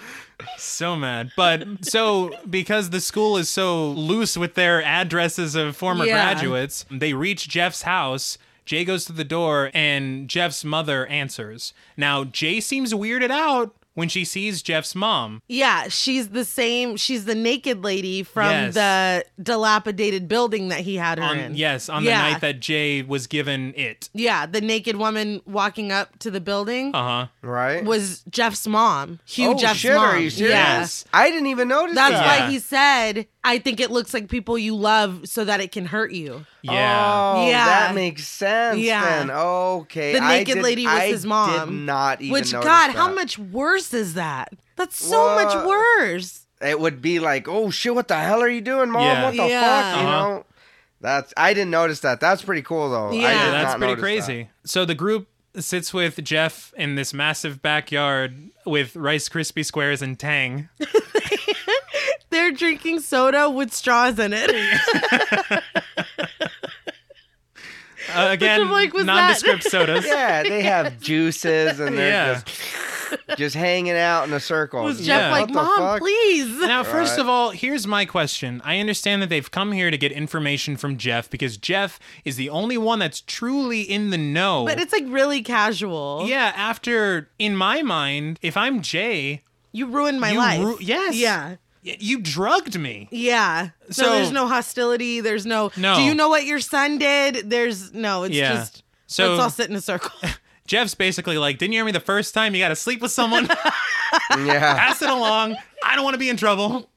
Speaker 1: So mad. But so, because the school is so loose with their addresses of former
Speaker 2: Yeah.
Speaker 1: graduates, they reach Jeff's house. Jay goes to the door, and Jeff's mother answers. Now, Jay seems weirded out when she sees Jeff's mom.
Speaker 2: Yeah, she's the same. She's the naked lady from
Speaker 1: Yes.
Speaker 2: the dilapidated building that he had her in.
Speaker 1: On, yes, on
Speaker 2: Yeah.
Speaker 1: the night that Jay was given it.
Speaker 2: Yeah, the naked woman walking up to the building
Speaker 1: Uh huh.
Speaker 3: Right?
Speaker 2: was Jeff's mom, Hugh
Speaker 3: oh
Speaker 2: Jeff's
Speaker 3: shit,
Speaker 2: mom.
Speaker 3: are you serious?
Speaker 2: Yeah.
Speaker 1: Yes.
Speaker 3: I didn't even notice
Speaker 2: That's
Speaker 3: that.
Speaker 1: Yeah.
Speaker 2: why he said, "I think it looks like people you love, so that it can hurt you."
Speaker 1: Yeah.
Speaker 3: Oh,
Speaker 2: Yeah.
Speaker 3: that makes sense.
Speaker 2: Yeah.
Speaker 3: Then okay.
Speaker 2: The
Speaker 3: I
Speaker 2: naked
Speaker 3: did-
Speaker 2: lady was
Speaker 3: I
Speaker 2: his mom.
Speaker 3: Did not even.
Speaker 2: Which
Speaker 3: notice
Speaker 2: God, how
Speaker 3: that.
Speaker 2: much worse is that? That's so much
Speaker 3: What?
Speaker 2: worse.
Speaker 3: It would be like, oh shit, what the hell are you doing, mom?
Speaker 1: Yeah.
Speaker 3: What the
Speaker 2: Yeah.
Speaker 3: fuck? You
Speaker 1: Uh-huh.
Speaker 3: know. That's I didn't notice that. That's pretty cool though. I
Speaker 2: Yeah.
Speaker 3: did
Speaker 2: Yeah,
Speaker 1: Yeah, that's
Speaker 3: not
Speaker 1: pretty
Speaker 3: notice that.
Speaker 1: crazy. So the group sits with Jeff in this massive backyard with Rice Krispie squares and
Speaker 2: [LAUGHS]
Speaker 1: Tang.
Speaker 2: They're drinking soda with straws in it. [LAUGHS]
Speaker 1: Uh, again,
Speaker 2: I'm like, was that-
Speaker 1: nondescript
Speaker 2: [LAUGHS]
Speaker 1: sodas.
Speaker 3: Yeah, they
Speaker 1: [LAUGHS]
Speaker 3: have juices and they're
Speaker 1: Yeah.
Speaker 3: just just hanging out in a circle.
Speaker 2: Was
Speaker 1: Yeah.
Speaker 2: Jeff like,
Speaker 3: What the
Speaker 2: "Mom,
Speaker 3: fuck?
Speaker 2: please"?
Speaker 1: Now, first
Speaker 3: Right.
Speaker 1: of all, here's my question. I understand that they've come here to get information from Jeff because Jeff is the only one that's truly in the know.
Speaker 2: But it's like really casual.
Speaker 1: yeah, after in my mind, if I'm Jay,
Speaker 2: You ruined my
Speaker 1: You
Speaker 2: life.
Speaker 1: ru- yes.
Speaker 2: Yeah.
Speaker 1: y- you drugged me.
Speaker 2: Yeah. So
Speaker 1: So-
Speaker 2: there's no hostility. There's no,
Speaker 1: No.
Speaker 2: Do you know what your son did? There's no. It's
Speaker 1: Yeah.
Speaker 2: just.
Speaker 1: So- [LAUGHS]
Speaker 2: let's all sit in a circle.
Speaker 1: Jeff's basically like, Didn't you hear me the first time? You got to sleep with
Speaker 2: [LAUGHS]
Speaker 1: someone, [LAUGHS]
Speaker 3: Yeah.
Speaker 1: pass it along. I don't want to be in
Speaker 2: [LAUGHS]
Speaker 1: trouble.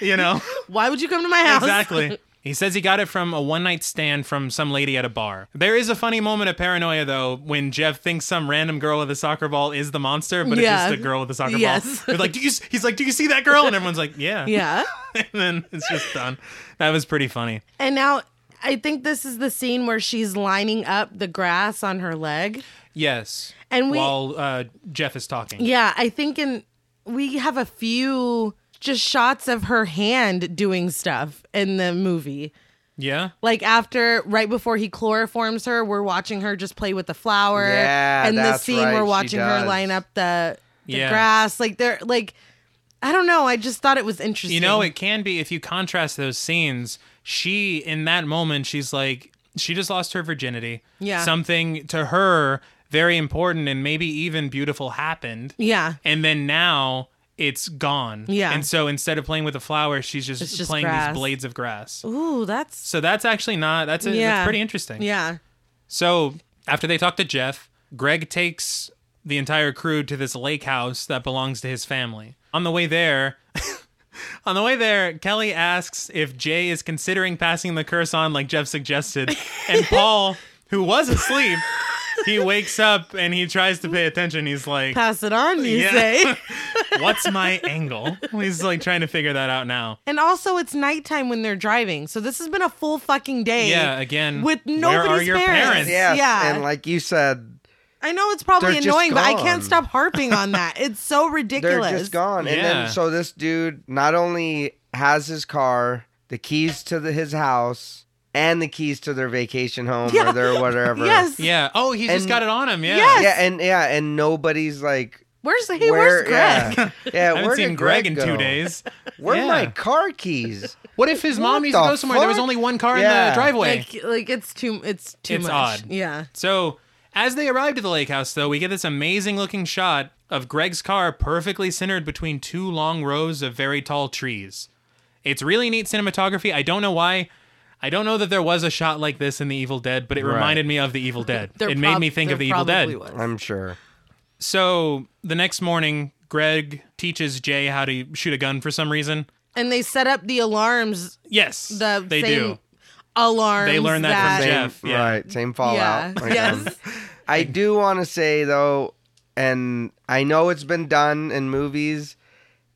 Speaker 1: You know?
Speaker 2: Why would you come to my house?
Speaker 1: Exactly. He says he got it from a one night stand from some lady at a bar. There is a funny moment of paranoia, though, when Jeff thinks some random girl with a soccer ball is the monster, but
Speaker 2: Yeah.
Speaker 1: it's just a girl with a soccer
Speaker 2: Yes.
Speaker 1: ball. They're like, do you, s-" he's like, Do you see that girl? And everyone's like, Yeah.
Speaker 2: Yeah.
Speaker 1: [LAUGHS] and then it's just done. That was pretty funny.
Speaker 2: And now I think this is the scene where she's lining up the grass on her leg.
Speaker 1: Yes.
Speaker 2: And we-
Speaker 1: While uh, Jeff is talking.
Speaker 2: Yeah, I think in we have a few just shots of her hand doing stuff in the movie.
Speaker 1: Yeah?
Speaker 2: Like after right before he chloroforms her, we're watching her just play with the flower.
Speaker 3: Yeah,
Speaker 2: and this
Speaker 3: that's
Speaker 2: scene
Speaker 3: right,
Speaker 2: we're
Speaker 3: she
Speaker 2: watching her
Speaker 3: does.
Speaker 2: line up the, the
Speaker 1: Yeah.
Speaker 2: grass. Like they're like I don't know. I just thought it was interesting.
Speaker 1: You know, it can be if you contrast those scenes. She, in that moment, she's like, she just lost her virginity.
Speaker 2: Yeah.
Speaker 1: Something to her very important and maybe even beautiful happened.
Speaker 2: Yeah.
Speaker 1: And then now it's gone.
Speaker 2: Yeah.
Speaker 1: And so instead of playing with a flower, she's just,
Speaker 2: It's just
Speaker 1: playing
Speaker 2: grass.
Speaker 1: these blades of grass.
Speaker 2: Ooh, that's
Speaker 1: So that's actually not, that's, a,
Speaker 2: Yeah.
Speaker 1: that's pretty interesting.
Speaker 2: yeah.
Speaker 1: So after they talk to Jeff, Greg takes the entire crew to this lake house that belongs to his family. On the way there, [LAUGHS] on the way there, Kelly asks if Jay is considering passing the curse on like Jeff suggested, and Paul, who was asleep, he wakes up and he tries to pay attention. He's like,
Speaker 2: Pass it on, you
Speaker 1: Yeah. [LAUGHS]
Speaker 2: say.
Speaker 1: "What's my angle?" He's like trying to figure that out now.
Speaker 2: And also, it's nighttime when they're driving. So this has been a full fucking day.
Speaker 1: Yeah, again,
Speaker 2: With
Speaker 1: where
Speaker 2: nobody's
Speaker 1: are your parents?
Speaker 3: Yes.
Speaker 2: Yeah.
Speaker 3: And like you said,
Speaker 2: I know it's probably
Speaker 3: They're just
Speaker 2: annoying, but I
Speaker 3: gone.
Speaker 2: can't stop harping on that. It's so
Speaker 3: [LAUGHS] they're
Speaker 2: ridiculous.
Speaker 3: just gone. And
Speaker 1: Yeah.
Speaker 3: then so this dude not only has his car, the keys to the, his house, and the keys to their vacation home
Speaker 2: Yeah.
Speaker 3: or their whatever.
Speaker 2: [LAUGHS] Yes.
Speaker 1: Yeah. Oh, he's just
Speaker 3: And-
Speaker 1: got it on him. Yeah.
Speaker 2: Yes.
Speaker 3: Yeah, and yeah, and nobody's like
Speaker 2: Where's hey, where's Greg?
Speaker 1: [LAUGHS]
Speaker 3: [LAUGHS] Yeah,
Speaker 2: [LAUGHS]
Speaker 3: yeah
Speaker 1: I haven't
Speaker 3: where
Speaker 1: seen
Speaker 3: did
Speaker 1: Greg, in
Speaker 3: go?
Speaker 1: two days.
Speaker 3: Where
Speaker 1: Yeah.
Speaker 3: are my car keys?
Speaker 1: What if his mom
Speaker 3: What
Speaker 1: needs to
Speaker 3: the
Speaker 1: go somewhere? There was
Speaker 3: fuck?
Speaker 1: only one car in the
Speaker 3: Yeah.
Speaker 1: driveway.
Speaker 2: Like, like it's too, it's too
Speaker 1: It's
Speaker 2: much.
Speaker 1: odd.
Speaker 2: Yeah.
Speaker 1: so, as they arrive at the lake house, though, we get this amazing looking shot of Greg's car perfectly centered between two long rows of very tall trees. It's really neat cinematography. I don't know why. I don't know that there was a shot like this in The Evil Dead, but it
Speaker 3: Right.
Speaker 1: reminded me of The
Speaker 2: [LAUGHS]
Speaker 1: Evil Dead.
Speaker 2: There
Speaker 1: it made
Speaker 2: prob-
Speaker 1: me think
Speaker 2: there
Speaker 1: of The Evil Dead.
Speaker 2: probably was.
Speaker 3: I'm sure.
Speaker 1: So, the next morning, Greg teaches Jay how to shoot a gun for some reason.
Speaker 2: And they set up the alarms.
Speaker 1: Yes,
Speaker 2: The
Speaker 1: they
Speaker 2: same
Speaker 1: do.
Speaker 2: Alarms.
Speaker 1: They learned that from
Speaker 3: Same,
Speaker 1: Jeff, yeah.
Speaker 3: Right. Same fallout.
Speaker 2: Yeah.
Speaker 3: Okay.
Speaker 2: Yes.
Speaker 3: I do want to say though, and I know it's been done in movies,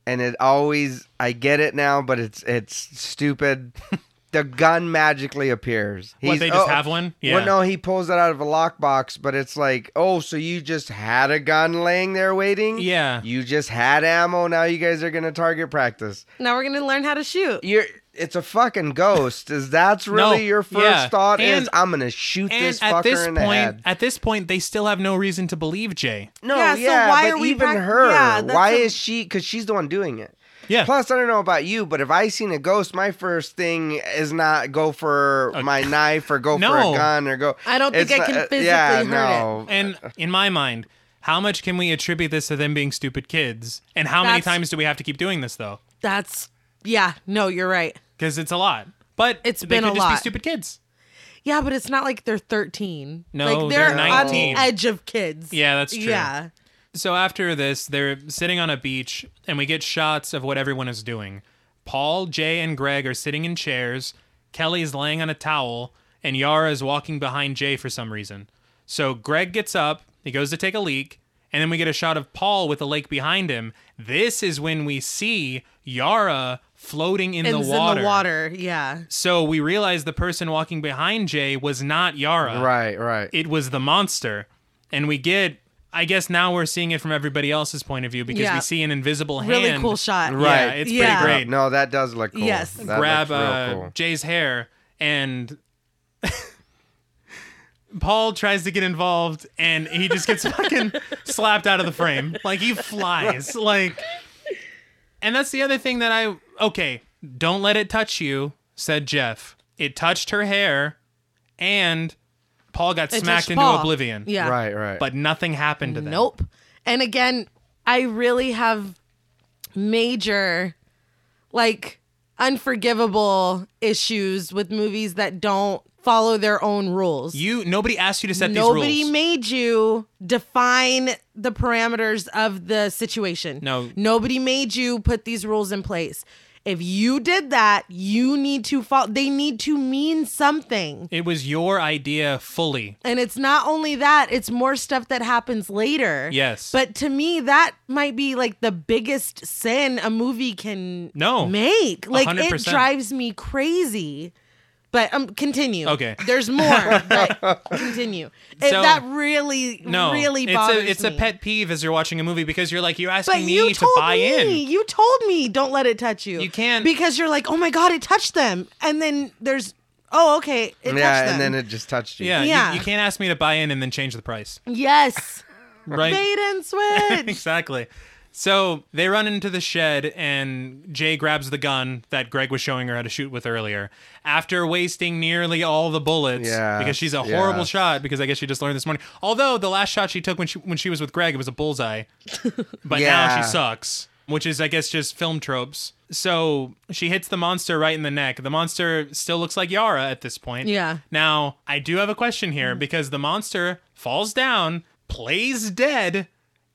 Speaker 3: and it always I get it now, but it's it's stupid.
Speaker 1: [LAUGHS]
Speaker 3: the gun magically appears.
Speaker 1: What,
Speaker 3: He's-
Speaker 1: they just
Speaker 3: oh,
Speaker 1: have one? Yeah.
Speaker 3: Well, no, he pulls it out of a lockbox, but it's like, oh, so you just had a gun laying there waiting?
Speaker 1: Yeah.
Speaker 3: You just had ammo. Now you guys are gonna target practice.
Speaker 2: now we're gonna learn how to shoot.
Speaker 3: You're. It's a fucking ghost. Is that's really your first
Speaker 1: yeah.
Speaker 3: thought?
Speaker 1: And-
Speaker 3: is I'm gonna shoot
Speaker 1: And
Speaker 3: this fucker
Speaker 1: at this
Speaker 3: in
Speaker 1: point,
Speaker 3: the head.
Speaker 1: at this point, they still have no reason to believe Jay.
Speaker 3: No,
Speaker 2: Yeah,
Speaker 3: yeah,
Speaker 2: so why
Speaker 3: but
Speaker 2: are we
Speaker 3: even
Speaker 2: prac-
Speaker 3: her,
Speaker 2: yeah, that's
Speaker 3: why
Speaker 2: a-
Speaker 3: is she? Because she's the one doing it.
Speaker 1: Yeah.
Speaker 3: Plus, I don't know about you, but if I seen a ghost, my first thing is not go for my knife or go for
Speaker 1: No.
Speaker 3: a gun or go.
Speaker 2: I don't think I
Speaker 3: not-
Speaker 2: can
Speaker 3: uh,
Speaker 2: physically
Speaker 3: yeah,
Speaker 2: hurt
Speaker 3: no. [LAUGHS]
Speaker 1: and in my mind, how much can we attribute this to them being stupid kids? And how many
Speaker 2: That's-
Speaker 1: times do we have to keep doing this though?
Speaker 2: That's yeah. No, you're right.
Speaker 1: Because it's a lot. But
Speaker 2: It's
Speaker 1: they
Speaker 2: been
Speaker 1: could
Speaker 2: a
Speaker 1: just be
Speaker 2: lot.
Speaker 1: stupid kids.
Speaker 2: Yeah, but it's not like they're 13.
Speaker 1: No,
Speaker 2: like
Speaker 1: they're
Speaker 2: on
Speaker 1: 19.
Speaker 2: the edge of kids.
Speaker 1: Yeah, that's true.
Speaker 2: Yeah.
Speaker 1: So after this, they're sitting on a beach, and we get shots of what everyone is doing. Paul, Jay, and Greg are sitting in chairs. Kelly's laying on a towel, and Yara is walking behind Jay for some reason. So Greg gets up, he goes to take a leak, and then we get a shot of Paul with the lake behind him. This is when we see Yara floating in,
Speaker 2: It's
Speaker 1: the,
Speaker 2: in
Speaker 1: water.
Speaker 2: the water. Yeah.
Speaker 1: So we realize the person walking behind Jay was not Yara
Speaker 3: Right, right.
Speaker 1: it was the monster and we get i guess now we're seeing it from everybody else's point of view because
Speaker 2: Yeah.
Speaker 1: we see an invisible hand
Speaker 2: Really cool shot.
Speaker 1: Right. yeah, it's pretty
Speaker 2: Yeah.
Speaker 1: great.
Speaker 3: No, that does look cool.
Speaker 2: Yes.
Speaker 3: that
Speaker 1: grab
Speaker 3: looks real
Speaker 1: uh,
Speaker 3: cool.
Speaker 1: jay's hair and [LAUGHS] paul tries to get involved and he just gets
Speaker 3: [LAUGHS]
Speaker 1: fucking slapped out of the frame like he flies like and that's the other thing that i okay don't let it touch you said jeff it touched her hair and paul got
Speaker 2: It
Speaker 1: smacked
Speaker 2: touched
Speaker 1: into
Speaker 2: Paul.
Speaker 1: oblivion
Speaker 2: Yeah.
Speaker 3: Right, right.
Speaker 1: but nothing happened to them.
Speaker 2: Nope. And again, I really have major, like, unforgivable issues with movies that don't follow their own rules.
Speaker 1: You nobody asked you to set
Speaker 2: Nobody
Speaker 1: these rules.
Speaker 2: made you define the parameters of the situation.
Speaker 1: No.
Speaker 2: Nobody made you put these rules in place. If you did that, you need to follow. They need to mean something.
Speaker 1: it was your idea fully.
Speaker 2: And it's not only that, it's more stuff that happens later.
Speaker 1: Yes.
Speaker 2: But to me, that might be like the biggest sin a movie can
Speaker 1: No.
Speaker 2: make. Like it
Speaker 1: 100%.
Speaker 2: drives me crazy. But um continue.
Speaker 1: Okay. [LAUGHS]
Speaker 2: There's more, but continue. It,
Speaker 1: So-
Speaker 2: that really
Speaker 1: No,
Speaker 2: really
Speaker 1: it's
Speaker 2: bothers
Speaker 1: a it's
Speaker 2: me.
Speaker 1: a pet peeve as you're watching a movie because you're like you're asking
Speaker 2: but
Speaker 1: me
Speaker 2: you
Speaker 1: to
Speaker 2: told
Speaker 1: buy
Speaker 2: me,
Speaker 1: in.
Speaker 2: you told me don't let it touch you.
Speaker 1: You can't-
Speaker 2: because you're like, oh my god, it touched them, and then there's, oh okay, it touched
Speaker 3: yeah,
Speaker 2: them.
Speaker 3: and then it just touched you.
Speaker 1: Yeah, you-
Speaker 2: Yeah.
Speaker 1: You, can't ask me to buy in and then change the price,
Speaker 2: yes,
Speaker 1: right?
Speaker 2: bait and
Speaker 1: [LAUGHS]
Speaker 2: switch.
Speaker 1: exactly. So they run into the shed, and Jay grabs the gun that Greg was showing her how to shoot with earlier. After wasting nearly all the bullets,
Speaker 3: Yeah,
Speaker 1: because she's a
Speaker 3: yeah.
Speaker 1: horrible shot. Because I guess she just learned this morning. Although the last shot she took when she when she was with Greg, it was a
Speaker 3: [LAUGHS]
Speaker 1: bullseye. but now
Speaker 3: Yeah.
Speaker 1: she sucks, which is I guess just film tropes. So she hits the monster right in the neck. The monster still looks like Yara at this point.
Speaker 2: Yeah. Hmm.
Speaker 1: Now, I do have a question here because the monster falls down, plays dead,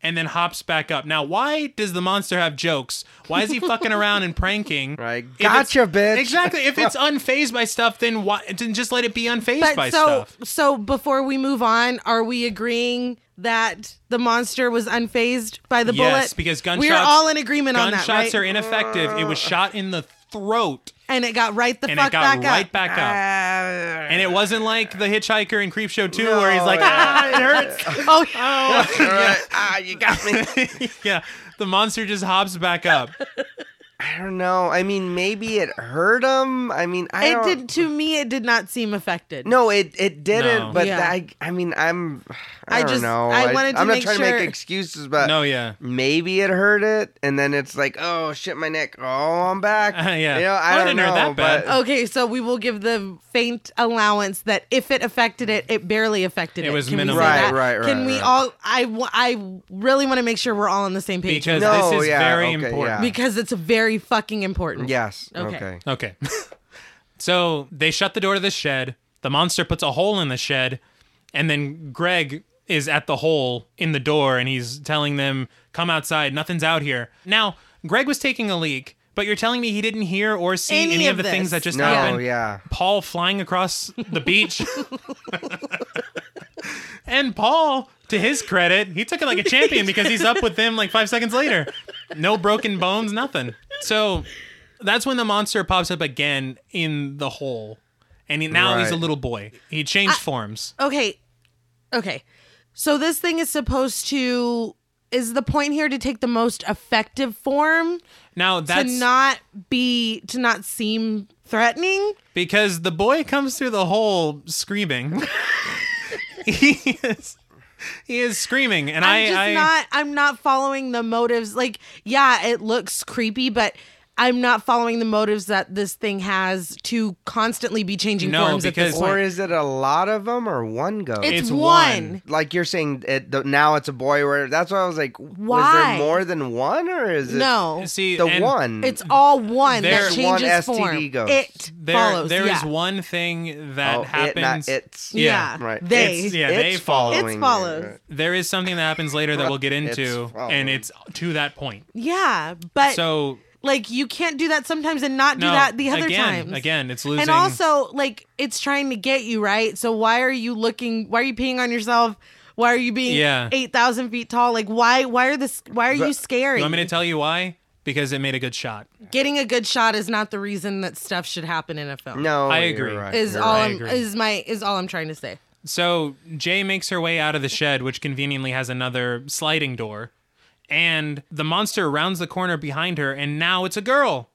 Speaker 1: and then hops back up. Now, why does the monster have jokes? Why
Speaker 2: [LAUGHS]
Speaker 1: is he fucking around and pranking?
Speaker 3: Right.
Speaker 1: If it's-
Speaker 3: Gotcha, bitch.
Speaker 1: Exactly. If it's unfazed by stuff, then why then just let it be unfazed
Speaker 2: But
Speaker 1: by
Speaker 2: so,
Speaker 1: stuff.
Speaker 2: so before we move on, are we agreeing that the monster was unfazed by the bullet?
Speaker 1: Yes, because gunshots
Speaker 2: We are all in agreement on
Speaker 1: Gunshots
Speaker 2: that, right?
Speaker 1: are ineffective. It was shot in the throat
Speaker 2: and it got right the
Speaker 1: and
Speaker 2: fuck
Speaker 1: it got
Speaker 2: back
Speaker 1: right
Speaker 2: [LAUGHS] up.
Speaker 1: back up.
Speaker 2: Uh,
Speaker 3: Ah.
Speaker 1: And it wasn't like the hitchhiker in Creepshow 2 where he's
Speaker 3: No,
Speaker 1: like,
Speaker 3: yeah.
Speaker 1: ah, it hurts. [LAUGHS]
Speaker 2: Oh,
Speaker 3: All right. [LAUGHS] Ah, you got me.
Speaker 1: [LAUGHS] yeah. The monster just hops back up.
Speaker 3: I don't know. I mean, maybe it hurt him. I mean, I
Speaker 2: it
Speaker 3: don't-
Speaker 2: did to me. It did not seem affected.
Speaker 3: No, it it didn't.
Speaker 1: No.
Speaker 3: But
Speaker 2: Yeah.
Speaker 3: I I mean, I'm. I,
Speaker 2: I
Speaker 3: don't
Speaker 2: just-
Speaker 3: know.
Speaker 2: I wanted to
Speaker 3: I'm
Speaker 2: make
Speaker 3: not trying to
Speaker 2: sure-
Speaker 3: make excuses, but
Speaker 1: No, yeah.
Speaker 3: maybe it hurt it, and then it's like, oh shit, my neck. Oh, I'm back.
Speaker 1: [LAUGHS] Yeah.
Speaker 3: You know, I
Speaker 1: Well, it
Speaker 3: don't
Speaker 1: didn't
Speaker 3: know.
Speaker 1: hurt that bad.
Speaker 3: but
Speaker 1: Oh.
Speaker 2: Okay, so we will give the faint allowance that if it affected it, it barely affected it.
Speaker 1: It was
Speaker 2: Can we say
Speaker 1: minimal.
Speaker 3: Right,
Speaker 2: that?
Speaker 3: right,
Speaker 2: Can
Speaker 3: right,
Speaker 2: we
Speaker 3: right.
Speaker 2: all? I wa- I really want to make sure we're all on the same page
Speaker 1: Because
Speaker 3: No,
Speaker 1: this is
Speaker 3: yeah,
Speaker 1: very
Speaker 3: okay,
Speaker 1: important.
Speaker 2: because it's very fucking important.
Speaker 3: Yes.
Speaker 2: Okay.
Speaker 3: Okay.
Speaker 1: Okay. [LAUGHS] so they shut the door to the shed. The monster puts a hole in the shed, and then Greg is at the hole in the door and he's telling them, Come outside, nothing's out here. Now, Greg was taking a leak, but you're telling me he didn't hear or see
Speaker 2: Any
Speaker 1: any,
Speaker 2: of
Speaker 1: of the
Speaker 2: this.
Speaker 1: things that just
Speaker 3: No,
Speaker 1: happened.
Speaker 3: yeah.
Speaker 1: Paul flying across the beach. and Paul, to his credit, he took it like a champion because he's up with them like five seconds later. No broken bones, nothing. So that's when the monster pops up again in the hole. And he, now he's a
Speaker 3: Right.
Speaker 1: little boy. He changed forms.
Speaker 2: Okay. Okay. So this thing is supposed to is the point here to take the most effective form
Speaker 1: Now that's
Speaker 2: to not be to not seem threatening?
Speaker 1: because the boy comes through the hole
Speaker 2: [LAUGHS]
Speaker 1: screaming. he is he is screaming and
Speaker 2: I'm
Speaker 1: I-
Speaker 2: just
Speaker 1: I
Speaker 2: not I'm not following the motives. Like, yeah, it looks creepy, but I'm not following the motives that this thing has to constantly be changing
Speaker 1: No,
Speaker 2: forms at this
Speaker 1: because-
Speaker 2: point.
Speaker 3: Or is it a lot of them or one go?
Speaker 2: it's,
Speaker 1: It's
Speaker 2: one.
Speaker 1: one.
Speaker 3: like you're saying, it, the, now it's a boy. Where that's why I was like,
Speaker 2: Why?
Speaker 3: was there more than one, or is it
Speaker 2: No.
Speaker 1: see
Speaker 3: the
Speaker 1: and-
Speaker 3: one?
Speaker 2: It's all one
Speaker 1: There-
Speaker 2: that changes
Speaker 3: One STD
Speaker 2: form.
Speaker 3: ghost.
Speaker 2: It
Speaker 1: There,
Speaker 2: follows.
Speaker 1: there is
Speaker 2: yeah.
Speaker 1: one thing that
Speaker 3: oh, it, not
Speaker 1: happens.
Speaker 3: it's.
Speaker 2: Yeah.
Speaker 1: Yeah.
Speaker 3: Right.
Speaker 2: They.
Speaker 1: It's- yeah,
Speaker 3: it's
Speaker 1: they follow.
Speaker 3: following
Speaker 2: It
Speaker 3: you,
Speaker 2: follows.
Speaker 3: right.
Speaker 1: there is something that happens later that we'll get
Speaker 3: [LAUGHS] It's
Speaker 1: into,
Speaker 3: following.
Speaker 1: and it's to that point.
Speaker 2: Yeah, but
Speaker 1: So
Speaker 2: like you can't do that sometimes and not Uh, do
Speaker 1: no,
Speaker 2: that the other
Speaker 1: again,
Speaker 2: times.
Speaker 1: again, it's losing.
Speaker 2: and also like it's trying to get you right. So why are you looking? Why are you peeing on yourself? Why are you being
Speaker 1: Yeah.
Speaker 2: eight thousand feet tall? Like why? Why are this? Why are you
Speaker 3: But-
Speaker 2: scary?
Speaker 1: you want me to tell you why? Because it made a good shot.
Speaker 2: Getting a good shot is not the reason that stuff should happen in a film.
Speaker 3: No,
Speaker 1: I
Speaker 3: you're
Speaker 1: agree.
Speaker 3: right,
Speaker 2: is
Speaker 3: you're
Speaker 2: all
Speaker 1: I
Speaker 2: I'm,
Speaker 1: agree.
Speaker 2: is my is all I'm trying to say.
Speaker 1: So Jay makes her way out of the shed, which conveniently has another sliding door, and the monster rounds the corner behind her, and now it's a girl.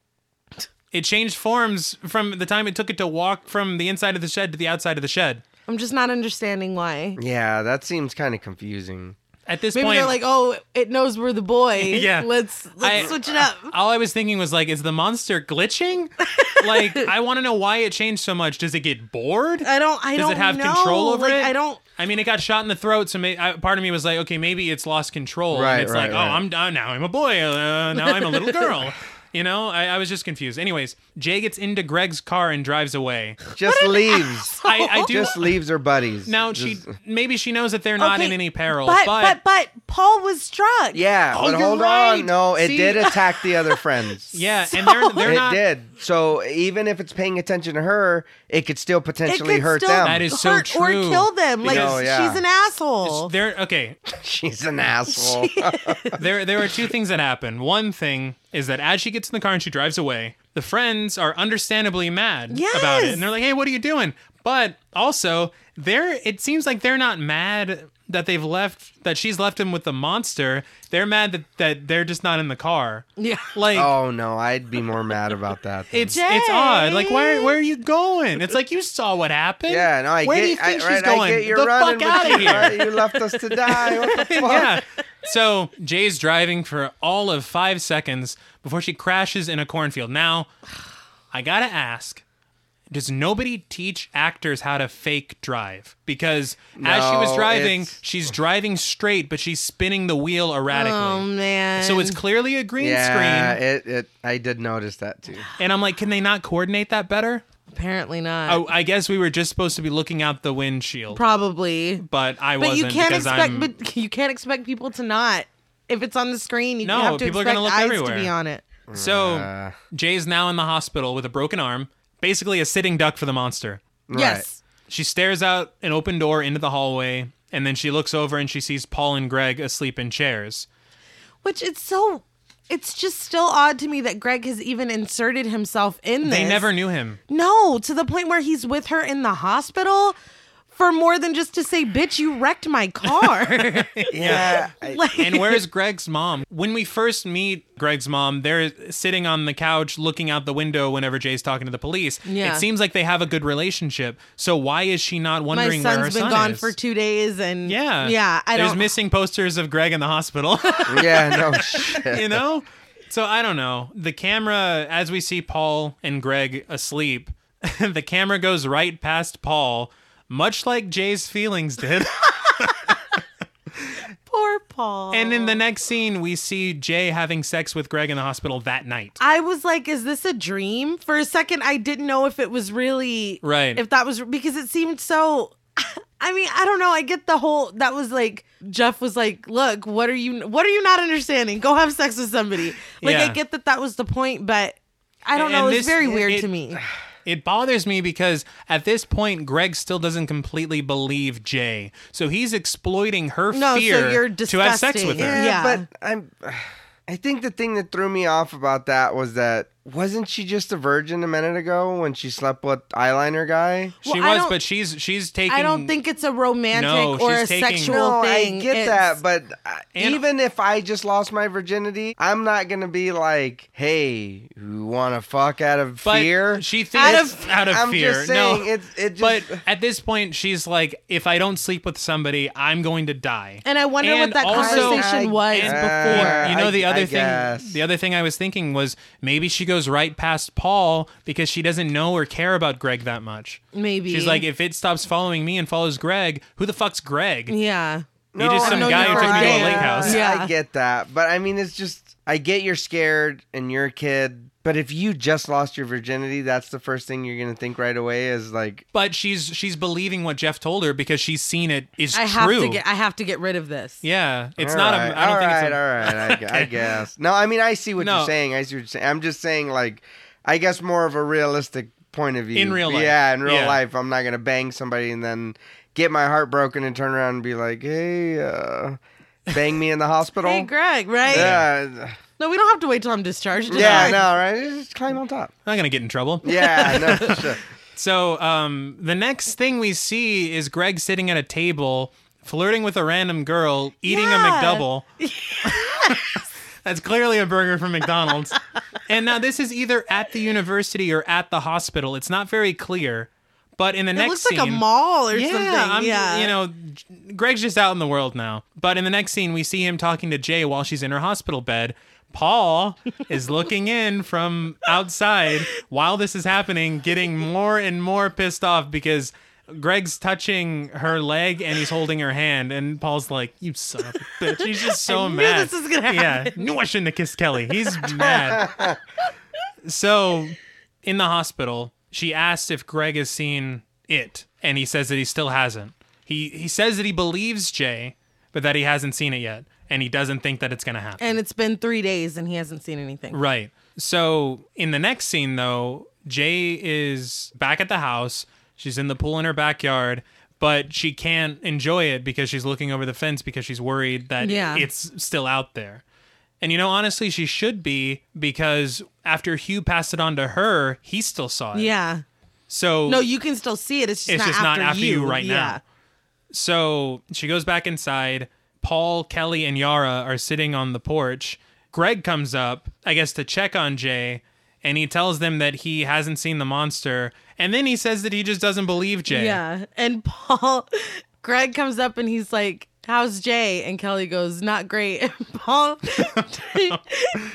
Speaker 1: It changed forms from the time it took it to walk from the inside of the shed to the outside of the shed.
Speaker 2: I'm just not understanding why.
Speaker 3: Yeah, that seems kind of confusing.
Speaker 1: At this
Speaker 2: Maybe
Speaker 1: point,
Speaker 2: they're like, oh, it knows we're the boy.
Speaker 1: [LAUGHS] Yeah.
Speaker 2: let's let's
Speaker 1: I-
Speaker 2: switch it up.
Speaker 1: all I was thinking was like, is the monster glitching?
Speaker 2: [LAUGHS]
Speaker 1: like, I want to know why it changed so much. Does it get bored?
Speaker 2: I don't. I
Speaker 1: Does
Speaker 2: don't
Speaker 1: it have
Speaker 2: know.
Speaker 1: control over
Speaker 2: like,
Speaker 1: it?
Speaker 2: I don't.
Speaker 1: I mean, it got shot in the throat, so may- I, part of me was like, oh, okay, maybe it's lost control.
Speaker 3: Right,
Speaker 1: and it's like,
Speaker 3: right, right.
Speaker 2: [LAUGHS]
Speaker 1: oh, I'm uh, now I'm a boy. Uh, now I'm a little girl. You know, I, I was just confused. Anyways, Jay gets into Greg's car and drives away.
Speaker 3: Just leaves.
Speaker 1: I,
Speaker 2: [LAUGHS]
Speaker 1: I do
Speaker 3: Just leaves her buddies.
Speaker 1: now. She
Speaker 3: Just-
Speaker 1: maybe she knows that they're not in any peril,
Speaker 2: But but but Paul was struck.
Speaker 3: Yeah,
Speaker 1: Oh,
Speaker 3: but
Speaker 1: you're
Speaker 3: hold
Speaker 1: right.
Speaker 3: on. No, it
Speaker 1: See?
Speaker 3: did attack the other
Speaker 1: [LAUGHS]
Speaker 3: friends.
Speaker 1: yeah, and they're they're
Speaker 3: it
Speaker 1: not.
Speaker 3: did. So even if it's paying attention to her, it could still
Speaker 2: It
Speaker 3: potentially
Speaker 2: could
Speaker 3: hurt
Speaker 2: still
Speaker 3: them.
Speaker 1: That is so
Speaker 2: hurt or
Speaker 1: true.
Speaker 2: kill them. Like
Speaker 1: Because-
Speaker 3: No, yeah.
Speaker 2: she's an asshole.
Speaker 1: There, okay.
Speaker 3: [LAUGHS] She's
Speaker 1: [LAUGHS]
Speaker 3: an asshole. [LAUGHS]
Speaker 1: There, there are two things that happen. One thing is that as she gets in the car and she drives away, the friends are understandably mad about it,
Speaker 2: Yes.
Speaker 1: and they're like, "Hey, what are you doing?" But also, they're it seems like they're not mad that they've left that she's left him with the monster. They're mad that that they're just not in the car.
Speaker 2: [LAUGHS] yeah.
Speaker 1: Like,
Speaker 3: oh no, I'd be more mad about that. then.
Speaker 1: It's it's
Speaker 2: Jay.
Speaker 1: odd. Like where where are you going? It's like you saw what happened.
Speaker 3: yeah, no, I
Speaker 1: where
Speaker 3: get.
Speaker 1: do you think
Speaker 3: I,
Speaker 1: she's
Speaker 3: right,
Speaker 1: going?
Speaker 3: I get you're
Speaker 1: the
Speaker 3: running
Speaker 1: fuck out
Speaker 3: with
Speaker 1: of
Speaker 3: you, right?
Speaker 1: here.
Speaker 3: You left us to die.
Speaker 1: [LAUGHS]
Speaker 3: What the fuck?
Speaker 1: yeah. So Jay's driving for all of five seconds before she crashes in a cornfield. Now, I gotta ask. Does nobody teach actors how to fake drive? Because as she was
Speaker 3: No,
Speaker 1: driving,
Speaker 3: it's-
Speaker 1: she's driving straight, but she's spinning the wheel erratically.
Speaker 2: Oh man.
Speaker 1: so it's clearly a green
Speaker 3: Yeah,
Speaker 1: screen.
Speaker 3: it, it. I did notice that too.
Speaker 1: And I'm like, can they not coordinate that better?
Speaker 2: apparently not.
Speaker 1: Oh, I guess we were just supposed to be looking out the windshield.
Speaker 2: Probably.
Speaker 1: but I
Speaker 2: But
Speaker 1: wasn't
Speaker 2: you can't
Speaker 1: because
Speaker 2: expect.
Speaker 1: I'm.
Speaker 2: But you can't expect people to not. If it's on the screen, you
Speaker 1: No,
Speaker 2: have to
Speaker 1: people are
Speaker 2: expect
Speaker 1: gonna look
Speaker 2: eyes
Speaker 1: everywhere.
Speaker 2: to be on it.
Speaker 1: so
Speaker 3: Uh,
Speaker 1: Jay's now in the hospital with a broken arm, basically a sitting duck for the monster.
Speaker 2: Yes.
Speaker 1: She stares out an open door into the hallway, and then she looks over and she sees Paul and Greg asleep in chairs.
Speaker 2: Which it's so. It's just still odd to me that Greg has even inserted himself in this.
Speaker 1: They never knew
Speaker 2: [LAUGHS]
Speaker 1: him.
Speaker 2: No, to the point where he's with her in the hospital for more than just to say, "Bitch, you
Speaker 1: [LAUGHS]
Speaker 2: wrecked my car."
Speaker 3: Yeah. I-
Speaker 2: like,
Speaker 1: And where's Greg's mom? When we first meet Greg's mom, they're sitting on the couch looking out the window whenever Jay's talking to the police.
Speaker 2: Yeah.
Speaker 1: It seems like they have a good relationship. So why is she not
Speaker 2: my
Speaker 1: wondering
Speaker 2: son's
Speaker 1: where her
Speaker 2: been
Speaker 1: son
Speaker 2: gone
Speaker 1: is?
Speaker 2: for two days, and
Speaker 1: yeah.
Speaker 2: yeah, I
Speaker 1: There's
Speaker 2: don't.
Speaker 1: missing posters of Greg in the hospital. [LAUGHS]
Speaker 3: yeah. No [LAUGHS] shit.
Speaker 1: you know? So I don't know. The camera, as we see Paul and Greg asleep, [LAUGHS] the camera goes right past Paul, much like Jay's feelings did. [LAUGHS]
Speaker 2: poor Paul.
Speaker 1: and in the next scene, we see Jay having sex with Greg in the hospital that night.
Speaker 2: I was like, is this a dream? For a second, I didn't know if it was really
Speaker 1: Right.
Speaker 2: If that was because it seemed so. [LAUGHS] I mean, I don't know. I get the whole that was like Jeff was like, "Look, what are you? What are you not understanding? Go have sex with somebody." Like
Speaker 1: Yeah.
Speaker 2: I get that that was the point, but I don't
Speaker 1: And-
Speaker 2: know.
Speaker 1: and
Speaker 2: It's
Speaker 1: this-
Speaker 2: very
Speaker 1: it-
Speaker 2: weird
Speaker 1: it- [SIGHS]
Speaker 2: to me.
Speaker 1: It bothers me because at this point, Greg still doesn't completely believe Jay. So he's exploiting her
Speaker 2: No, so
Speaker 1: fear
Speaker 2: you're
Speaker 1: to have sex
Speaker 2: disgusting.
Speaker 1: with her.
Speaker 3: Yeah,
Speaker 2: Yeah.
Speaker 3: but I'm. I think the thing that threw me off about that was that wasn't she just a virgin a minute ago when she slept with eyeliner guy?
Speaker 1: She
Speaker 2: Well, I
Speaker 1: was,
Speaker 2: don't-
Speaker 1: but she's she's taking.
Speaker 2: I don't think it's a romantic
Speaker 1: No,
Speaker 2: or
Speaker 1: she's
Speaker 2: a
Speaker 1: taking-
Speaker 2: sexual
Speaker 3: No,
Speaker 2: thing.
Speaker 3: I get
Speaker 2: It's-
Speaker 3: that, but I-
Speaker 1: And-
Speaker 3: even if I just lost my virginity, I'm not gonna be like, "Hey, you want to fuck out of
Speaker 1: But
Speaker 3: fear?"
Speaker 1: she thinks out of,
Speaker 3: It's- I'm
Speaker 1: fear.
Speaker 3: just saying,
Speaker 1: no,
Speaker 3: it's it
Speaker 1: but
Speaker 3: just.
Speaker 1: at this point, she's like, if I don't sleep with somebody, I'm going to die.
Speaker 2: And I wonder
Speaker 1: And
Speaker 2: what that
Speaker 1: also-
Speaker 2: conversation
Speaker 3: I-
Speaker 2: was
Speaker 3: and-
Speaker 2: before.
Speaker 3: Uh,
Speaker 1: you know,
Speaker 3: I-
Speaker 1: the
Speaker 3: I
Speaker 1: other thing,
Speaker 3: guess.
Speaker 1: the other thing I was thinking was maybe she goes right past Paul because she doesn't know or care about Greg that much.
Speaker 2: Maybe
Speaker 1: Uh, She's like, if it stops following me and follows Greg, who the fuck's Greg?
Speaker 2: yeah.
Speaker 1: You're just
Speaker 3: I
Speaker 1: some
Speaker 2: know
Speaker 1: guy
Speaker 2: you
Speaker 1: who
Speaker 2: for
Speaker 1: took
Speaker 2: a
Speaker 1: me to a
Speaker 2: day.
Speaker 1: lake house.
Speaker 2: Yeah.
Speaker 3: I get that, but I mean, it's just I get you're scared and you're a kid, but if you just lost your virginity, that's the first thing you're gonna think right away is like,
Speaker 1: But she's she's believing what Jeff told her because she's seen it is
Speaker 2: I
Speaker 1: true.
Speaker 2: have to get. I have to get rid of this.
Speaker 1: yeah, it's
Speaker 3: all
Speaker 1: not.
Speaker 3: right,
Speaker 1: a, I don't
Speaker 3: all
Speaker 1: think
Speaker 3: right,
Speaker 1: it's. A,
Speaker 3: all right. I,
Speaker 1: [LAUGHS]
Speaker 3: gu- I guess. No, I mean, I see what
Speaker 1: No.
Speaker 3: you're saying. I see what you're saying. I'm just saying, like, I guess more of a realistic point of view
Speaker 1: In real life.
Speaker 3: Yeah, in real
Speaker 1: Yeah.
Speaker 3: life, I'm not gonna bang somebody and then get my heart broken and turn around and be like, hey, uh, bang me in the hospital.
Speaker 2: [LAUGHS] Hey, Greg. Right?
Speaker 3: yeah,
Speaker 2: No, we don't have to wait till I'm discharged. Just
Speaker 3: yeah,
Speaker 2: like-
Speaker 3: no, right? Just climb on top.
Speaker 1: I'm not gonna get in trouble.
Speaker 3: Yeah, no, sure.
Speaker 1: So um, the next thing we see is Greg sitting at a table, flirting with a random girl, eating
Speaker 2: Yeah.
Speaker 1: a
Speaker 2: [LAUGHS]
Speaker 1: McDouble. [LAUGHS] That's clearly a burger from McDonald's. and now this is either at the university or at the hospital. It's not very clear. But in the
Speaker 2: It
Speaker 1: next
Speaker 2: looks
Speaker 1: scene,
Speaker 2: like a mall or
Speaker 1: yeah,
Speaker 2: something.
Speaker 1: I'm,
Speaker 2: yeah.
Speaker 1: you know, J- Greg's just out in the world now. But in the next scene, we see him talking to Jay while she's in her hospital bed.
Speaker 2: [LAUGHS]
Speaker 1: Paul is looking in from outside while this is happening, getting more and more pissed off because Greg's touching her leg and he's holding her hand, and Paul's like, "You son of a bitch!" He's just so
Speaker 2: [LAUGHS] I knew
Speaker 1: mad.
Speaker 2: this was gonna happen.
Speaker 1: Yeah, knew I shouldn't have kissed Kelly.
Speaker 2: [LAUGHS]
Speaker 1: He's mad. So, in the hospital, she asked if Greg has seen it, and he says that he still hasn't. He he says that he believes Jay, but that he hasn't seen it yet, and he doesn't think that it's gonna happen.
Speaker 2: and it's been three days and he hasn't seen anything.
Speaker 1: Right. So in the next scene, though, Jay is back at the house. She's in the pool in her backyard, but she can't enjoy it because she's looking over the fence because she's worried that
Speaker 2: Yeah.
Speaker 1: it's still out there. And you know, honestly, she should be because after Hugh passed it on to her, he still saw it.
Speaker 2: Yeah.
Speaker 1: So
Speaker 2: No, you can still see it. It's just,
Speaker 1: it's
Speaker 2: not,
Speaker 1: just
Speaker 2: after
Speaker 1: not after you, right
Speaker 2: yeah.
Speaker 1: now. So she goes back inside. Paul, Kelly, and Yara are sitting on the porch. Greg comes up, I guess, to check on Jay, and he tells them that he hasn't seen the monster. And then he says that he just doesn't believe Jay.
Speaker 2: Yeah. And [LAUGHS] Paul, Greg comes up and he's like, How's Jay? And Kelly goes, Not great. [LAUGHS] And
Speaker 1: [LAUGHS]
Speaker 2: Paul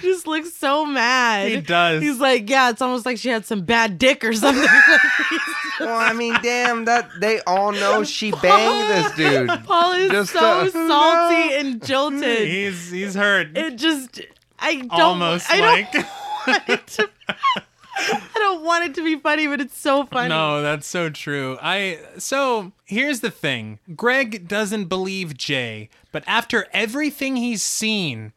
Speaker 2: just looks so mad.
Speaker 1: He does.
Speaker 2: He's like, Yeah, it's almost like she had some bad dick or [LAUGHS] something.
Speaker 3: [LAUGHS] Well, I mean, damn, that they all know she banged this dude.
Speaker 2: Paul is
Speaker 3: Just
Speaker 1: uh, [LAUGHS]
Speaker 2: so
Speaker 3: a-
Speaker 2: salty and jolted.
Speaker 1: He's he's hurt.
Speaker 2: It just, I don't,
Speaker 1: almost
Speaker 2: I don't
Speaker 1: like [LAUGHS]
Speaker 2: want it to- I don't [LAUGHS] want it to be funny, but it's so funny.
Speaker 1: No, that's so true. I so here's the thing. Greg doesn't believe Jay, but after everything he's seen,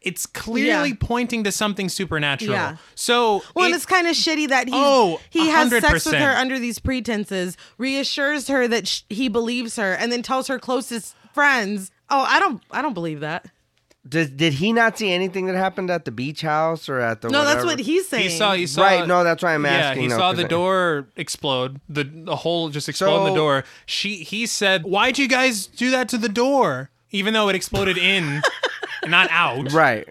Speaker 1: it's clearly
Speaker 2: Yeah.
Speaker 1: pointing to something supernatural.
Speaker 2: Yeah.
Speaker 1: So
Speaker 2: Well, and
Speaker 1: it-
Speaker 2: it's kind of shitty that he
Speaker 1: Oh,
Speaker 2: he has sex with
Speaker 1: 100%.
Speaker 2: her under these pretenses, reassures her that sh- he believes her, and then tells her closest friends, "Oh, I don't, I don't believe that."
Speaker 3: Did, did he not see anything that happened at the beach house or at the?
Speaker 2: No, that's
Speaker 3: whatever?
Speaker 2: what he's saying.
Speaker 1: he saw he saw
Speaker 3: Right. No, that's why I'm
Speaker 1: yeah,
Speaker 3: asking.
Speaker 1: he
Speaker 3: though,
Speaker 1: saw
Speaker 3: 'cause
Speaker 1: the
Speaker 3: I-
Speaker 1: door explode. The the hole just explode in the
Speaker 3: So-
Speaker 1: door. She he said, "Why'd you guys do that to the door?" Even though it exploded
Speaker 3: [LAUGHS]
Speaker 1: in, not out.
Speaker 3: Right.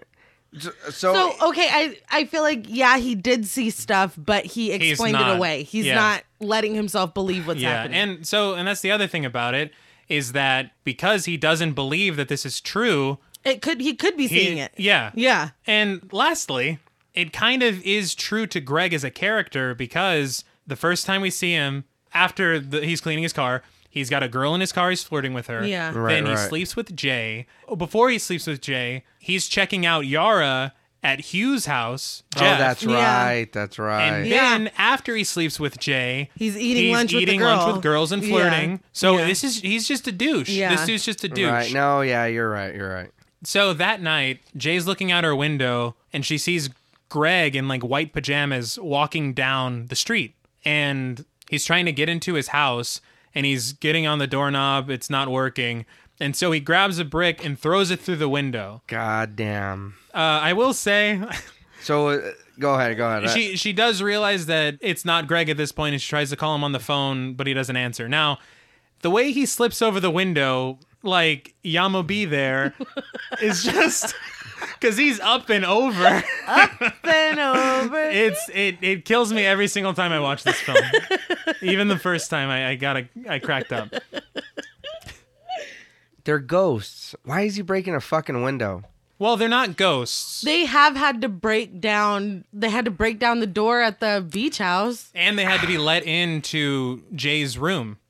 Speaker 3: So, oh,
Speaker 2: so okay, I I feel like yeah, he did see stuff, but he explained
Speaker 1: not-
Speaker 2: it away. He's
Speaker 1: yeah.
Speaker 2: not letting himself believe what's
Speaker 1: yeah
Speaker 2: happening.
Speaker 1: and so and that's the other thing about it is that because he doesn't believe that this is true
Speaker 2: it could he could be
Speaker 1: he-
Speaker 2: seeing it.
Speaker 1: yeah
Speaker 2: Yeah.
Speaker 1: and lastly it kind of is true to greg as a character because the first time we see him after the, he's cleaning his car he's got a girl in his car he's flirting with her
Speaker 2: Yeah.
Speaker 3: Right,
Speaker 1: then he
Speaker 3: right.
Speaker 1: sleeps with jay Oh, before he sleeps with jay he's checking out yara at hugh's house
Speaker 3: oh,
Speaker 1: Jeff.
Speaker 3: that's
Speaker 2: Yeah.
Speaker 3: right. That's right.
Speaker 1: And
Speaker 2: Yeah.
Speaker 1: then after he sleeps with Jay,
Speaker 2: He's eating lunch with the
Speaker 1: eating lunch
Speaker 2: girl.
Speaker 1: with girls and
Speaker 2: Yeah.
Speaker 1: flirting. So
Speaker 2: Yeah.
Speaker 1: this is he's just a douche.
Speaker 2: Yeah.
Speaker 1: This dude's just a douche.
Speaker 3: Right. No. Yeah. You're right. You're right.
Speaker 1: So that night, Jay's looking out her window and she sees Greg in like white pajamas walking down the street. And he's trying to get into his house and he's getting on the doorknob. It's not working. And so he grabs a brick and throws it through the window.
Speaker 3: God damn.
Speaker 1: Uh, I will say, [LAUGHS]
Speaker 3: So uh, go ahead. Go ahead. Uh,
Speaker 1: she she does realize that it's not Greg at this point, and she tries to call him on the phone, but he doesn't answer. Now, the way he slips over the window, like Yamo be
Speaker 3: [LAUGHS]
Speaker 1: there, is just [LAUGHS] because he's up and over. [LAUGHS]
Speaker 2: Then over.
Speaker 1: It's it it kills me every single time I watch this film. Even the first time I, I got a I cracked up.
Speaker 3: They're ghosts. Why is he breaking a fucking window?
Speaker 1: Well, they're not ghosts,
Speaker 2: they have had to break down. They had to break down the door at the beach house.
Speaker 1: and they had to be let into Jay's room. Uh-huh.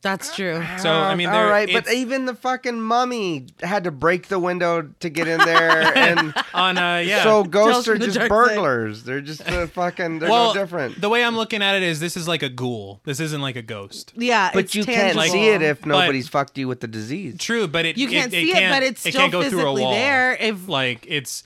Speaker 2: That's true.
Speaker 1: So Oh, I mean, they're,
Speaker 3: all right, but
Speaker 1: it's
Speaker 3: even the fucking mummy had to break the window to get in
Speaker 1: [LAUGHS]
Speaker 3: there, and
Speaker 1: on uh yeah.
Speaker 3: so
Speaker 2: Tales
Speaker 3: ghosts
Speaker 2: from
Speaker 3: are
Speaker 2: the
Speaker 3: just
Speaker 2: dark side.
Speaker 3: burglars. They're just the
Speaker 1: [LAUGHS]
Speaker 3: fucking. They're no different.
Speaker 1: The way I'm looking at it is this is like a ghoul. This isn't like a ghost.
Speaker 2: Yeah,
Speaker 3: but
Speaker 2: it's
Speaker 3: you
Speaker 2: tangible.
Speaker 3: can't see it if
Speaker 1: But-
Speaker 3: nobody's fucked you with the disease.
Speaker 1: True, but it
Speaker 2: You can't
Speaker 1: it,
Speaker 2: see it,
Speaker 1: can't-
Speaker 2: but it's
Speaker 1: it
Speaker 2: still
Speaker 1: can't go through a
Speaker 2: physically
Speaker 1: wall.
Speaker 2: there if-
Speaker 1: like it's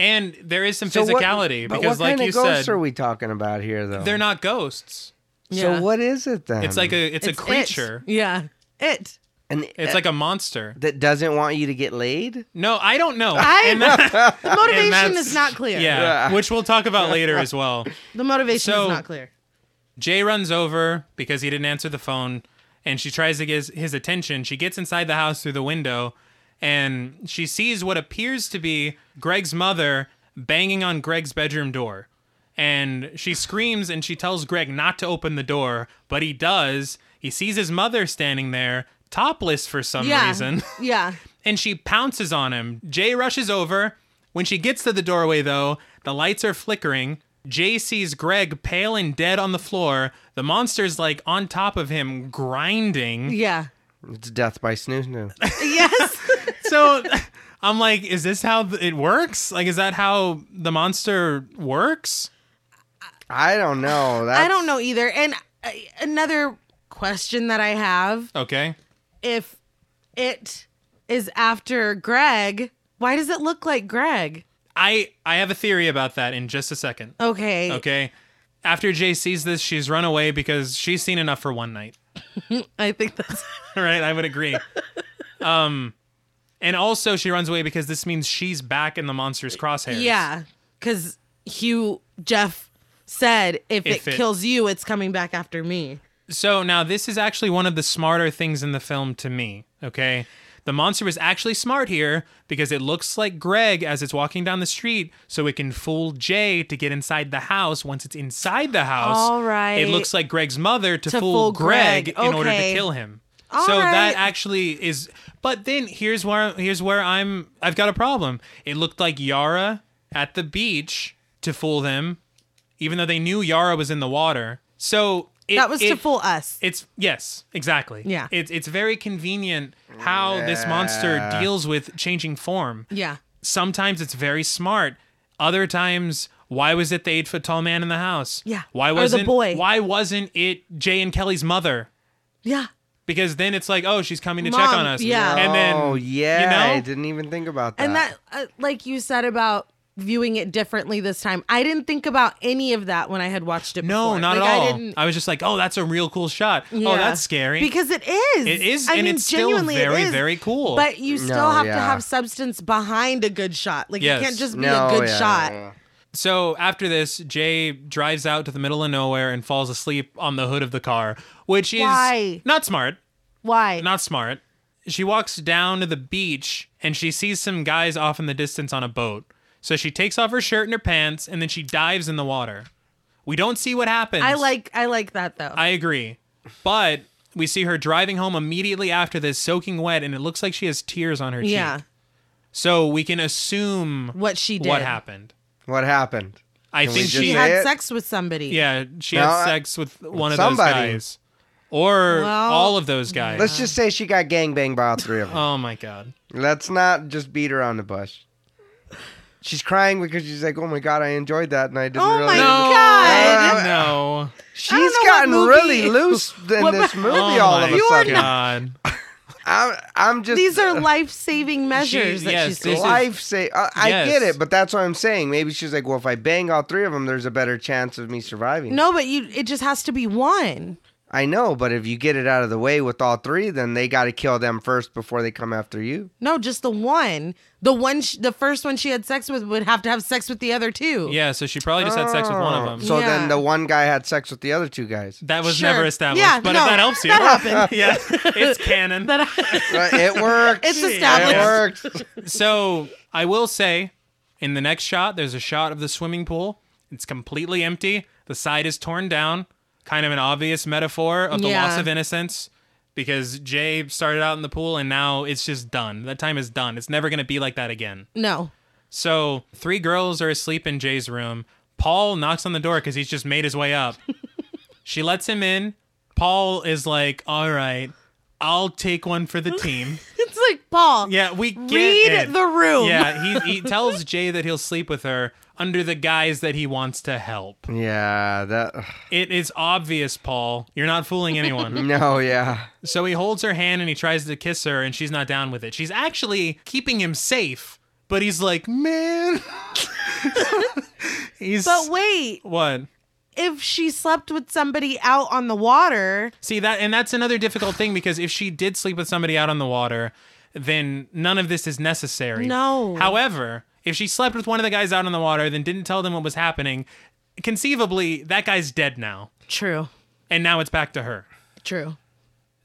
Speaker 1: and there is some
Speaker 3: So what-
Speaker 1: physicality
Speaker 3: but
Speaker 1: because
Speaker 3: what
Speaker 1: like
Speaker 3: kind
Speaker 1: you
Speaker 3: of ghosts
Speaker 1: said
Speaker 3: are we talking about here, though?
Speaker 1: they're not ghosts.
Speaker 2: Yeah.
Speaker 3: So what is it then?
Speaker 1: It's like a it's,
Speaker 2: It's
Speaker 1: a
Speaker 2: it.
Speaker 1: creature.
Speaker 2: Yeah, it.
Speaker 3: an,
Speaker 1: It's like a monster.
Speaker 3: uh, that doesn't want you to get laid.
Speaker 1: No, I don't know.
Speaker 2: I-
Speaker 1: And that-
Speaker 2: The [LAUGHS] motivation
Speaker 1: that's-
Speaker 2: is not clear.
Speaker 1: yeah,
Speaker 3: Yeah.
Speaker 1: which we'll talk
Speaker 3: [LAUGHS]
Speaker 1: about later as well.
Speaker 2: the motivation
Speaker 1: So-
Speaker 2: is not clear.
Speaker 1: Jay runs over because he didn't answer the phone and she tries to get his, his attention. She gets inside the house through the window and she sees what appears to be Greg's mother banging on Greg's bedroom door. And she screams and she tells Greg not to open the door, but he does. He sees his mother standing there, topless for some
Speaker 2: Yeah,
Speaker 1: reason,
Speaker 2: [LAUGHS] yeah.
Speaker 1: and she pounces on him. Jay rushes over. When she gets to the doorway, though, the lights are flickering Jay sees Greg pale and dead on the floor. The monster's like on top of him,
Speaker 2: [LAUGHS]
Speaker 1: grinding. [LAUGHS]
Speaker 2: Yeah.
Speaker 3: It's death by snoo snoo.
Speaker 2: Yes.
Speaker 1: So I'm like, is this how th- it works? Like, is that how the monster works?
Speaker 3: I don't know. That's,
Speaker 2: I don't know either. And uh, another question that I have
Speaker 1: Okay.
Speaker 2: if it is after Greg, why does it look like Greg?
Speaker 1: I I have a theory about that in just a second.
Speaker 2: Okay.
Speaker 1: Okay. After Jay sees this, she's run away because she's seen enough for one night.
Speaker 2: I think that's
Speaker 1: [LAUGHS] right? I would agree. Um, and also she runs away because this means she's back in the monster's crosshairs.
Speaker 2: Yeah, because Hugh Jeff said if,
Speaker 1: If
Speaker 2: it,
Speaker 1: it-
Speaker 2: kills you, it's coming back after me.
Speaker 1: So now this is actually one of the smarter things in the film to me. Okay. The monster was actually smart here because it looks like Greg as it's walking down the street, so it can fool Jay to get inside the house. Once it's inside the house,
Speaker 2: All right.
Speaker 1: it looks like Greg's mother to,
Speaker 2: To
Speaker 1: fool,
Speaker 2: fool
Speaker 1: Greg,
Speaker 2: Greg.
Speaker 1: in order to
Speaker 2: Okay.
Speaker 1: kill him.
Speaker 2: All
Speaker 1: so that
Speaker 2: right.
Speaker 1: actually is. But then here's where here's where I'm. I've got a problem. It looked like Yara at the beach to fool them, even though they knew Yara was in the water. So it,
Speaker 2: That was to
Speaker 1: it-
Speaker 2: fool us.
Speaker 1: it's yes, exactly.
Speaker 2: Yeah.
Speaker 1: It's it's very convenient how this monster
Speaker 3: Yeah.
Speaker 1: deals with changing form.
Speaker 2: yeah.
Speaker 1: Sometimes it's very smart. Other times, why was it the eight foot tall man in the house?
Speaker 2: Yeah.
Speaker 1: Why
Speaker 2: Or the
Speaker 1: wasn't
Speaker 2: boy.
Speaker 1: why wasn't it Jay and Kelly's mother?
Speaker 2: Yeah.
Speaker 1: Because then it's like, oh, she's coming to
Speaker 2: Mom,
Speaker 1: check on us.
Speaker 2: yeah.
Speaker 1: And then
Speaker 3: oh yeah,
Speaker 1: you
Speaker 3: I
Speaker 1: know,
Speaker 3: didn't even think about that.
Speaker 2: And that, uh, like you said about viewing it differently this time, I didn't think about any of that when I had watched it
Speaker 1: no,
Speaker 2: before.
Speaker 1: not
Speaker 2: Like,
Speaker 1: at all.
Speaker 2: I
Speaker 1: I,
Speaker 2: didn't.
Speaker 1: was just like, oh, that's a real cool shot. Oh,
Speaker 2: Yeah.
Speaker 1: that's scary.
Speaker 2: Because it is.
Speaker 1: It is,
Speaker 2: I
Speaker 1: and
Speaker 2: mean,
Speaker 1: it's still
Speaker 2: genuinely,
Speaker 1: very,
Speaker 2: it is.
Speaker 1: very cool.
Speaker 2: But you still
Speaker 3: No,
Speaker 2: have to
Speaker 3: yeah.
Speaker 2: have substance behind a good shot. Like
Speaker 1: Yes.
Speaker 2: it can't just be
Speaker 3: no,
Speaker 2: a good
Speaker 3: yeah,
Speaker 2: shot.
Speaker 3: yeah.
Speaker 1: So after this, Jay drives out to the middle of nowhere and falls asleep on the hood of the car, which is
Speaker 2: Why?
Speaker 1: not smart.
Speaker 2: Why?
Speaker 1: Not smart. She walks down to the beach and she sees some guys off in the distance on a boat. So she takes off her shirt and her pants and then she dives in the water. We don't see what happens.
Speaker 2: I like I like that though.
Speaker 1: I agree. But we see her driving home immediately after this, soaking wet, and it looks like she has tears on her cheek.
Speaker 2: yeah.
Speaker 1: So we can assume
Speaker 2: What she did.
Speaker 1: what happened.
Speaker 3: What happened?
Speaker 1: I
Speaker 3: we
Speaker 1: think
Speaker 3: just
Speaker 1: she
Speaker 2: She
Speaker 3: say it?
Speaker 2: had sex with somebody.
Speaker 1: Yeah, she
Speaker 3: No,
Speaker 1: had
Speaker 3: I-
Speaker 1: sex with one of
Speaker 3: uh,
Speaker 1: those
Speaker 3: somebody.
Speaker 1: guys, or
Speaker 2: Well-
Speaker 1: all of those guys.
Speaker 3: Let's just say she got gangbanged by all
Speaker 1: [LAUGHS]
Speaker 3: three of them.
Speaker 1: oh my god!
Speaker 3: Let's not just beat around the bush. She's crying because she's like, "Oh my god, I enjoyed that, and I didn't
Speaker 2: Oh
Speaker 3: really."
Speaker 2: my
Speaker 1: No,
Speaker 2: God.
Speaker 1: uh, no!
Speaker 3: She's
Speaker 2: know what
Speaker 3: gotten
Speaker 2: movie-
Speaker 3: really loose
Speaker 2: [LAUGHS]
Speaker 3: in
Speaker 2: What
Speaker 3: this
Speaker 2: mo-
Speaker 3: movie
Speaker 1: Oh
Speaker 3: all
Speaker 1: my
Speaker 3: of a
Speaker 2: You are
Speaker 3: sudden.
Speaker 1: god!
Speaker 3: I'm, I'm just
Speaker 2: These are life saving measures that
Speaker 1: yes,
Speaker 2: she's
Speaker 1: this
Speaker 2: taking.
Speaker 1: is-
Speaker 3: life say I, I
Speaker 1: Yes.
Speaker 3: get it, but that's what I'm saying. Maybe she's like, "Well, if I bang all three of them, there's a better chance of me surviving."
Speaker 2: No, but you it just has to be one.
Speaker 3: I know, but if you get it out of the way with all three, then they got to kill them first before they come after you.
Speaker 2: No, just the one. The one sh- the first one she had sex with would have to have sex with the other two.
Speaker 1: Yeah, so she probably just had sex with one of them.
Speaker 3: So
Speaker 2: Yeah.
Speaker 3: then the one guy had sex with the other two guys.
Speaker 2: [LAUGHS]
Speaker 1: That was
Speaker 2: Sure.
Speaker 1: never established,
Speaker 2: Yeah,
Speaker 1: but
Speaker 2: no,
Speaker 1: if that helps you,
Speaker 2: that
Speaker 1: [LAUGHS]
Speaker 2: happened.
Speaker 1: yeah, it's
Speaker 2: [LAUGHS]
Speaker 1: canon.
Speaker 2: [LAUGHS] That
Speaker 1: [LAUGHS]
Speaker 3: Right, it worked.
Speaker 2: It's established.
Speaker 3: It worked.
Speaker 1: so I will say, in the next shot, there's a shot of the swimming pool. It's completely empty. The side is torn down. Kind of an obvious metaphor of the
Speaker 2: Yeah.
Speaker 1: loss of innocence, because Jay started out in the pool and now it's just done. That time is done. It's never gonna be like that again.
Speaker 2: no.
Speaker 1: So three girls are asleep in Jay's room. Paul knocks on the door because he's just made his way up. she lets him in. Paul is like, "All right, I'll take one for the team."
Speaker 2: It's like Paul.
Speaker 1: Yeah, we get
Speaker 2: Read
Speaker 1: it.
Speaker 2: the room.
Speaker 1: Yeah, he, he tells Jay that he'll sleep with her under the guise that he wants to help.
Speaker 3: [LAUGHS] Yeah, that.
Speaker 1: It is obvious, Paul. You're not fooling
Speaker 2: [LAUGHS]
Speaker 1: anyone.
Speaker 3: No, yeah.
Speaker 1: so he holds her hand and he tries to kiss her, and she's not down with it. She's actually keeping him safe, but he's like, man. [LAUGHS] he's
Speaker 2: But wait,
Speaker 1: what?
Speaker 2: if she slept with somebody out on the water,
Speaker 1: See that, and that's another difficult thing because if she did sleep with somebody out on the water, then none of this is necessary.
Speaker 2: No.
Speaker 1: However, if she slept with one of the guys out on the water, then didn't tell them what was happening, conceivably that guy's dead now,
Speaker 2: true.
Speaker 1: and now it's back to her.
Speaker 2: True.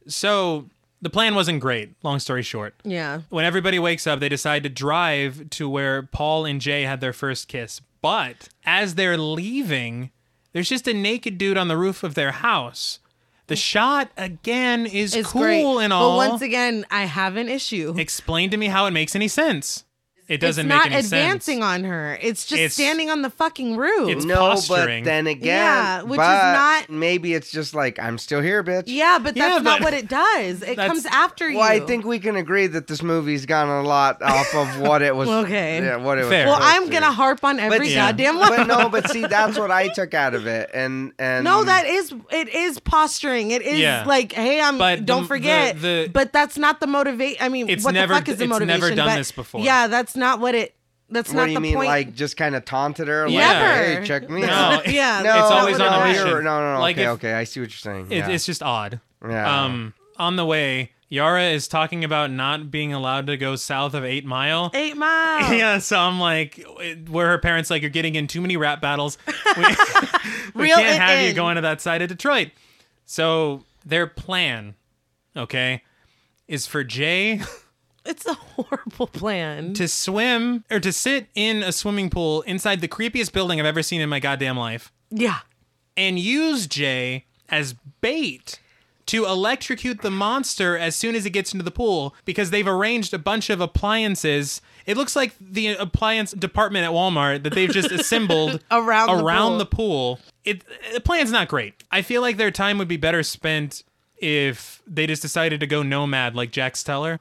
Speaker 1: So the plan wasn't great. Long story short.
Speaker 2: Yeah.
Speaker 1: When everybody wakes up, they decide to drive to where Paul and Jay had their first kiss. But as they're leaving, there's just a naked dude on the roof of their house. The shot again is
Speaker 2: It's
Speaker 1: cool
Speaker 2: great.
Speaker 1: and all.
Speaker 2: But once again, I have an issue.
Speaker 1: Explain to me how it makes any sense. It doesn't
Speaker 2: it's
Speaker 1: make
Speaker 2: not
Speaker 1: any
Speaker 2: advancing
Speaker 1: sense.
Speaker 2: on her. It's just
Speaker 1: It's-
Speaker 2: standing on the fucking roof.
Speaker 1: it's-
Speaker 3: no,
Speaker 1: posturing.
Speaker 3: but then again,
Speaker 2: Yeah, which is
Speaker 3: but
Speaker 2: not-
Speaker 3: Maybe it's just like I'm still here, bitch.
Speaker 2: yeah, but that's
Speaker 1: Yeah,
Speaker 2: not
Speaker 1: but-
Speaker 2: what it does. It
Speaker 1: That's-
Speaker 2: comes after you.
Speaker 3: Well, I think we can agree that this movie's gone a lot off of what it was.
Speaker 2: [LAUGHS] Okay.
Speaker 3: Yeah, what it was.
Speaker 1: Fair.
Speaker 2: Well,
Speaker 3: supposed
Speaker 2: I'm
Speaker 3: to.
Speaker 2: gonna harp on every
Speaker 1: Yeah.
Speaker 2: goddamn one.
Speaker 1: [LAUGHS]
Speaker 3: [LAUGHS] But no, but see, that's what I took out of it, and and
Speaker 2: No, that is it is posturing. It is
Speaker 1: Yeah.
Speaker 2: like, hey, I'm.
Speaker 1: But the-
Speaker 2: don't forget.
Speaker 1: the- the-
Speaker 2: but that's not the motivate. I mean,
Speaker 1: It's
Speaker 2: what
Speaker 1: never-
Speaker 2: the fuck is the
Speaker 1: it's never
Speaker 2: motivation?
Speaker 1: done
Speaker 2: But
Speaker 1: this before.
Speaker 2: Yeah, that's not what it. That's
Speaker 3: What
Speaker 2: not
Speaker 3: do you
Speaker 2: the
Speaker 3: mean?
Speaker 2: point.
Speaker 3: Like just kind of taunted her? Like,
Speaker 2: Never.
Speaker 3: Hey, check me
Speaker 2: No,
Speaker 3: out.
Speaker 1: it-
Speaker 2: [LAUGHS] Yeah,
Speaker 3: No,
Speaker 1: [LAUGHS] it's
Speaker 2: no,
Speaker 1: always
Speaker 2: no,
Speaker 1: on a
Speaker 2: no.
Speaker 1: mission.
Speaker 3: you're- No, no, no.
Speaker 1: Like
Speaker 3: okay,
Speaker 1: if-
Speaker 3: okay. I see what you're saying.
Speaker 1: It,
Speaker 3: yeah.
Speaker 1: It's just odd.
Speaker 3: Yeah.
Speaker 1: Um, on the way, Yara is talking about not being allowed to go south of Eight Mile. [LAUGHS]
Speaker 2: Eight miles.
Speaker 1: Yeah, so I'm like, where her parents like, you're getting in too many rap battles. We, we
Speaker 2: Reel
Speaker 1: can't
Speaker 2: it
Speaker 1: have you
Speaker 2: in.
Speaker 1: going to that side of Detroit. So their plan, okay, is for Jay
Speaker 2: It's a horrible plan.
Speaker 1: to swim or to sit in a swimming pool inside the creepiest building I've ever seen in my goddamn life
Speaker 2: yeah.
Speaker 1: and use Jay as bait to electrocute the monster as soon as it gets into the pool because they've arranged a bunch of appliances. It looks like the appliance department at Walmart that they've
Speaker 2: [LAUGHS]
Speaker 1: just assembled
Speaker 2: Around the
Speaker 1: around
Speaker 2: pool.
Speaker 1: the pool. It the plan's not great. I feel like their time would be better spent if they just decided to go nomad like Jax
Speaker 2: [LAUGHS]
Speaker 1: Teller.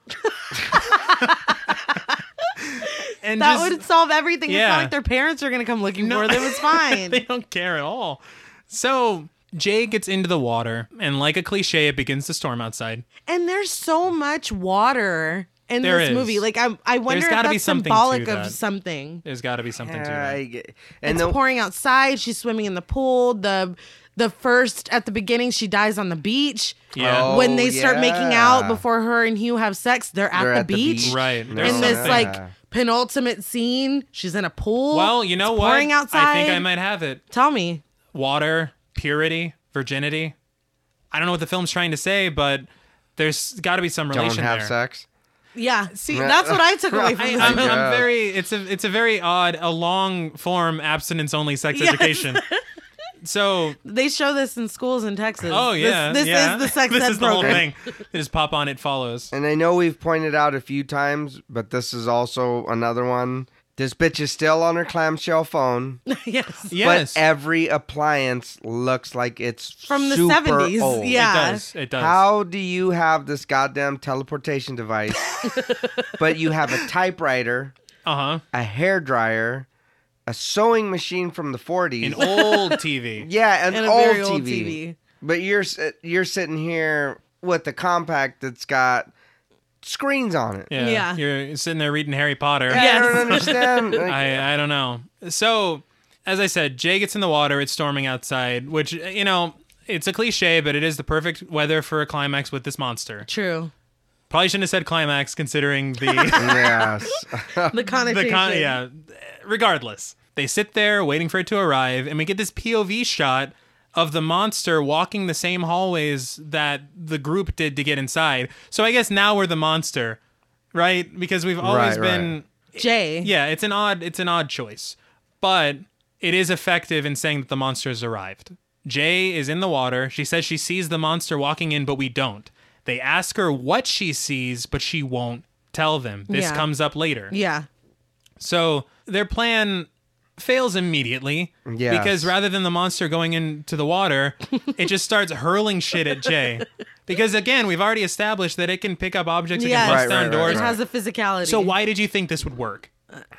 Speaker 1: and
Speaker 2: That
Speaker 1: just,
Speaker 2: would solve everything. It's
Speaker 1: Yeah.
Speaker 2: not like their parents are gonna come looking
Speaker 1: No.
Speaker 2: for
Speaker 1: [LAUGHS]
Speaker 2: them. It's fine.
Speaker 1: they don't care at all. So Jay gets into the water, and like a cliche, it begins to storm outside.
Speaker 2: and there's so much water in
Speaker 1: There
Speaker 2: this
Speaker 1: is.
Speaker 2: movie. Like I, I wonder if
Speaker 1: gotta
Speaker 2: that's
Speaker 1: be something to
Speaker 2: symbolic
Speaker 1: that.
Speaker 2: of something.
Speaker 1: There's got to be something to
Speaker 3: Yeah,
Speaker 1: that.
Speaker 3: I get- and
Speaker 2: it's
Speaker 3: the,
Speaker 2: pouring outside. She's swimming in the pool. The the first at the beginning, she dies on the beach.
Speaker 1: Yeah.
Speaker 3: Oh,
Speaker 2: when they start making
Speaker 3: yeah.
Speaker 2: out before her and Hugh have sex, they're at,
Speaker 3: They're
Speaker 2: the,
Speaker 3: at the
Speaker 2: beach.
Speaker 3: beach.
Speaker 1: Right.
Speaker 3: No.
Speaker 1: There's
Speaker 2: In this
Speaker 1: something.
Speaker 2: like
Speaker 3: Yeah.
Speaker 2: penultimate scene, she's in a pool.
Speaker 1: Well, you know
Speaker 2: it's
Speaker 1: what?
Speaker 2: Pouring outside.
Speaker 1: I think I might have it.
Speaker 2: Tell me.
Speaker 1: Water, purity, virginity. I don't know what the film's trying to say, but there's got to be some
Speaker 3: don't
Speaker 1: relation
Speaker 3: have
Speaker 1: there.
Speaker 3: sex.
Speaker 2: Yeah. See, that's what I took
Speaker 1: [LAUGHS]
Speaker 2: away from
Speaker 1: I,
Speaker 2: this.
Speaker 1: I'm,
Speaker 2: movie.
Speaker 1: I'm
Speaker 3: Yeah.
Speaker 1: very. It's a it's a very odd, a long form abstinence only sex
Speaker 2: Yes.
Speaker 1: education. So
Speaker 2: They show this in schools in Texas.
Speaker 1: oh
Speaker 2: This-
Speaker 1: yeah,
Speaker 2: This,
Speaker 1: yeah.
Speaker 2: is the
Speaker 1: [LAUGHS]
Speaker 2: sex
Speaker 1: this
Speaker 2: ed
Speaker 1: is the whole
Speaker 2: program.
Speaker 1: thing. They just pop on. It follows.
Speaker 3: And I know we've pointed out a few times, but this is also another one. This bitch is still on her clamshell phone,
Speaker 2: [LAUGHS] yes.
Speaker 1: Yes,
Speaker 3: but every appliance looks like it's
Speaker 2: From the
Speaker 3: super
Speaker 2: 70s,
Speaker 3: old.
Speaker 1: it
Speaker 2: yeah.
Speaker 1: does. It does.
Speaker 3: How do you have this goddamn teleportation device,
Speaker 2: [LAUGHS]
Speaker 3: but you have a typewriter,
Speaker 1: Uh huh.
Speaker 3: a hair dryer, a sewing machine from the 40s,
Speaker 1: An old
Speaker 3: [LAUGHS]
Speaker 1: TV.
Speaker 3: yeah, an
Speaker 2: And a
Speaker 3: old,
Speaker 2: very
Speaker 3: TV.
Speaker 2: old TV.
Speaker 3: But you're s- you're sitting here with a compact that's got screens on it.
Speaker 1: Yeah.
Speaker 2: Yeah.
Speaker 1: You're sitting there reading Harry Potter.
Speaker 2: Yeah.
Speaker 3: I
Speaker 2: Yes. [LAUGHS]
Speaker 3: don't understand. Like,
Speaker 1: I, I don't know. So, as I said, Jay gets in the water. It's storming outside, which, you know, it's a cliche, but it is the perfect weather for a climax with this monster.
Speaker 2: True.
Speaker 1: Probably shouldn't have said climax considering
Speaker 2: [LAUGHS]
Speaker 1: the, [LAUGHS]
Speaker 3: yes.
Speaker 2: The connotation.
Speaker 1: Uh, the con. Yeah. Regardless, they sit there waiting for it to arrive, and we get this POV shot of the monster walking the same hallways that the group did to get inside. So, I guess now we're the monster, right? Because we've always
Speaker 3: Right, right.
Speaker 1: been.
Speaker 2: Jay.
Speaker 1: Yeah, it's an odd it's an odd choice, but it is effective in saying that the monster has arrived. Jay is in the water. She says she sees the monster walking in, but we don't. They ask her what she sees, but she won't tell them. This
Speaker 2: Yeah.
Speaker 1: comes up later.
Speaker 2: Yeah.
Speaker 1: So their plan fails immediately
Speaker 3: Yes.
Speaker 1: because rather than the monster going into the
Speaker 3: [LAUGHS]
Speaker 1: water, it just starts hurling shit at Jay. Because again, we've already established that it can pick up objects, it can
Speaker 2: Yes.
Speaker 1: bust
Speaker 3: Right,
Speaker 1: down
Speaker 3: right, right,
Speaker 1: doors,
Speaker 2: It has the physicality.
Speaker 1: so why did you think this would work?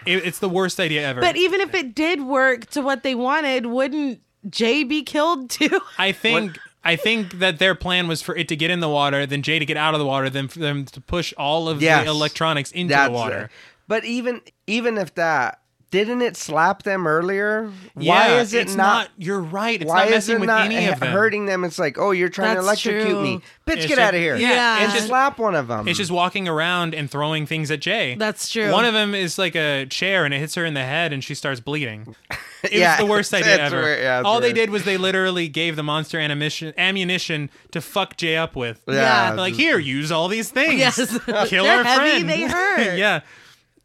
Speaker 1: It, it's the worst idea ever.
Speaker 2: But e- even if it did work to what they wanted, wouldn't Jay be killed too? [LAUGHS]
Speaker 1: I think I think that their plan was for it to get in the water, then Jay to get out of the water, then for them to push all of
Speaker 3: Yes.
Speaker 1: the electronics into
Speaker 3: That's
Speaker 1: the water.
Speaker 3: But even even if that didn't it slap them earlier? why
Speaker 1: Yeah,
Speaker 3: is it
Speaker 1: it's
Speaker 3: not?
Speaker 1: You're right. It's
Speaker 3: why
Speaker 1: not
Speaker 3: is
Speaker 1: messing
Speaker 3: it
Speaker 1: with
Speaker 3: not
Speaker 1: any
Speaker 3: ha-
Speaker 1: of them.
Speaker 3: hurting them? It's like, oh, you're trying to
Speaker 2: That's
Speaker 3: electrocute
Speaker 2: true.
Speaker 3: me,
Speaker 1: It's
Speaker 3: bitch! Get
Speaker 1: just-
Speaker 3: out of here!
Speaker 1: Yeah,
Speaker 2: Yeah.
Speaker 1: It's
Speaker 3: And
Speaker 1: just
Speaker 3: slap one of them.
Speaker 1: it's just walking around and throwing things at Jay.
Speaker 2: That's true.
Speaker 1: One of them is like a chair and it hits her in the head and she starts
Speaker 3: [LAUGHS]
Speaker 1: bleeding. It
Speaker 3: Yeah,
Speaker 1: was the
Speaker 3: [LAUGHS]
Speaker 1: worst
Speaker 3: it's-
Speaker 1: idea
Speaker 3: it's
Speaker 1: ever.
Speaker 3: weird, yeah, it's
Speaker 1: all they
Speaker 3: weird.
Speaker 1: did was they literally gave the monster ammunition, ammunition to fuck Jay up with.
Speaker 2: Yeah.
Speaker 3: yeah,
Speaker 1: They're like
Speaker 3: just-
Speaker 1: here, use all these things.
Speaker 2: Yes.
Speaker 1: kill
Speaker 2: They're
Speaker 1: our
Speaker 2: heavy,
Speaker 1: friend. [LAUGHS]
Speaker 2: they hurt.
Speaker 1: yeah.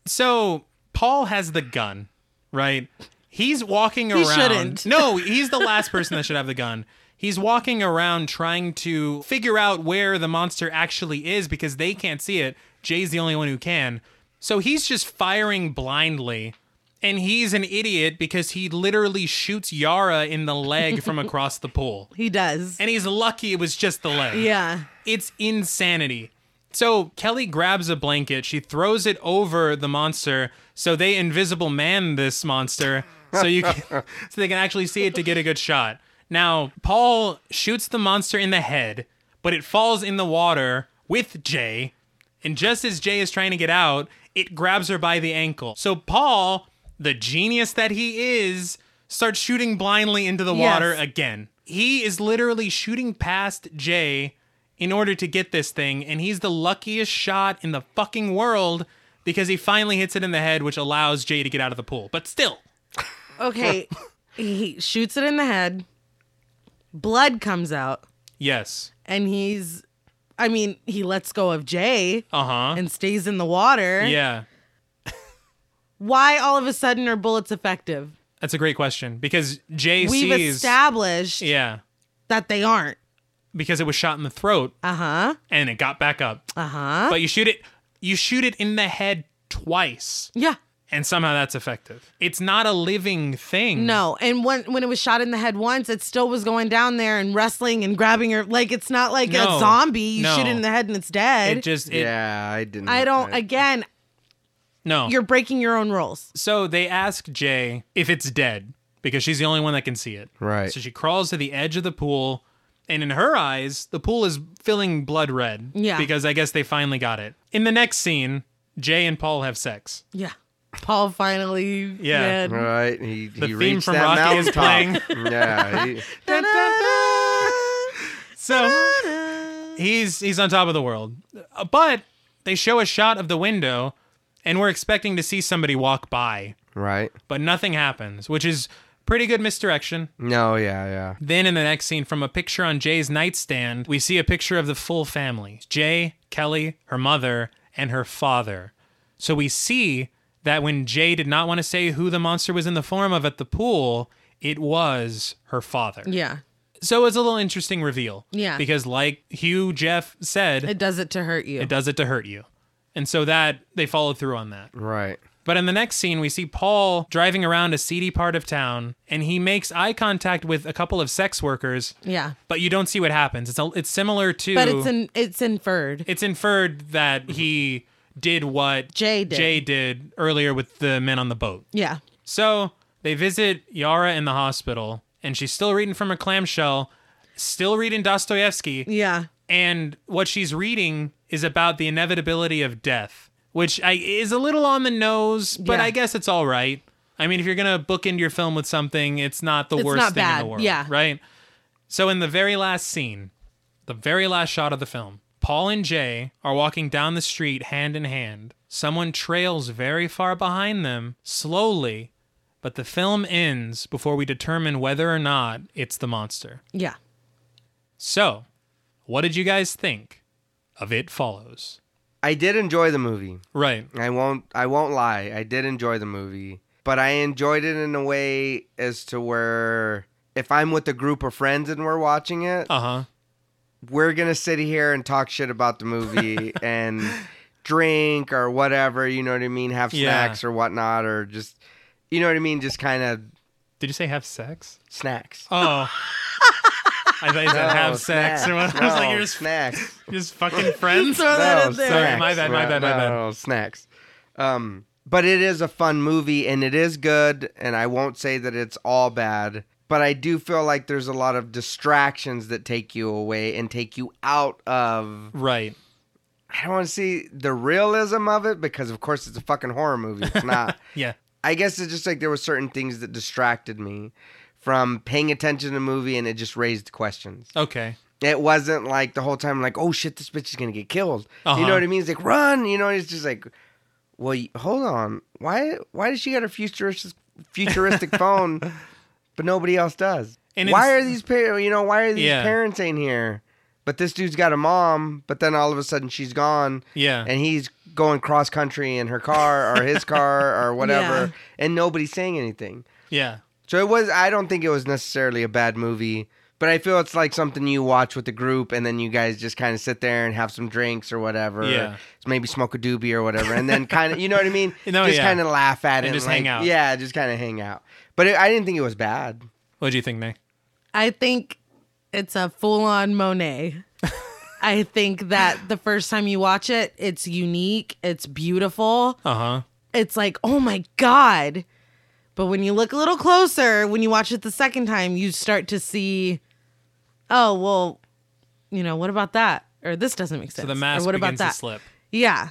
Speaker 1: So Paul has the gun, right? He's walking around.
Speaker 2: shouldn't.
Speaker 1: No, he's the last person that should have the gun. He's walking around trying to figure out where the monster actually is because they can't see it. Jay's the only one who can. So he's just firing blindly. And he's an idiot because he literally shoots Yara in the leg from across the pool.
Speaker 2: He does.
Speaker 1: And he's lucky it was just the leg.
Speaker 2: yeah.
Speaker 1: It's insanity. So Kelly grabs a blanket, she throws it over the monster, so they invisible man this monster so you can, so they can actually see it to get a good shot. Now, Paul shoots the monster in the head, but it falls in the water with Jay, and just as Jay is trying to get out, it grabs her by the ankle. So Paul, the genius that he is, starts shooting blindly into the
Speaker 2: Yes.
Speaker 1: water again. He is literally shooting past Jay in order to get this thing, and he's the luckiest shot in the fucking world because he finally hits it in the head, which allows Jay to get out of the pool. But still,
Speaker 2: Okay. [LAUGHS] he shoots it in the head. Blood comes out,
Speaker 1: yes.
Speaker 2: and he's. I mean, he lets go of Jay
Speaker 1: Uh huh.
Speaker 2: and stays in the water.
Speaker 1: Yeah.
Speaker 2: Why all of a sudden are bullets effective?
Speaker 1: That's a great question because Jay
Speaker 2: We've
Speaker 1: sees.
Speaker 2: established
Speaker 1: yeah.
Speaker 2: that they aren't.
Speaker 1: Because it was shot in the throat
Speaker 2: Uh huh.
Speaker 1: and it got back up.
Speaker 2: Uh huh.
Speaker 1: but you shoot it you shoot it in the head twice
Speaker 2: Yeah.
Speaker 1: and somehow that's effective it's not a living thing
Speaker 2: No, and when when it was shot in the head once, it still was going down there and wrestling and grabbing her. Like it's not like
Speaker 1: No.
Speaker 2: a zombie. You
Speaker 1: No.
Speaker 2: shoot it in the head and it's dead.
Speaker 1: it just it,
Speaker 3: yeah, I didn't.
Speaker 2: I don't. Again,
Speaker 1: no
Speaker 2: you're breaking your own rules.
Speaker 1: so they ask jay if it's dead because she's the only one that can see it
Speaker 3: Right.
Speaker 1: so she crawls to the edge of the pool and in her eyes the pool is filling blood red
Speaker 2: Yeah.
Speaker 1: because i guess they finally got it in the next scene jay and paul have sex
Speaker 2: Yeah. Paul finally.
Speaker 1: Yeah.
Speaker 3: All
Speaker 2: did.
Speaker 3: [LAUGHS] right, he, the he
Speaker 1: theme
Speaker 3: reached
Speaker 1: from
Speaker 3: that
Speaker 1: Rocky is
Speaker 3: mountaintop. [LAUGHS] yeah, he,
Speaker 1: so he's he's on top of the world. Uh, But they show a shot of the window and we're expecting to see somebody walk by,
Speaker 3: right.
Speaker 1: but nothing happens, which is pretty good misdirection.
Speaker 3: No, yeah, yeah.
Speaker 1: Then in the next scene from a picture on Jay's nightstand, we see a picture of the full family. Jay, Kelly, her mother, and her father. So we see that when Jay did not want to say who the monster was in the form of at the pool, it was her father.
Speaker 2: Yeah.
Speaker 1: So it's a little interesting reveal.
Speaker 2: Yeah.
Speaker 1: Because like Hugh Jeff said,
Speaker 2: It does it to hurt you.
Speaker 1: it does it to hurt you. And so that they followed through on that.
Speaker 3: Right.
Speaker 1: But in the next scene, we see Paul driving around a seedy part of town and he makes eye contact with a couple of sex workers,
Speaker 2: Yeah.
Speaker 1: but you don't see what happens. It's, a, it's similar to.
Speaker 2: But it's in, it's inferred.
Speaker 1: it's inferred that he did what
Speaker 2: Jay did.
Speaker 1: Jay did earlier with the men on the boat.
Speaker 2: yeah.
Speaker 1: So they visit Yara in the hospital and she's still reading from her clamshell, still reading Dostoevsky.
Speaker 2: Yeah.
Speaker 1: and what she's reading is about the inevitability of death, which I, is a little on the nose, but
Speaker 2: Yeah.
Speaker 1: I guess it's all right. I mean, if you're gonna book into your film with something, it's not the
Speaker 2: It's
Speaker 1: worst
Speaker 2: not
Speaker 1: thing in
Speaker 2: bad,
Speaker 1: the world,
Speaker 2: yeah.
Speaker 1: right? So in the very last scene, the very last shot of the film, Paul and Jay are walking down the street hand in hand. Someone trails very far behind them, slowly, but the film ends before we determine whether or not it's the monster.
Speaker 2: Yeah.
Speaker 1: So, what did you guys think of It Follows?
Speaker 3: I did enjoy the movie.
Speaker 1: Right.
Speaker 3: I won't I won't lie. I did enjoy the movie, but I enjoyed it in a way as to where if I'm with a group of friends and we're
Speaker 1: [LAUGHS]
Speaker 3: watching it,
Speaker 1: Uh huh.
Speaker 3: we're going to sit here and talk shit about
Speaker 1: [LAUGHS]
Speaker 3: the movie and drink or whatever, you know what I mean, have
Speaker 1: Yeah.
Speaker 3: snacks or whatnot or just you know what I mean, just kind of
Speaker 1: Did you say have sex?
Speaker 3: snacks.
Speaker 2: [LAUGHS]
Speaker 1: Oh. I thought you said
Speaker 2: Oh,
Speaker 1: have sex or what? [LAUGHS] I was like,
Speaker 3: no,
Speaker 1: you're just,
Speaker 3: snacks.
Speaker 1: just fucking
Speaker 2: [LAUGHS]
Speaker 1: friends?
Speaker 2: Throw that
Speaker 3: No,
Speaker 2: in there.
Speaker 1: Sorry, my bad, my
Speaker 3: No,
Speaker 1: bad, my
Speaker 3: no,
Speaker 1: bad.
Speaker 3: no, snacks. Um, but it is a fun movie and it is good, and I won't say that it's all bad, but I do feel like there's a lot of distractions that take you away and take you out of.
Speaker 1: right.
Speaker 3: I don't want to see the realism of it because, of course, it's a fucking horror movie.
Speaker 1: [LAUGHS]
Speaker 3: It's not.
Speaker 1: Yeah.
Speaker 3: I guess it's just like there were certain things that distracted me from paying attention to the movie, and it just raised questions.
Speaker 1: Okay.
Speaker 3: It wasn't like the whole time, like, oh shit, this bitch is gonna get killed. You
Speaker 1: Uh-huh.
Speaker 3: know what I mean? It's like, run. You know, it's just like, well, y- hold on. Why? Why does she got a futuristic,
Speaker 1: [LAUGHS]
Speaker 3: futuristic phone, but nobody else does?
Speaker 1: And
Speaker 3: why
Speaker 1: it's-
Speaker 3: are these parents? You know, why are these
Speaker 1: Yeah.
Speaker 3: parents ain't here? But this dude's got a mom. But then all of a sudden she's gone,
Speaker 1: Yeah.
Speaker 3: and he's going cross country in her car or his
Speaker 1: [LAUGHS]
Speaker 3: car or whatever,
Speaker 2: Yeah.
Speaker 3: and nobody's saying anything.
Speaker 1: yeah.
Speaker 3: So it was. I don't think it was necessarily a bad movie, But I feel it's like something you watch with the group, and then you guys just kind of sit there and have some drinks or whatever.
Speaker 1: Yeah.
Speaker 3: maybe smoke a doobie or whatever, and then kind of, you know what I mean?
Speaker 1: [LAUGHS] No,
Speaker 3: just
Speaker 1: yeah.
Speaker 3: kind of laugh at it,
Speaker 1: just hang out.
Speaker 3: Yeah, just kind of hang out. But it, I didn't think it was bad.
Speaker 1: What do you think, Nick?
Speaker 2: I think it's a full on Monet.
Speaker 1: [LAUGHS]
Speaker 2: I think that the first time you watch it, it's unique, it's beautiful.
Speaker 1: Uh huh.
Speaker 2: It's like, oh my God. But when you look a little closer, when you watch it the second time, you start to see, oh, well, you know, what about that? Or this doesn't make sense.
Speaker 1: The
Speaker 2: or
Speaker 1: mask
Speaker 2: what
Speaker 1: begins
Speaker 2: about that?
Speaker 1: to slip.
Speaker 2: Yeah.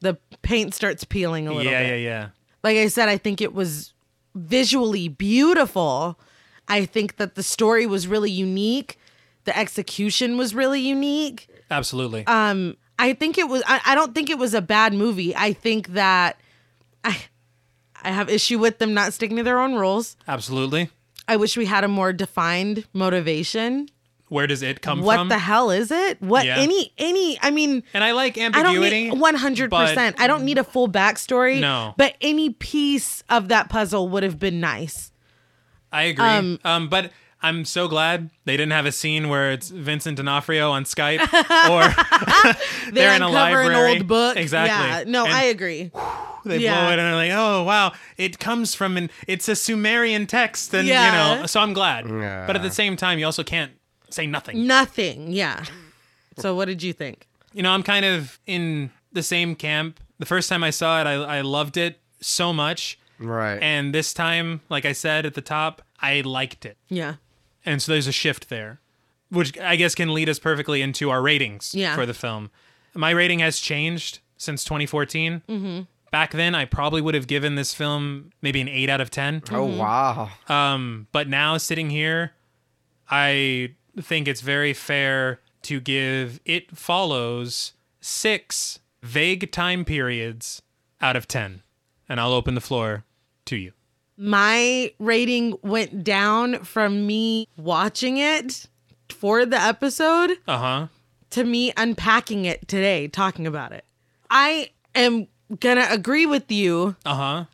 Speaker 2: The paint starts peeling a
Speaker 1: Yeah,
Speaker 2: little bit
Speaker 1: yeah, yeah.
Speaker 2: like I said, I think it was visually beautiful. I think that the story was really unique. The execution was really unique.
Speaker 1: Absolutely.
Speaker 2: Um, I think it was. I, I don't think it was a bad movie. I think that I, I have issue with them not sticking to their own rules.
Speaker 1: Absolutely.
Speaker 2: I wish we had a more defined motivation.
Speaker 1: Where does it come
Speaker 2: What
Speaker 1: from?
Speaker 2: the hell is it? What
Speaker 1: Yeah.
Speaker 2: any any? I mean,
Speaker 1: and I like
Speaker 2: I don't
Speaker 1: ambiguity.
Speaker 2: need one hundred percent. I don't need a full backstory.
Speaker 1: No.
Speaker 2: but any piece of that puzzle would have been nice.
Speaker 1: I agree. Um, but I'm so glad they didn't have a scene where it's Vincent D'Onofrio on
Speaker 2: [LAUGHS]
Speaker 1: Skype or
Speaker 2: they
Speaker 1: They're in a
Speaker 2: uncover
Speaker 1: library.
Speaker 2: an old book.
Speaker 1: Exactly.
Speaker 2: Yeah. No,
Speaker 1: And-
Speaker 2: I agree.
Speaker 1: [LAUGHS] they
Speaker 2: Yeah.
Speaker 1: blow it and they're like, oh wow, it comes from an it's a Sumerian text, and you
Speaker 2: Yeah.
Speaker 1: know. So I'm glad.
Speaker 3: Yeah.
Speaker 1: But at the same time, you also can't say nothing.
Speaker 2: Nothing. Yeah. So what did you think?
Speaker 1: you know, I'm kind of in the same camp. The first time I saw it, I, I loved it so much.
Speaker 3: Right.
Speaker 1: And this time, like I said at the top, I liked it.
Speaker 2: Yeah.
Speaker 1: And so there's a shift there, which I guess can lead us perfectly into our ratings
Speaker 2: Yeah.
Speaker 1: for the film. My rating has changed since 2014. Mm-hmm. Back then, I probably would have given this film maybe an 8 out of 10.
Speaker 3: oh wow.
Speaker 1: Um, but now sitting here, I think it's very fair to give It Follows six vague time periods out of 10. And I'll open the floor to you.
Speaker 2: My rating went down from me watching it for the episode
Speaker 1: Uh huh.
Speaker 2: to me unpacking it today, talking about it. I am going to agree with you
Speaker 1: Uh huh.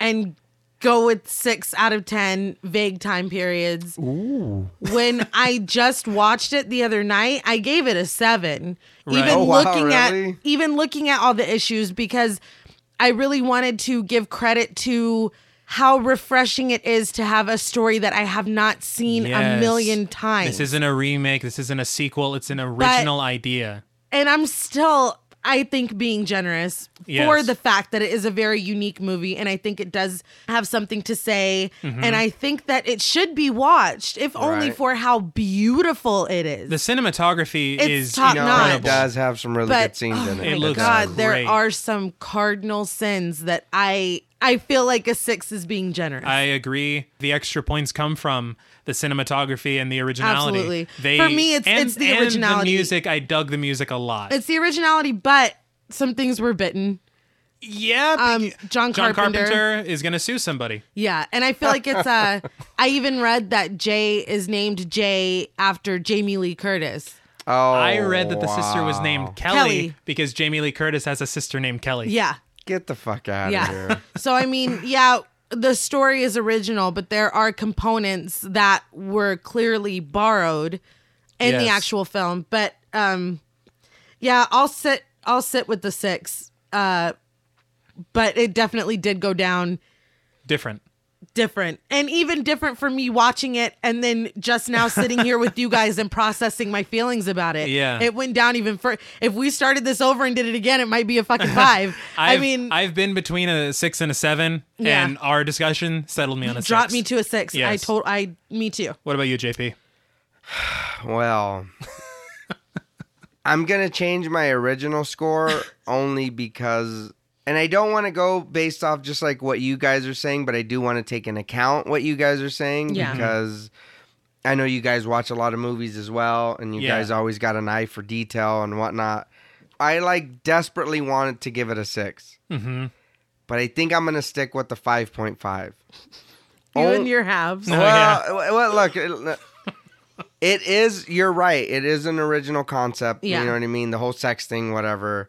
Speaker 2: and go with six out of 10 vague time periods. Ooh. when I just watched it the other night, I gave it a seven. Even
Speaker 1: Oh,
Speaker 3: wow,
Speaker 2: looking at
Speaker 3: really?
Speaker 2: even looking at all the issues because I really wanted to give credit to how refreshing it is to have a story that I have not seen a million times.
Speaker 1: This isn't a remake. This isn't a sequel. It's an original idea.
Speaker 2: and I'm still, I think, being generous for
Speaker 1: Yes.
Speaker 2: the fact that it is a very unique movie, and I think it does have something to say,
Speaker 1: Mm-hmm.
Speaker 2: and I think that it should be watched, if only
Speaker 3: Right.
Speaker 2: for how beautiful it is.
Speaker 1: The cinematography
Speaker 2: It's
Speaker 1: is
Speaker 2: top
Speaker 3: No,
Speaker 2: notch.
Speaker 3: it does have some really
Speaker 2: but
Speaker 3: good scenes
Speaker 2: oh
Speaker 3: in
Speaker 2: my
Speaker 3: it.
Speaker 1: Uh, It looks
Speaker 2: God,
Speaker 1: great.
Speaker 2: there are some cardinal sins that I I feel like a six is being generous.
Speaker 1: I agree. The extra points come from the cinematography and the originality.
Speaker 2: Absolutely. For me, it's-
Speaker 1: and-
Speaker 2: it's the
Speaker 1: and
Speaker 2: originality.
Speaker 1: music, I dug the music a lot.
Speaker 2: it's the originality, but some things were bitten.
Speaker 1: yeah.
Speaker 2: Um, John,
Speaker 1: John
Speaker 2: Carpenter.
Speaker 1: Carpenter is going to sue somebody.
Speaker 2: Yeah, and I feel like it's uh, I even read that Jay is named Jay after Jamie Lee Curtis.
Speaker 3: Oh,
Speaker 1: I read that the sister was named Kelly,
Speaker 2: Kelly.
Speaker 1: because Jamie Lee Curtis has a sister named Kelly.
Speaker 2: Yeah,
Speaker 3: Get the fuck out of
Speaker 2: yeah.
Speaker 3: here.
Speaker 2: [LAUGHS] so I mean, yeah, the story is original, but there are components that were clearly borrowed in the
Speaker 1: Yes.
Speaker 2: actual film. But um, yeah, I'll sit, I'll sit with the six. Uh, but it definitely did go down
Speaker 1: Different.
Speaker 2: different and even different for me watching it and then just now sitting here with you guys and processing my feelings about it
Speaker 1: Yeah.
Speaker 2: it went down even further if we started this over and did it again it might be a fucking
Speaker 1: [LAUGHS]
Speaker 2: five i
Speaker 1: I've-
Speaker 2: mean
Speaker 1: I've been between a six and a seven,
Speaker 2: Yeah.
Speaker 1: and our discussion settled me on a
Speaker 2: dropped
Speaker 1: six.
Speaker 2: me to a six i
Speaker 1: Yes.
Speaker 2: told i me too
Speaker 1: What about you, JP?
Speaker 3: Well, I'm gonna change my original score only because, and I don't want to go based off just like what you guys are saying, but I do want to take in account what you guys are saying
Speaker 2: Yeah. Mhm.
Speaker 3: because I know you guys watch a lot of movies as well, and you
Speaker 1: Yeah.
Speaker 3: guys always got an eye for detail and whatnot. I like desperately wanted to give it a 6 mm-hmm. but I think I'm gonna stick with the five point five. Oh.
Speaker 2: you and
Speaker 1: [LAUGHS]
Speaker 2: your halves
Speaker 1: Oh, yeah.
Speaker 3: Well, w- well look, it, it is. You're right. It is an original concept.
Speaker 2: Yeah.
Speaker 3: You know what I mean. The whole sex thing, whatever.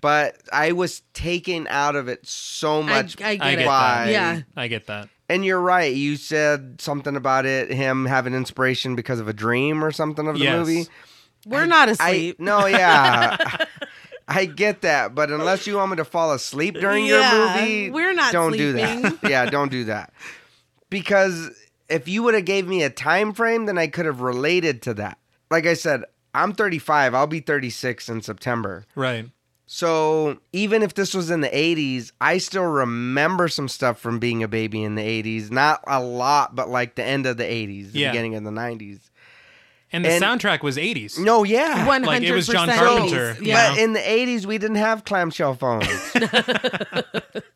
Speaker 3: but I was taken out of it so much.
Speaker 2: I get
Speaker 1: I get
Speaker 3: by-
Speaker 1: that.
Speaker 2: Yeah.
Speaker 1: I get that.
Speaker 3: and you're right. You said something about it, him having inspiration because of a dream or something of the
Speaker 1: Yes.
Speaker 3: movie.
Speaker 2: We're not
Speaker 3: I
Speaker 2: asleep. [LAUGHS]
Speaker 3: no, yeah. I get that, but unless you want me to fall asleep during
Speaker 2: Yeah,
Speaker 3: your movie,
Speaker 2: we're not
Speaker 3: Don't do that. [LAUGHS] yeah, don't do that. Because if you would have gave me a time frame, then I could have related to that. Like I said, I'm 35. I'll be 36 in September.
Speaker 1: Right.
Speaker 3: So even if this was in the 80s, I still remember some stuff from being a baby in the 80s. Not a lot, but like the end of the 80s, the
Speaker 1: Yeah.
Speaker 3: beginning of the 90s.
Speaker 1: And the
Speaker 3: And-
Speaker 1: soundtrack was 80s.
Speaker 3: No, yeah.
Speaker 1: [SIGHS]
Speaker 2: One
Speaker 1: Like, it
Speaker 2: hundred
Speaker 1: was John
Speaker 2: percent.
Speaker 1: Carpenter, you
Speaker 2: Yeah.
Speaker 1: know?
Speaker 3: But in the 80s, we didn't have clamshell phones. [LAUGHS]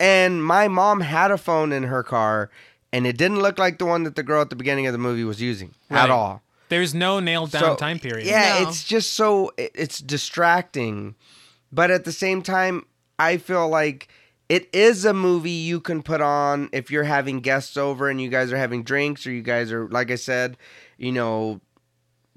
Speaker 3: and my mom had a phone in her car, and it didn't look like the one that the girl at the beginning of the movie was using
Speaker 1: Right.
Speaker 3: at all.
Speaker 1: There's no nailed down
Speaker 3: So,
Speaker 1: time period.
Speaker 3: Yeah,
Speaker 2: No.
Speaker 3: it's just so, it- it's distracting. But at the same time, I feel like it is a movie you can put on if you're having guests over and you guys are having drinks or you guys are, like I said, you know,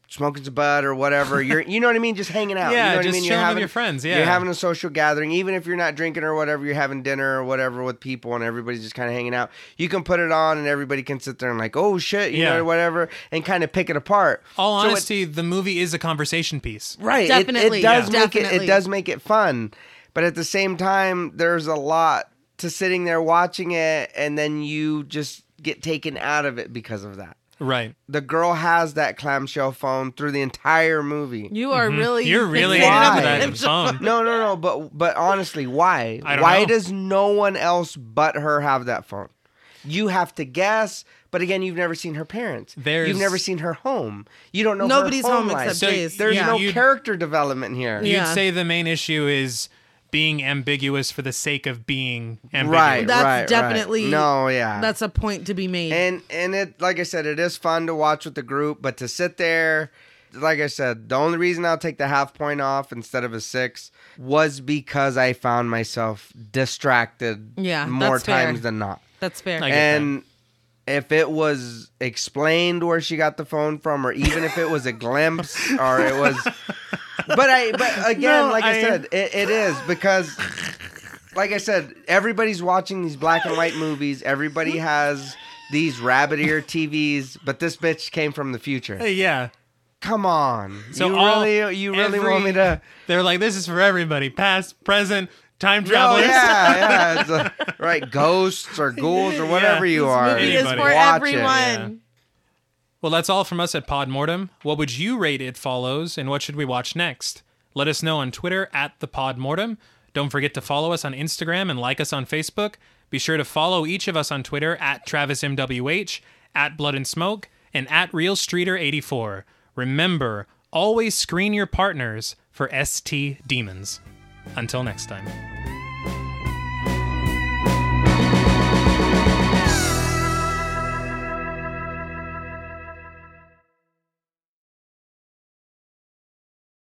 Speaker 3: smoking some bud or whatever. You're, you know what I mean? Just hanging out.
Speaker 1: Yeah,
Speaker 3: you know what I
Speaker 1: just
Speaker 3: mean? You're
Speaker 1: chilling with
Speaker 3: having-
Speaker 1: your friends. Yeah.
Speaker 3: you're having a social gathering, even if you're not drinking or whatever, you're having dinner or whatever with people and everybody's just kind of hanging out. You can put it on and everybody can sit there and like, oh shit, you
Speaker 1: Yeah.
Speaker 3: know, whatever, and kind of pick it apart.
Speaker 1: All
Speaker 3: So it-
Speaker 1: honesty, the movie is a conversation piece.
Speaker 3: right? it-
Speaker 2: Definitely,
Speaker 3: it, does
Speaker 2: yeah.
Speaker 3: make it.
Speaker 2: Definitely.
Speaker 3: It does make it fun, but at the same time, there's a lot to sitting there watching it, and then you just get taken out of it because of that.
Speaker 1: Right.
Speaker 3: The girl has that clamshell phone through the entire movie.
Speaker 2: You are really
Speaker 1: Mm-hmm. You're
Speaker 2: [LAUGHS]
Speaker 1: really
Speaker 2: fixated on
Speaker 1: into
Speaker 3: Why?
Speaker 1: that phone.
Speaker 3: [LAUGHS] No, no, no. But but honestly, why?
Speaker 1: I don't
Speaker 3: why
Speaker 1: know.
Speaker 3: does no one else but her have that phone? You have to guess. But again, you've never seen her parents.
Speaker 1: There's-
Speaker 3: You've never seen her home. You don't know.
Speaker 2: Nobody's
Speaker 3: her home,
Speaker 2: home
Speaker 3: life.
Speaker 2: except
Speaker 1: So
Speaker 2: Jay's.
Speaker 3: Oh There's
Speaker 1: Yeah.
Speaker 3: no
Speaker 1: You'd-
Speaker 3: character development here.
Speaker 2: Yeah.
Speaker 1: You'd say the main issue is being ambiguous for the sake of being ambiguous.
Speaker 3: Right.
Speaker 2: That's
Speaker 3: right, right.
Speaker 2: definitely-
Speaker 3: No. Yeah.
Speaker 2: That's a point to be made.
Speaker 3: and and it like I said, it is fun to watch with the group, but to sit there. Like I said, the only reason I'll take the half point off instead of a six was because I found myself distracted
Speaker 2: Yeah,
Speaker 3: more
Speaker 2: that's fair.
Speaker 3: times than not.
Speaker 2: That's fair.
Speaker 1: Like- I get
Speaker 3: and if it was explained where she got the phone from or even if it was a glimpse or it
Speaker 1: [LAUGHS]
Speaker 3: was but i but again
Speaker 1: No,
Speaker 3: like i,
Speaker 1: I-
Speaker 3: said it, it is because like i said everybody's watching these black and white movies everybody has these rabbit ear tvs but this bitch came from the future
Speaker 1: Yeah.
Speaker 3: come on
Speaker 1: So
Speaker 3: you
Speaker 1: all-
Speaker 3: really you really
Speaker 1: every-
Speaker 3: want me to
Speaker 1: They're like, this is for everybody, past, present, time
Speaker 3: Oh
Speaker 1: travelers.
Speaker 3: yeah, yeah, it's a-
Speaker 1: [LAUGHS]
Speaker 3: right. Ghosts or ghouls or whatever you
Speaker 2: this
Speaker 3: are.
Speaker 2: movie is
Speaker 1: Anybody.
Speaker 2: for
Speaker 3: Watch it.
Speaker 2: everyone.
Speaker 1: Well, that's all from us at Podmortem. What would you rate It Follows, and what should we watch next? Let us know on Twitter at the Podmortem. Don't forget to follow us on Instagram and like us on Facebook. Be sure to follow each of us on Twitter at TravisMWH, at Blood and Smoke, and at RealStreeter84. Remember, always screen your partners for ST demons. Until next time.